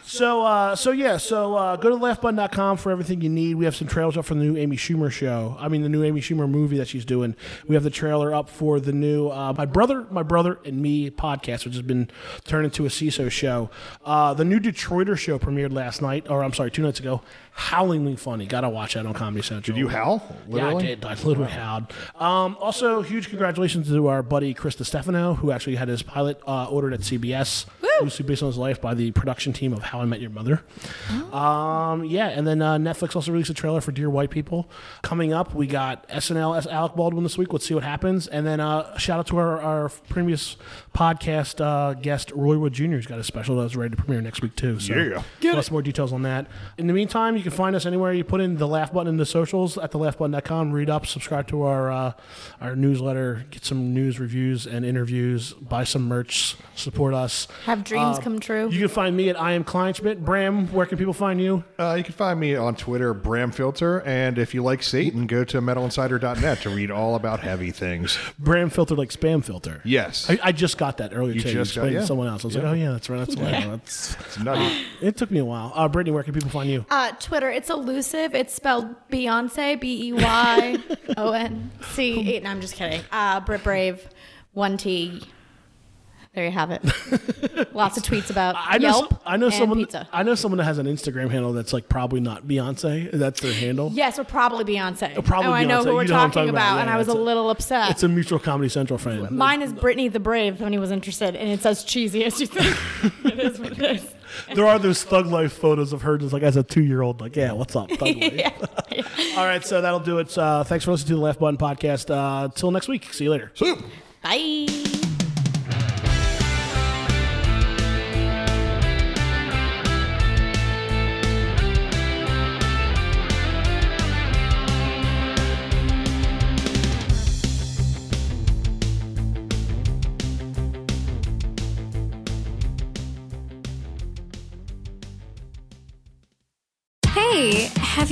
B: So, uh, so yeah, so uh, go to leftbutton.com for everything you need. We have some trailers up for the new Amy Schumer show. I mean, the new Amy Schumer movie that she's doing. We have the trailer up for the new uh, My Brother, My Brother and Me podcast, which has been turned into a CISO show. Uh, the new Detroiter show premiered last night, or I'm sorry, two nights ago. Howlingly funny. Gotta watch that on Comedy Central.
C: Did you howl? Literally?
B: Yeah, I did. I literally howled. Um, also, huge congratulations to our buddy Chris Stefano, who actually had his pilot uh, ordered at CBS. loosely based on his life by the production team of How I Met Your Mother. Um, yeah, and then uh, Netflix also released a trailer for Dear White People. Coming up, we got SNL as Alec Baldwin this week. Let's see what happens. And then uh, shout out to our, our previous podcast uh, guest, Roy Wood Jr. who's got a special that's ready to premiere next week, too. So
C: Yeah.
B: plus more details on that. In the meantime, you can find us anywhere you put in the laugh button in the socials at thelaughbutton.com. Read up, subscribe to our uh, our newsletter, get some news, reviews, and interviews. Buy some merch, support us.
D: Have dreams come true.
B: Um, You can find me at I am Kleinschmidt. Bram, where can people find you?
C: Uh, you can find me on Twitter, Bramfilter, and if you like Satan, go to metalinsider.net to read all about heavy things.
B: Bram filter like spam filter.
C: Yes.
B: I, I just got that earlier
C: You
B: today.
C: just got-
B: explained to
C: yeah.
B: someone else. I was like, oh yeah, that's right. That's why. That's,
C: It's nutty.
B: it took me a while. Uh, Brittany, where can people find you?
D: Uh, Twitter, it's elusive. It's spelled Beyonce, B E Y O N C 8. No, I'm just kidding. Uh, Brit Brave, 1T. There you have it. Lots of tweets about
B: I know.
D: Uh, Yelp
B: some- I know
D: and
B: someone.
D: pizza.
B: I know someone that has an Instagram handle that's like probably not Beyonce. That's their handle.
D: yes, or probably Beyonce.
B: probably
D: oh, I know
B: Beyonce.
D: who we're
B: You know what I'm
D: talking,
B: talking
D: about,
B: about. Yeah,
D: and I was a
B: it's a-
D: little upset.
B: It's a mutual Comedy Central friend.
D: Mine is Brittany the Brave when he was interested, and it's as cheesy as you think. it is what it is.
B: There are those thug life photos of her just like as a two year old, like, yeah, what's up, thug life? All right, so that'll do it. Uh, thanks for listening to the Left Button Podcast. Uh, till next week. See you later.
D: Bye.
E: Hey, have